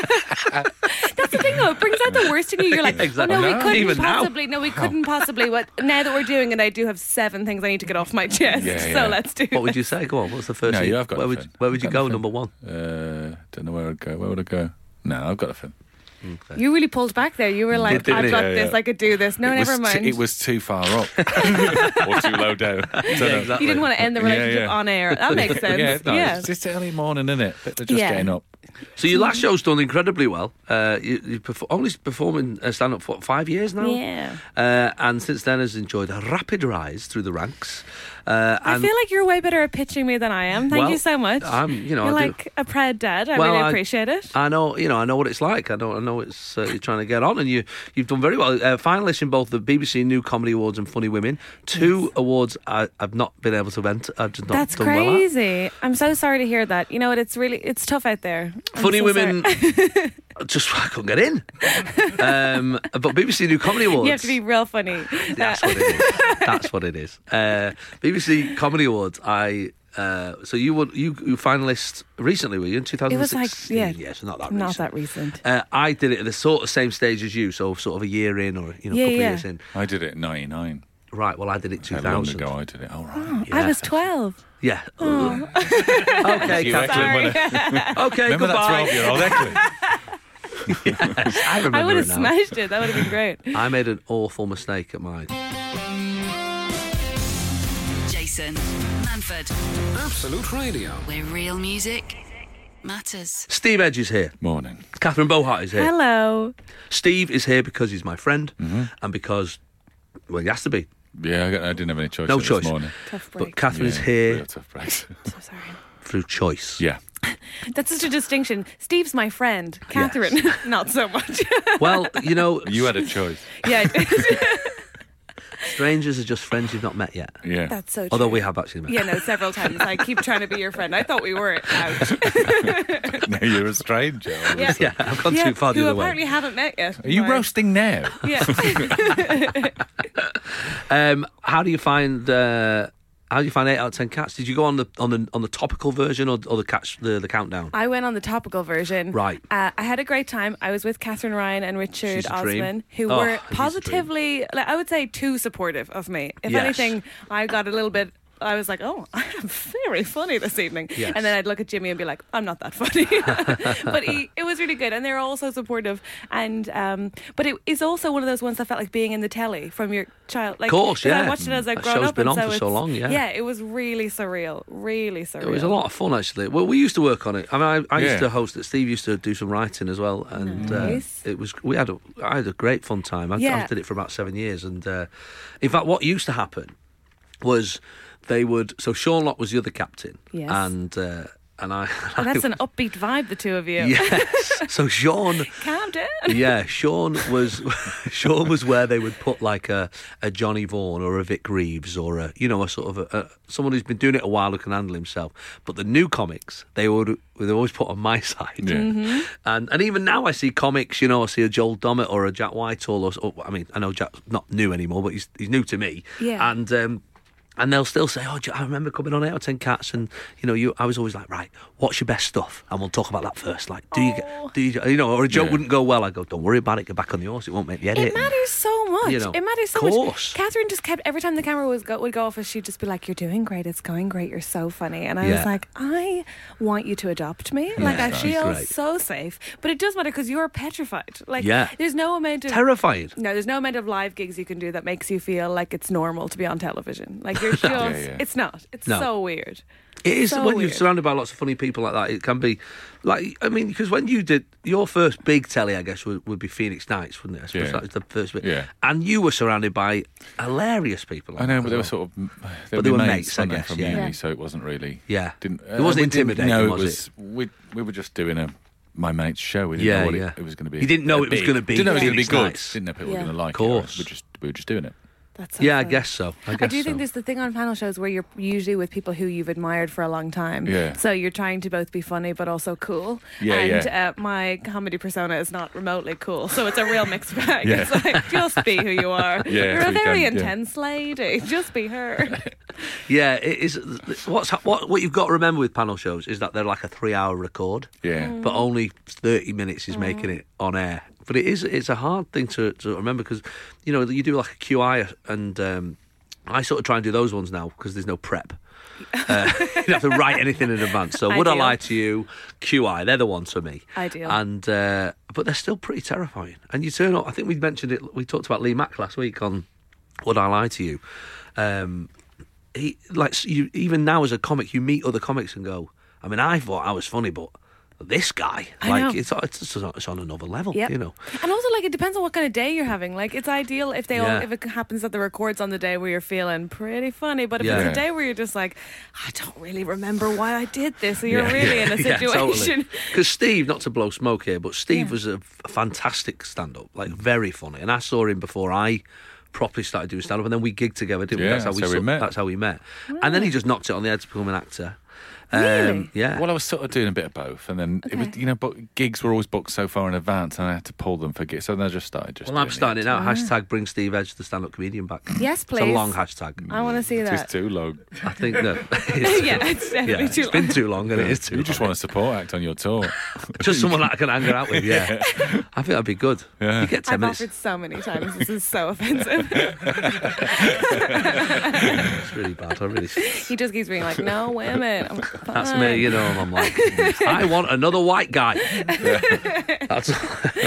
Speaker 5: That's the thing, though. It brings out the worst in you. You're like,
Speaker 3: Exactly.
Speaker 5: oh, no,
Speaker 4: No.
Speaker 5: we couldn't
Speaker 3: Even now.
Speaker 5: possibly. No, we couldn't possibly. What now that we're doing it, I do have seven things I need to get off my chest.
Speaker 4: Yeah,
Speaker 5: so
Speaker 4: yeah.
Speaker 5: let's do.
Speaker 3: what would you say? Go on. What's the first?
Speaker 4: No,
Speaker 3: thing-
Speaker 4: you have got
Speaker 3: Where would
Speaker 4: nothing.
Speaker 3: Where would you
Speaker 4: I've
Speaker 3: go?
Speaker 4: got
Speaker 3: Number one.
Speaker 4: Uh, don't know where I'd go. Where would I go? No, I've got a film.
Speaker 5: You really pulled back there. You were like,
Speaker 3: didn't
Speaker 5: I've
Speaker 3: it?
Speaker 5: got
Speaker 4: Yeah,
Speaker 5: this.
Speaker 4: yeah.
Speaker 5: I could do this. No,
Speaker 4: it
Speaker 5: Oh, never
Speaker 4: was
Speaker 5: mind.
Speaker 4: Too, it was too far up or too low down. Don't know.
Speaker 5: you didn't want to end the
Speaker 4: Yeah,
Speaker 5: relationship
Speaker 4: yeah.
Speaker 5: on air. That makes sense.
Speaker 4: Yeah, no,
Speaker 5: yeah.
Speaker 4: It's just early morning, isn't it? They're just
Speaker 5: Yeah.
Speaker 4: getting up.
Speaker 3: So your last show's done incredibly well. Uh, you, you perf- only performing uh, stand up for what, five years now.
Speaker 5: Yeah.
Speaker 3: Uh, and since then has enjoyed a rapid rise through the ranks. Uh,
Speaker 5: I
Speaker 3: and
Speaker 5: feel like you're way better at pitching me than I am. Thank
Speaker 3: Well,
Speaker 5: you so much.
Speaker 3: I'm- you know,
Speaker 5: you're
Speaker 3: I do-
Speaker 5: like a proud dad. I
Speaker 3: Well,
Speaker 5: really
Speaker 3: I-
Speaker 5: appreciate it.
Speaker 3: I know, you know, I know what it's like. I know, I know it's uh, you're trying to get on, and you you've done very well. Uh, finalists in both the BBC New Comedy Awards and Funny Women, two awards I, I've not been able to enter. I've just not
Speaker 5: That's
Speaker 3: done well at.
Speaker 5: crazy. I'm so sorry to hear that. You know what? It's really it's tough out there. I'm
Speaker 3: Funny
Speaker 5: so
Speaker 3: Women,
Speaker 5: sorry.
Speaker 3: just I couldn't get in. Um, but BBC New Comedy Awards.
Speaker 5: you have to be real funny.
Speaker 3: That's what it is. That's what it is. Uh, BBC Comedy Awards. I uh, so you were you, you finalist recently were you in 2016?
Speaker 5: yeah,
Speaker 3: yes, not that
Speaker 5: Not
Speaker 3: recent.
Speaker 5: that recent.
Speaker 3: Uh, I did it at the sort of same stage as you, so sort of a year in or you know
Speaker 5: Yeah,
Speaker 3: a couple
Speaker 5: yeah.
Speaker 3: of years in.
Speaker 4: I did it in 99.
Speaker 3: Right. Well, I did it
Speaker 4: How long
Speaker 3: 2000.
Speaker 4: ago I did it? All right.
Speaker 5: I was 12.
Speaker 3: Yeah. okay,
Speaker 4: You
Speaker 3: Kathleen.
Speaker 4: excellent
Speaker 5: Sorry.
Speaker 4: winner.
Speaker 3: Okay,
Speaker 4: Remember that
Speaker 3: goodbye.
Speaker 4: 12 year old Eklund?
Speaker 3: I remember
Speaker 5: I would
Speaker 3: it
Speaker 5: have
Speaker 3: now.
Speaker 5: smashed it. That would have been great.
Speaker 3: I made an awful mistake at mine.
Speaker 2: Jason Manford,
Speaker 1: Absolute Radio.
Speaker 2: where real music matters.
Speaker 3: Steve Edge is here.
Speaker 4: Morning.
Speaker 3: Catherine Bohart is here.
Speaker 5: Hello.
Speaker 3: Steve is here because he's my friend
Speaker 4: Mm-hmm.
Speaker 3: and because, well, he has to be.
Speaker 4: Yeah, I, got- I didn't have any choice.
Speaker 3: No
Speaker 4: this
Speaker 3: choice.
Speaker 4: Morning.
Speaker 5: Tough
Speaker 3: But
Speaker 5: break.
Speaker 3: Catherine is
Speaker 4: Yeah,
Speaker 3: here
Speaker 4: real tough breaks.
Speaker 5: so sorry.
Speaker 3: through choice.
Speaker 4: yeah.
Speaker 5: That's such a distinction. Steve's my friend. Catherine, not so much.
Speaker 3: Well, you know,
Speaker 4: You had a choice.
Speaker 5: yeah.
Speaker 3: strangers are just friends you've not met yet.
Speaker 4: Yeah.
Speaker 5: That's so true.
Speaker 3: Although we have actually met.
Speaker 5: Yeah, no, several times. I keep trying to be your friend. I thought we were out.
Speaker 4: now you're a stranger.
Speaker 5: Yeah.
Speaker 3: Yeah, I've gone
Speaker 5: Yeah,
Speaker 3: too far
Speaker 5: who
Speaker 3: the other
Speaker 5: apparently
Speaker 3: way.
Speaker 5: haven't met yet.
Speaker 4: Are you
Speaker 5: Right.
Speaker 4: roasting now?
Speaker 5: Yeah.
Speaker 3: Um, how do you find? Uh, how do you find eight out of ten cats? Did you go on the on the on the topical version or, or the catch the, the countdown?
Speaker 5: I went on the topical version.
Speaker 3: Right.
Speaker 5: Uh, I had a great time. I was with Catherine Ryan and Richard
Speaker 3: She's a dream.
Speaker 5: Osman, who
Speaker 3: Oh,
Speaker 5: were
Speaker 3: he's a dream.
Speaker 5: positively, like, I would say, too supportive of me. If
Speaker 3: Yes.
Speaker 5: anything, I got a little bit. I was like, oh, I'm very funny this evening.
Speaker 3: Yes.
Speaker 5: And then I'd look at Jimmy and be like, I'm not that funny. but he, it was really good. And they were all so supportive. And, um, but it is also one of those ones that felt like being in the telly from your child. Like,
Speaker 3: Course,
Speaker 5: 'cause I
Speaker 3: yeah.
Speaker 5: watched it as I
Speaker 3: That
Speaker 5: grew up.
Speaker 3: show's been
Speaker 5: and
Speaker 3: on
Speaker 5: so
Speaker 3: for so
Speaker 5: it's-
Speaker 3: long, yeah.
Speaker 5: Yeah, it was really surreal. Really surreal.
Speaker 3: It was a lot of fun actually. Well, we used to work on it. I mean, I, I used
Speaker 4: Yeah.
Speaker 3: to host it. Steve used to do some writing as well, and
Speaker 5: Nice.
Speaker 3: uh, it was we had a, I had a great fun time. I,
Speaker 5: Yeah.
Speaker 3: I did it for about seven years, and uh, in fact, what used to happen was they would. So Sean Lock was the other captain,
Speaker 5: Yes.
Speaker 3: and uh, and I.
Speaker 5: Oh, that's an upbeat vibe, the two of you.
Speaker 3: yes. So Sean.
Speaker 5: Calm down.
Speaker 3: Yeah, Sean was Sean was where they would put like a, a Johnny Vaughan or a Vic Reeves or a you know a sort of a, a, someone who's been doing it a while who can handle himself. But the new comics they would they always put on my side.
Speaker 4: Yeah.
Speaker 3: And and even now I see comics, you know, I see a Joel Dommett or a Jack Whitehall or, s- or I mean I know Jack's not new anymore, but he's he's new to me.
Speaker 5: Yeah.
Speaker 3: And um, and they'll still say, "Oh, do you- I remember coming on eight or ten cats." And you know, you I was always like, "Right, what's your best stuff?" And we'll talk about that first. Like, do you get, do you, you know, or a joke
Speaker 4: Yeah.
Speaker 3: wouldn't go well. I go, "Don't worry about it. Get back on the horse. It won't make the edit."
Speaker 5: It matters so much.
Speaker 3: You know,
Speaker 5: it matters so
Speaker 3: course.
Speaker 5: much. Catherine just kept every time the camera was go, would go off, she'd just be like, "You're doing great. It's going great. You're so funny." And I
Speaker 3: Yeah.
Speaker 5: was like, "I want you to adopt me. like I
Speaker 4: that's
Speaker 5: feel
Speaker 3: great.
Speaker 5: so safe." But it does matter because you're petrified. Like
Speaker 3: Yeah.
Speaker 5: there's no amount of
Speaker 3: Terrifying.
Speaker 5: No, there's no amount of live gigs you can do that makes you feel like it's normal to be on television. Like you're just,
Speaker 4: yeah.
Speaker 5: it's not. It's
Speaker 3: No.
Speaker 5: so weird.
Speaker 3: It is
Speaker 5: So
Speaker 3: when you're
Speaker 5: weird.
Speaker 3: surrounded by lots of funny people like that. It can be like I mean, because when you did your first big telly, I guess would, would be Phoenix Nights, wouldn't it? I suppose
Speaker 4: Yeah.
Speaker 3: that was the first bit.
Speaker 4: Yeah.
Speaker 3: And you were surrounded by hilarious people. Like
Speaker 4: I know,
Speaker 3: that
Speaker 4: but
Speaker 3: as
Speaker 4: they were
Speaker 3: well.
Speaker 4: sort of.
Speaker 3: But
Speaker 4: They were,
Speaker 3: they were
Speaker 4: mates,
Speaker 3: mates, I
Speaker 4: weren't they,
Speaker 3: guess,
Speaker 4: From
Speaker 3: yeah.
Speaker 4: uni,
Speaker 5: Yeah.
Speaker 4: so it wasn't really.
Speaker 3: Yeah.
Speaker 4: Didn't. uh,
Speaker 3: It wasn't
Speaker 4: we didn't-
Speaker 3: intimidating,
Speaker 4: No,
Speaker 3: was
Speaker 4: it was. We we were just doing a my mate's show. We didn't
Speaker 3: Yeah,
Speaker 4: know what
Speaker 3: yeah.
Speaker 4: it, it was going to be.
Speaker 3: You didn't know
Speaker 4: a
Speaker 3: it was
Speaker 4: big-
Speaker 3: gonna be
Speaker 4: Didn't know it was going to be
Speaker 3: Phoenix
Speaker 4: good.
Speaker 3: Nights.
Speaker 4: Didn't know people
Speaker 5: Yeah.
Speaker 4: were going to like
Speaker 3: Course.
Speaker 4: it. We just we were just doing it.
Speaker 5: That's so
Speaker 3: Yeah, I
Speaker 5: funny.
Speaker 3: guess so. I guess
Speaker 5: I do
Speaker 3: so.
Speaker 5: think there's the thing on panel shows where you're usually with people who you've admired for a long time.
Speaker 4: Yeah.
Speaker 5: So you're trying to both be funny but also cool.
Speaker 4: Yeah,
Speaker 5: and
Speaker 4: yeah.
Speaker 5: Uh, my comedy persona is not remotely cool, so it's a real mixed bag.
Speaker 4: Yeah.
Speaker 5: It's like just be who you are.
Speaker 4: Yeah,
Speaker 5: you're a
Speaker 4: we
Speaker 5: very
Speaker 4: can, yeah.
Speaker 5: intense lady. Just be her.
Speaker 3: Yeah, it is. What's hap- what what you've got to remember with panel shows is that they're like a three-hour record.
Speaker 4: Yeah. Mm.
Speaker 3: But only thirty minutes
Speaker 5: Mm.
Speaker 3: is making it on air. But it is it's a hard thing to, to remember because you know you do like a QI and um, I sort of try and do those ones now because there's no prep. uh, you don't have to write anything in advance. So would I
Speaker 5: Ideal.
Speaker 3: lie to you? QI, they're the ones for me.
Speaker 5: Ideal.
Speaker 3: And uh, but they're still pretty terrifying. And you turn up. I think we mentioned it. We talked about Lee Mack last week on Would I Lie to You. Um, he like you even now as a comic you meet other comics and go i mean i thought i was funny but this guy
Speaker 5: I
Speaker 3: like
Speaker 5: know.
Speaker 3: it's it's it's on, it's on another level
Speaker 5: Yep.
Speaker 3: you know
Speaker 5: And also, like, it depends on what kind of day you're having. Like, it's ideal if they all,
Speaker 3: Yeah.
Speaker 5: if it happens that the record's on the day where you're feeling pretty funny. But if
Speaker 3: Yeah.
Speaker 5: it's
Speaker 4: Yeah.
Speaker 5: a day where you're just like, I don't really remember why I did this, and you're
Speaker 4: Yeah.
Speaker 5: really in a
Speaker 3: yeah,
Speaker 5: situation.
Speaker 3: totally. Because Steve, not to blow smoke here, but Steve was a, f- a fantastic stand-up, like very funny. And I saw him before I properly started doing stand-up, and then we gigged together, didn't we?
Speaker 4: Yeah,
Speaker 3: That's how
Speaker 4: that's
Speaker 3: we,
Speaker 4: how we
Speaker 3: sort-
Speaker 4: met.
Speaker 3: That's how we met. And then he just knocked it on the head to become an actor. Um,
Speaker 5: Really?
Speaker 3: yeah.
Speaker 4: Well, I was sort of doing a bit of both, and then it was
Speaker 5: Okay.
Speaker 4: you know, but gigs were always booked so far in advance, and I had to pull them for gigs. So then I just started just.
Speaker 3: Well, I'm
Speaker 4: doing
Speaker 3: starting out. Hashtag bring Steve Edge, the stand-up comedian, back.
Speaker 5: Yes,
Speaker 3: It's a
Speaker 5: please.
Speaker 3: long hashtag.
Speaker 5: I want to see
Speaker 4: It. It's
Speaker 5: that.
Speaker 4: too long.
Speaker 3: I think that.
Speaker 5: yeah, it's definitely
Speaker 3: yeah,
Speaker 5: too
Speaker 3: it's
Speaker 5: long.
Speaker 3: been too long, and it is too.
Speaker 4: You just
Speaker 3: long.
Speaker 4: want a support act on your tour.
Speaker 3: just someone that I can hang out with. Yeah, I think that'd be good.
Speaker 4: Yeah.
Speaker 3: You get 10
Speaker 5: I've
Speaker 3: minutes.
Speaker 5: offered so many times. This is so offensive.
Speaker 3: It's really bad. I really.
Speaker 5: he just keeps being like, "No women." I'm like,
Speaker 3: That's
Speaker 5: "Fine."
Speaker 3: me, you know. And I'm like, "Mm, I want another white guy. That's.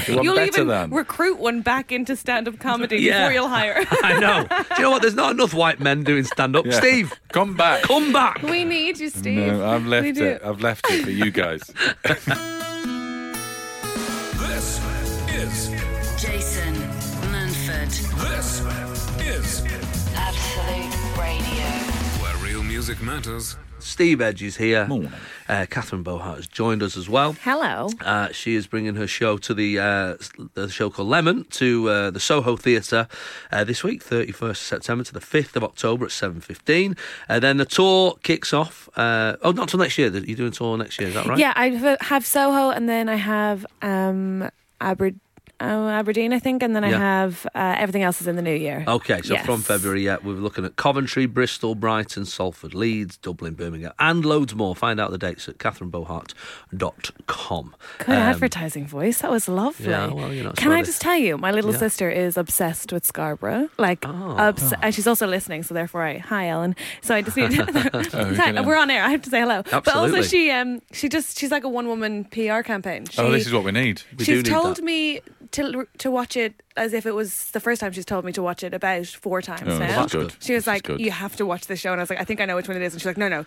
Speaker 4: Well,
Speaker 5: You'll
Speaker 4: better
Speaker 5: even
Speaker 4: than.
Speaker 5: recruit one back into stand-up comedy
Speaker 3: Yeah.
Speaker 5: before you'll hire.
Speaker 3: I know. Do you know what? There's not enough white men doing stand up.
Speaker 4: Yeah.
Speaker 3: Steve,
Speaker 4: come back.
Speaker 3: come back.
Speaker 5: we need you, Steve.
Speaker 4: No, I've
Speaker 5: We
Speaker 4: left
Speaker 5: do.
Speaker 4: it. I've left it for you guys.
Speaker 1: This is
Speaker 2: Jason Manford,
Speaker 1: this is
Speaker 2: Absolute Radio.
Speaker 1: where real music matters.
Speaker 3: Steve Edge is here.
Speaker 4: Morning.
Speaker 3: Uh, Catherine Bohart has joined us as well.
Speaker 5: Hello.
Speaker 3: Uh, she is bringing her show to the uh, s- the show called Lemon to uh, the Soho Theatre uh, this week, 31st of September to the 5th of October at 7.15. Uh, then the tour kicks off. Uh, oh, not till next year. You're doing a tour next year, is that right?
Speaker 5: Yeah, I have- have Soho, and then I have um, Aber- oh, Aberdeen, I think, and then I
Speaker 3: Yeah.
Speaker 5: have uh, everything else is in the new year.
Speaker 3: Okay, so
Speaker 5: Yes.
Speaker 3: from February, yeah, we're looking at Coventry, Bristol, Brighton, Salford, Leeds, Dublin, Birmingham, and loads more. Find out the dates at catherinebohart.com.
Speaker 5: Good advertising voice. That was lovely.
Speaker 3: Um, Yeah, well, you know, it's
Speaker 5: Can I
Speaker 3: lovely.
Speaker 5: just tell you, my little
Speaker 3: Yeah. Oh.
Speaker 5: sister is obsessed with Scarborough. Like, obs- and she's also listening, so therefore, I hi Ellen. So I just need.
Speaker 4: Oh,
Speaker 5: Sorry,
Speaker 4: good.
Speaker 5: we're on air. I have to say hello. But also,
Speaker 3: Absolutely.
Speaker 5: she um, she just she's like a one woman PR campaign. She,
Speaker 4: Oh, this is what we need.
Speaker 3: We do
Speaker 5: she's
Speaker 3: need
Speaker 5: told
Speaker 3: that.
Speaker 5: me to to watch it as if it was the first time she's told me to watch it about four times
Speaker 4: Oh,
Speaker 5: now.
Speaker 4: that's good.
Speaker 5: She was
Speaker 4: This is
Speaker 5: like,
Speaker 4: good.
Speaker 5: "You have to watch this show," and I was like, "I think I know which one it is." And she's like, "No, no,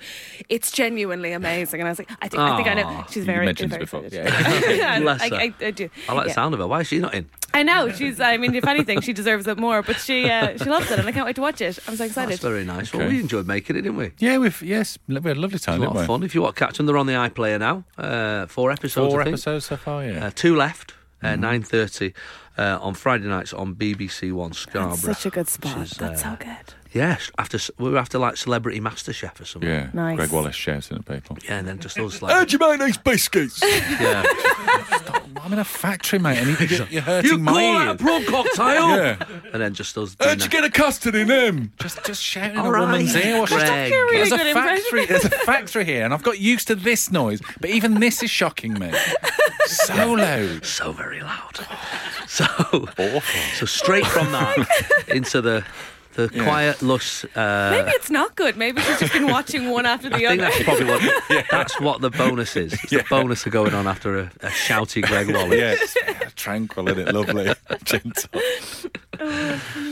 Speaker 5: it's genuinely amazing." And I was like, "I think, I, think I know."
Speaker 3: Aw.
Speaker 5: She's
Speaker 4: You
Speaker 5: very
Speaker 4: mentioned
Speaker 5: very
Speaker 4: this before.
Speaker 5: excited.
Speaker 3: Yeah. Bless her.
Speaker 5: I, I, I do.
Speaker 3: I like the
Speaker 5: Yeah.
Speaker 3: sound of her. Why is she not in?
Speaker 5: I know she's. I mean, if anything, she deserves it more. But she uh, she loves it, and I can't wait to watch it. I'm so excited.
Speaker 3: That's very nice. Well,
Speaker 4: Okay.
Speaker 3: we enjoyed making it, didn't we?
Speaker 4: Yeah, we've yes, we had a lovely
Speaker 3: A
Speaker 4: time,
Speaker 3: lot
Speaker 4: didn't we?
Speaker 3: of fun. If you want to catch them, they're on the iPlayer now. Uh, four episodes,
Speaker 4: Four
Speaker 3: I think.
Speaker 4: episodes Mm-hmm. so far. Yeah.
Speaker 3: Uh, two left. Uh, Nine thirty uh, on Friday nights on BBC One Scarborough.
Speaker 5: That's such a good
Speaker 3: which
Speaker 5: spot.
Speaker 3: is,
Speaker 5: That's
Speaker 3: uh,
Speaker 5: so good.
Speaker 3: Yeah, after s- we were after like Celebrity Master Chef or something.
Speaker 4: yeah.
Speaker 5: Nice.
Speaker 4: Greg Wallace shouting at people.
Speaker 3: Yeah, and then just us like,
Speaker 4: your mayonnaise biscuits.
Speaker 3: yeah.
Speaker 4: I'm in a factory, mate, and you- you're, you're hurting
Speaker 3: you
Speaker 4: my
Speaker 3: call that a
Speaker 4: ears.
Speaker 3: prawn cocktail?
Speaker 4: Yeah.
Speaker 3: And then just us. doing
Speaker 4: How'd you
Speaker 3: that.
Speaker 4: get a custard in them? Just, just shouting
Speaker 3: All
Speaker 4: a woman's
Speaker 3: right,
Speaker 4: ear. Well,
Speaker 3: Greg.
Speaker 4: shut up.
Speaker 5: Really
Speaker 4: There's a
Speaker 5: good
Speaker 4: factory. There's a factory here, and I've got used to this noise, but even this is shocking me. So loud.
Speaker 3: so very loud. So So straight from that into the the quiet, lush. Uh,
Speaker 5: Maybe it's not good. Maybe she's just been watching one after the
Speaker 3: I think
Speaker 5: other.
Speaker 3: that's probably what that's what the bonus is. It's the bonus of going on after a, a shouty Greg Wallace.
Speaker 4: Yes, tranquil, is it? Lovely, gentle.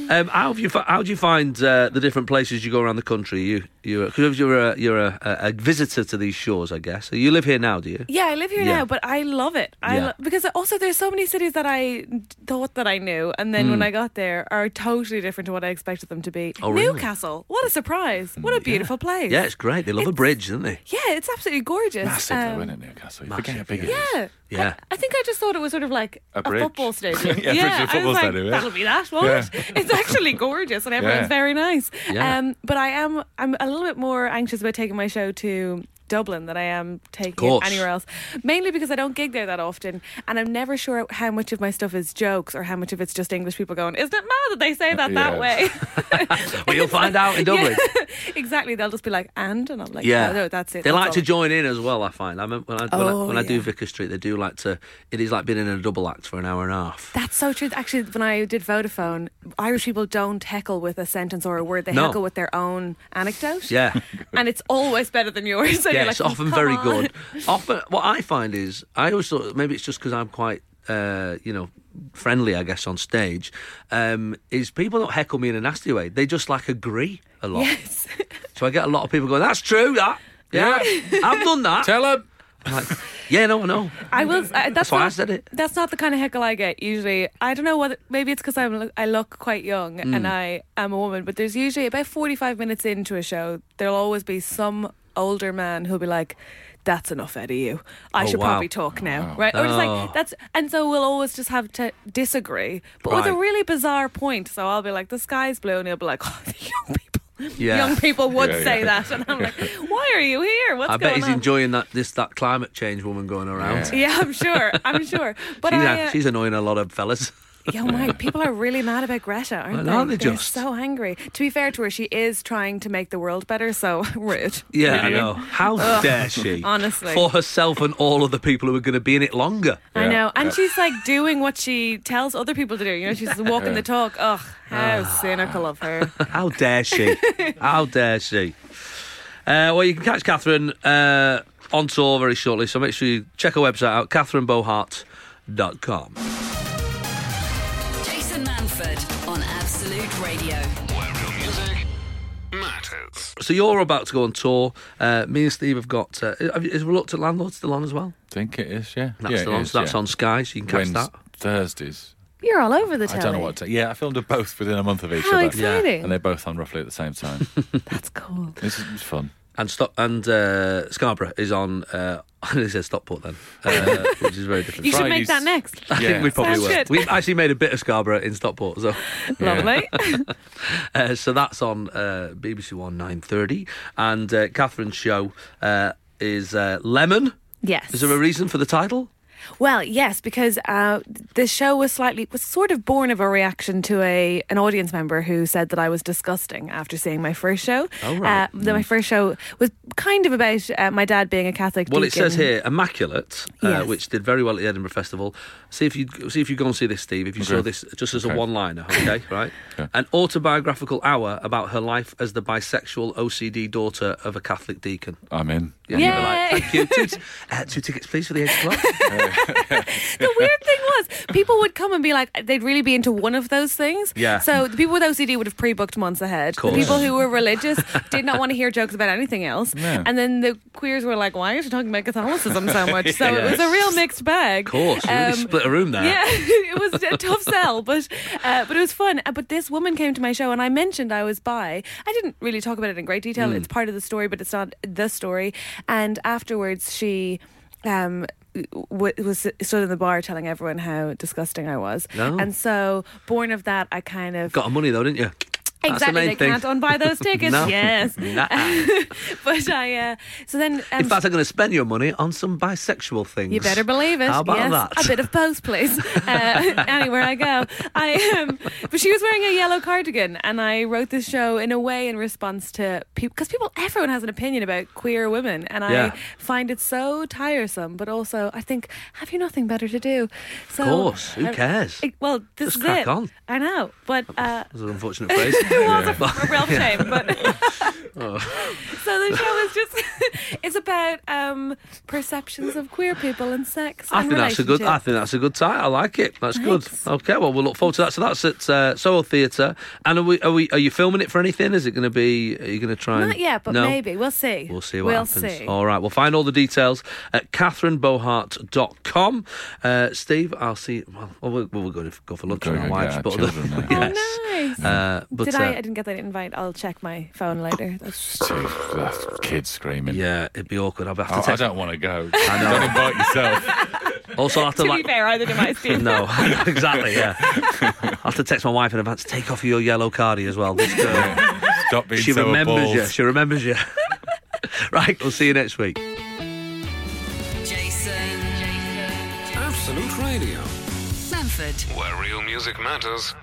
Speaker 3: Um, how have you fi- how do you find uh, the different places you go around the country? You you because you're a, you're a, a a visitor to these shores, I guess. You live here now, do you?
Speaker 5: Yeah, I live here
Speaker 3: Yeah.
Speaker 5: now, but I love it. I
Speaker 3: Yeah.
Speaker 5: lo- because also there's so many cities that I thought that I knew, and then when I got there, are totally different to what I expected them to be.
Speaker 3: Mm. Oh, really?
Speaker 5: Newcastle, what a surprise! What a beautiful place.
Speaker 3: Yeah, it's great. They love a bridge, don't they?
Speaker 5: Yeah, it's absolutely gorgeous.
Speaker 4: Massive,
Speaker 5: Um,
Speaker 4: though, isn't it, Newcastle? You forget how big it is.
Speaker 5: Yeah.
Speaker 3: Yeah.
Speaker 5: I, I think I just thought it was sort of like
Speaker 4: A
Speaker 5: a
Speaker 4: bridge.
Speaker 5: football stadium.
Speaker 4: Yeah, a bridge is a
Speaker 5: I
Speaker 4: football
Speaker 5: was like,
Speaker 4: stadium, yeah.
Speaker 5: That'll be that, won't it? It's actually gorgeous and everyone's
Speaker 4: Yeah.
Speaker 5: very nice.
Speaker 3: Yeah.
Speaker 5: Um, but I am I'm a little bit more anxious about taking my show to Dublin than I am taking it
Speaker 3: Course.
Speaker 5: anywhere else. Mainly because I don't gig there that often and I'm never sure how much of my stuff is jokes or how much of it's just English people going, Isn't it mad that they say that
Speaker 4: Yeah.
Speaker 5: that way?
Speaker 3: Well, you'll find out in Dublin.
Speaker 5: exactly. They'll just be like, and and I'm like,
Speaker 3: Yeah,
Speaker 5: yeah. no, that's it.
Speaker 3: They
Speaker 5: that's
Speaker 3: like to
Speaker 5: all."
Speaker 3: join in as well. I find. I remember when I, when, I,
Speaker 5: Oh,
Speaker 3: when I do
Speaker 5: yeah.
Speaker 3: Vicar Street, they do like to. It is like being in a double act for an hour and a half.
Speaker 5: That's so true. Actually, when I did Vodafone, Irish people don't heckle with a sentence or a word. They
Speaker 3: No.
Speaker 5: heckle with their own anecdote.
Speaker 3: Yeah.
Speaker 5: And it's always better than yours. And you're
Speaker 3: yeah,
Speaker 5: like, oh,
Speaker 3: it's often
Speaker 5: "Come
Speaker 3: very
Speaker 5: on."
Speaker 3: good. Often, what I find is, I always thought maybe it's just because I'm quite, uh, you know, friendly, I guess, on stage. Um, is people don't heckle me in a nasty way; they just like agree a lot.
Speaker 5: Yes.
Speaker 3: So I get a lot of people going, "That's true, that." Yeah, I've done that.
Speaker 4: Tell them.
Speaker 3: I'm like, yeah, no, no.
Speaker 5: I will. I, that's
Speaker 3: That's why I
Speaker 5: not,
Speaker 3: said it.
Speaker 5: That's not the kind of heckle I get usually. I don't know what. Maybe it's because I'm I look quite young
Speaker 3: Mm.
Speaker 5: and I am a woman. But there's usually about 45 minutes into a show, there'll always be some older man who'll be like. That's enough out of you. I
Speaker 3: Oh,
Speaker 5: should
Speaker 3: wow.
Speaker 5: probably talk now, right? Or just
Speaker 3: Oh.
Speaker 5: like that's, and so we'll always just have to disagree, but with a
Speaker 3: Right.
Speaker 5: really bizarre point. So I'll be like, "The sky's blue," and he'll be like, "Oh, the young people,
Speaker 3: Yeah.
Speaker 5: young people would
Speaker 4: Yeah,
Speaker 5: say
Speaker 4: yeah.
Speaker 5: that," and I'm like, "Why are you here? What's
Speaker 3: I
Speaker 5: going
Speaker 3: bet he's
Speaker 5: on?"
Speaker 3: enjoying that this that climate change woman going around.
Speaker 4: Yeah.
Speaker 5: yeah, I'm sure. I'm sure. But
Speaker 3: She's,
Speaker 5: I, uh,
Speaker 3: she's annoying a lot of fellas.
Speaker 5: Yo, my people are really mad about Greta, aren't
Speaker 3: Well,
Speaker 5: they?
Speaker 3: aren't they
Speaker 5: They're
Speaker 3: just?
Speaker 5: so angry. To be fair to her, she is trying to make the world better. So rude.
Speaker 3: Yeah, I
Speaker 4: Really?
Speaker 3: know. How dare she?
Speaker 5: honestly.
Speaker 3: For herself and all of the people who are going to be in it longer.
Speaker 5: I
Speaker 4: Yeah.
Speaker 5: know, and she's like doing what she tells other people to do. You know, she's walking the talk. Ugh, how cynical of her.
Speaker 3: How dare she? How dare she? Uh, well, you can catch Catherine uh, on tour very shortly, so make sure you check her website out, catherinebohart.com.
Speaker 2: Jason Manford on Absolute Radio.
Speaker 1: Where real music matters.
Speaker 3: So you're about to go on tour. Uh, me and Steve have got. Uh, have you- is Reluctant Landlord still on as well?
Speaker 4: Think it is, yeah.
Speaker 3: That's
Speaker 4: yeah,
Speaker 3: still
Speaker 4: it
Speaker 3: on.
Speaker 4: is,
Speaker 3: that's
Speaker 4: yeah.
Speaker 3: on Sky, so you can catch
Speaker 4: Wednes-
Speaker 3: that.
Speaker 4: Thursdays.
Speaker 5: You're all over the telly.
Speaker 4: I don't know what to Yeah, I filmed them both within a month of each
Speaker 5: How
Speaker 4: other.
Speaker 5: exciting!
Speaker 4: And they're both on roughly at the same time.
Speaker 5: That's cool.
Speaker 4: this is fun.
Speaker 3: And Sto- and uh, Scarborough is on. Uh, I nearly said Stockport then, uh, which is very different.
Speaker 5: You should
Speaker 4: Fridays.
Speaker 5: make that next.
Speaker 3: I
Speaker 4: Yeah.
Speaker 3: think we probably
Speaker 5: Sounds
Speaker 3: will.
Speaker 5: good.
Speaker 3: We've actually made a bit of Scarborough in Stockport, so
Speaker 5: Lovely.
Speaker 3: uh, so that's on uh, BBC One nine thirty, and uh, Catherine's show uh, is uh, Lemon.
Speaker 5: yes.
Speaker 3: Is there a reason for the title?
Speaker 5: Well, yes, because uh, the show was slightly was sort of born of a reaction to a an audience member who said that I was disgusting after seeing my first show.
Speaker 3: Oh, right.
Speaker 5: Uh, that my first show was kind of about uh, my dad being a Catholic.
Speaker 3: Well, it
Speaker 5: deacon.
Speaker 3: says here Immaculate, uh,
Speaker 5: Yes.
Speaker 3: which did very well at the Edinburgh Festival. See if you see if you go and see this, Steve. If you saw this just as a
Speaker 4: Okay.
Speaker 3: one-liner, okay, right? An autobiographical hour about her life as the bisexual OCD daughter of a Catholic deacon.
Speaker 4: I'm in.
Speaker 3: And you were
Speaker 5: Yay!
Speaker 3: like, Thank you. Two, t- uh, two tickets, please, for the eight o'clock.
Speaker 5: The weird thing was, people would come and be like, they'd really be into one of those things.
Speaker 3: Yeah.
Speaker 5: So the people with OCD would have pre-booked months ahead. The
Speaker 3: course.
Speaker 5: people who were religious did not want to hear jokes about anything else.
Speaker 4: No.
Speaker 5: And then the queers were like, why are you talking about Catholicism so much? So
Speaker 3: Yeah.
Speaker 5: it was a real mixed bag.
Speaker 3: Of course, you really
Speaker 5: Um,
Speaker 3: split a room there.
Speaker 5: Yeah, it was a tough sell, but uh, but it was fun. Uh, But this woman came to my show, and I mentioned I was bi. I didn't really talk about it in great detail.
Speaker 3: Mm.
Speaker 5: It's part of the story, but it's not the story. And afterwards, she. Um, w- was stood in the bar telling everyone how disgusting I was,
Speaker 3: No.
Speaker 5: and so born of that, I kind of
Speaker 3: Got her money though, didn't you? That's the
Speaker 5: exactly
Speaker 3: main
Speaker 5: they
Speaker 3: thing.
Speaker 5: can't unbuy those tickets.
Speaker 3: No.
Speaker 5: Yes,
Speaker 3: Nah.
Speaker 5: but I uh, so then um,
Speaker 3: In fact, I'm going to spend your money on some bisexual things.
Speaker 5: You better believe it.
Speaker 3: How about
Speaker 5: yes,
Speaker 3: that?
Speaker 5: A bit of post, please. Uh, anywhere I go, I um, but she was wearing a yellow cardigan, and I wrote this show in a way in response to people because people, everyone has an opinion about queer women, and
Speaker 3: Yeah.
Speaker 5: I find it so tiresome. But also, I think, have you nothing better to do? So,
Speaker 3: Of course, who
Speaker 5: I-
Speaker 3: cares?
Speaker 5: I- well, this
Speaker 3: Just
Speaker 5: is
Speaker 3: crack
Speaker 5: it.
Speaker 3: on.
Speaker 5: I know, but uh,
Speaker 3: That's an unfortunate phrase.
Speaker 5: it was
Speaker 3: Yeah. Oh.
Speaker 5: a, a real shame, but. So the show is just—it's about um, perceptions of queer people and sex.
Speaker 3: I
Speaker 5: and
Speaker 3: think that's a good. I
Speaker 5: relationships.
Speaker 3: think that's a good title. I like it. That's
Speaker 5: Thanks.
Speaker 3: good. Okay, well, we'll look forward to that. So that's at uh, Soho Theatre. And are we? Are we? Are you filming it for anything? Is it going to be? Are you going to try? and-
Speaker 5: Not yet, but
Speaker 3: No?
Speaker 5: maybe. We'll see.
Speaker 3: We'll see what
Speaker 5: we'll
Speaker 3: happens.
Speaker 5: See.
Speaker 3: All right. We'll find all the details at catherinebohart.com. Uh, Steve, I'll see. Well, we're, we're going to go for lunch with
Speaker 4: Going
Speaker 3: our
Speaker 4: to
Speaker 3: wives,
Speaker 4: get our
Speaker 3: but
Speaker 4: children now.
Speaker 3: yes.
Speaker 5: Oh, nice.
Speaker 3: Uh, but
Speaker 5: Did
Speaker 3: uh,
Speaker 5: I? I didn't get that invite. I'll check my phone later. That's-
Speaker 4: Two that's kids screaming.
Speaker 3: yeah, it'd be awkward. I'll have to
Speaker 4: Oh, I
Speaker 3: text.
Speaker 4: don't want to go. Don't invite yourself.
Speaker 3: Also, I have to,
Speaker 5: to be
Speaker 3: like-
Speaker 5: fair, either did my Steve.
Speaker 3: No, exactly. Yeah, I have to text my wife in advance. Take off your yellow cardie as well. This girl,
Speaker 4: Stop being
Speaker 3: she
Speaker 4: so
Speaker 3: remembers
Speaker 4: appalled.
Speaker 3: you. She remembers you. right, we'll see you next week.
Speaker 2: Jason. Jason.
Speaker 1: Absolute Radio,
Speaker 2: Manford.
Speaker 1: where real music matters.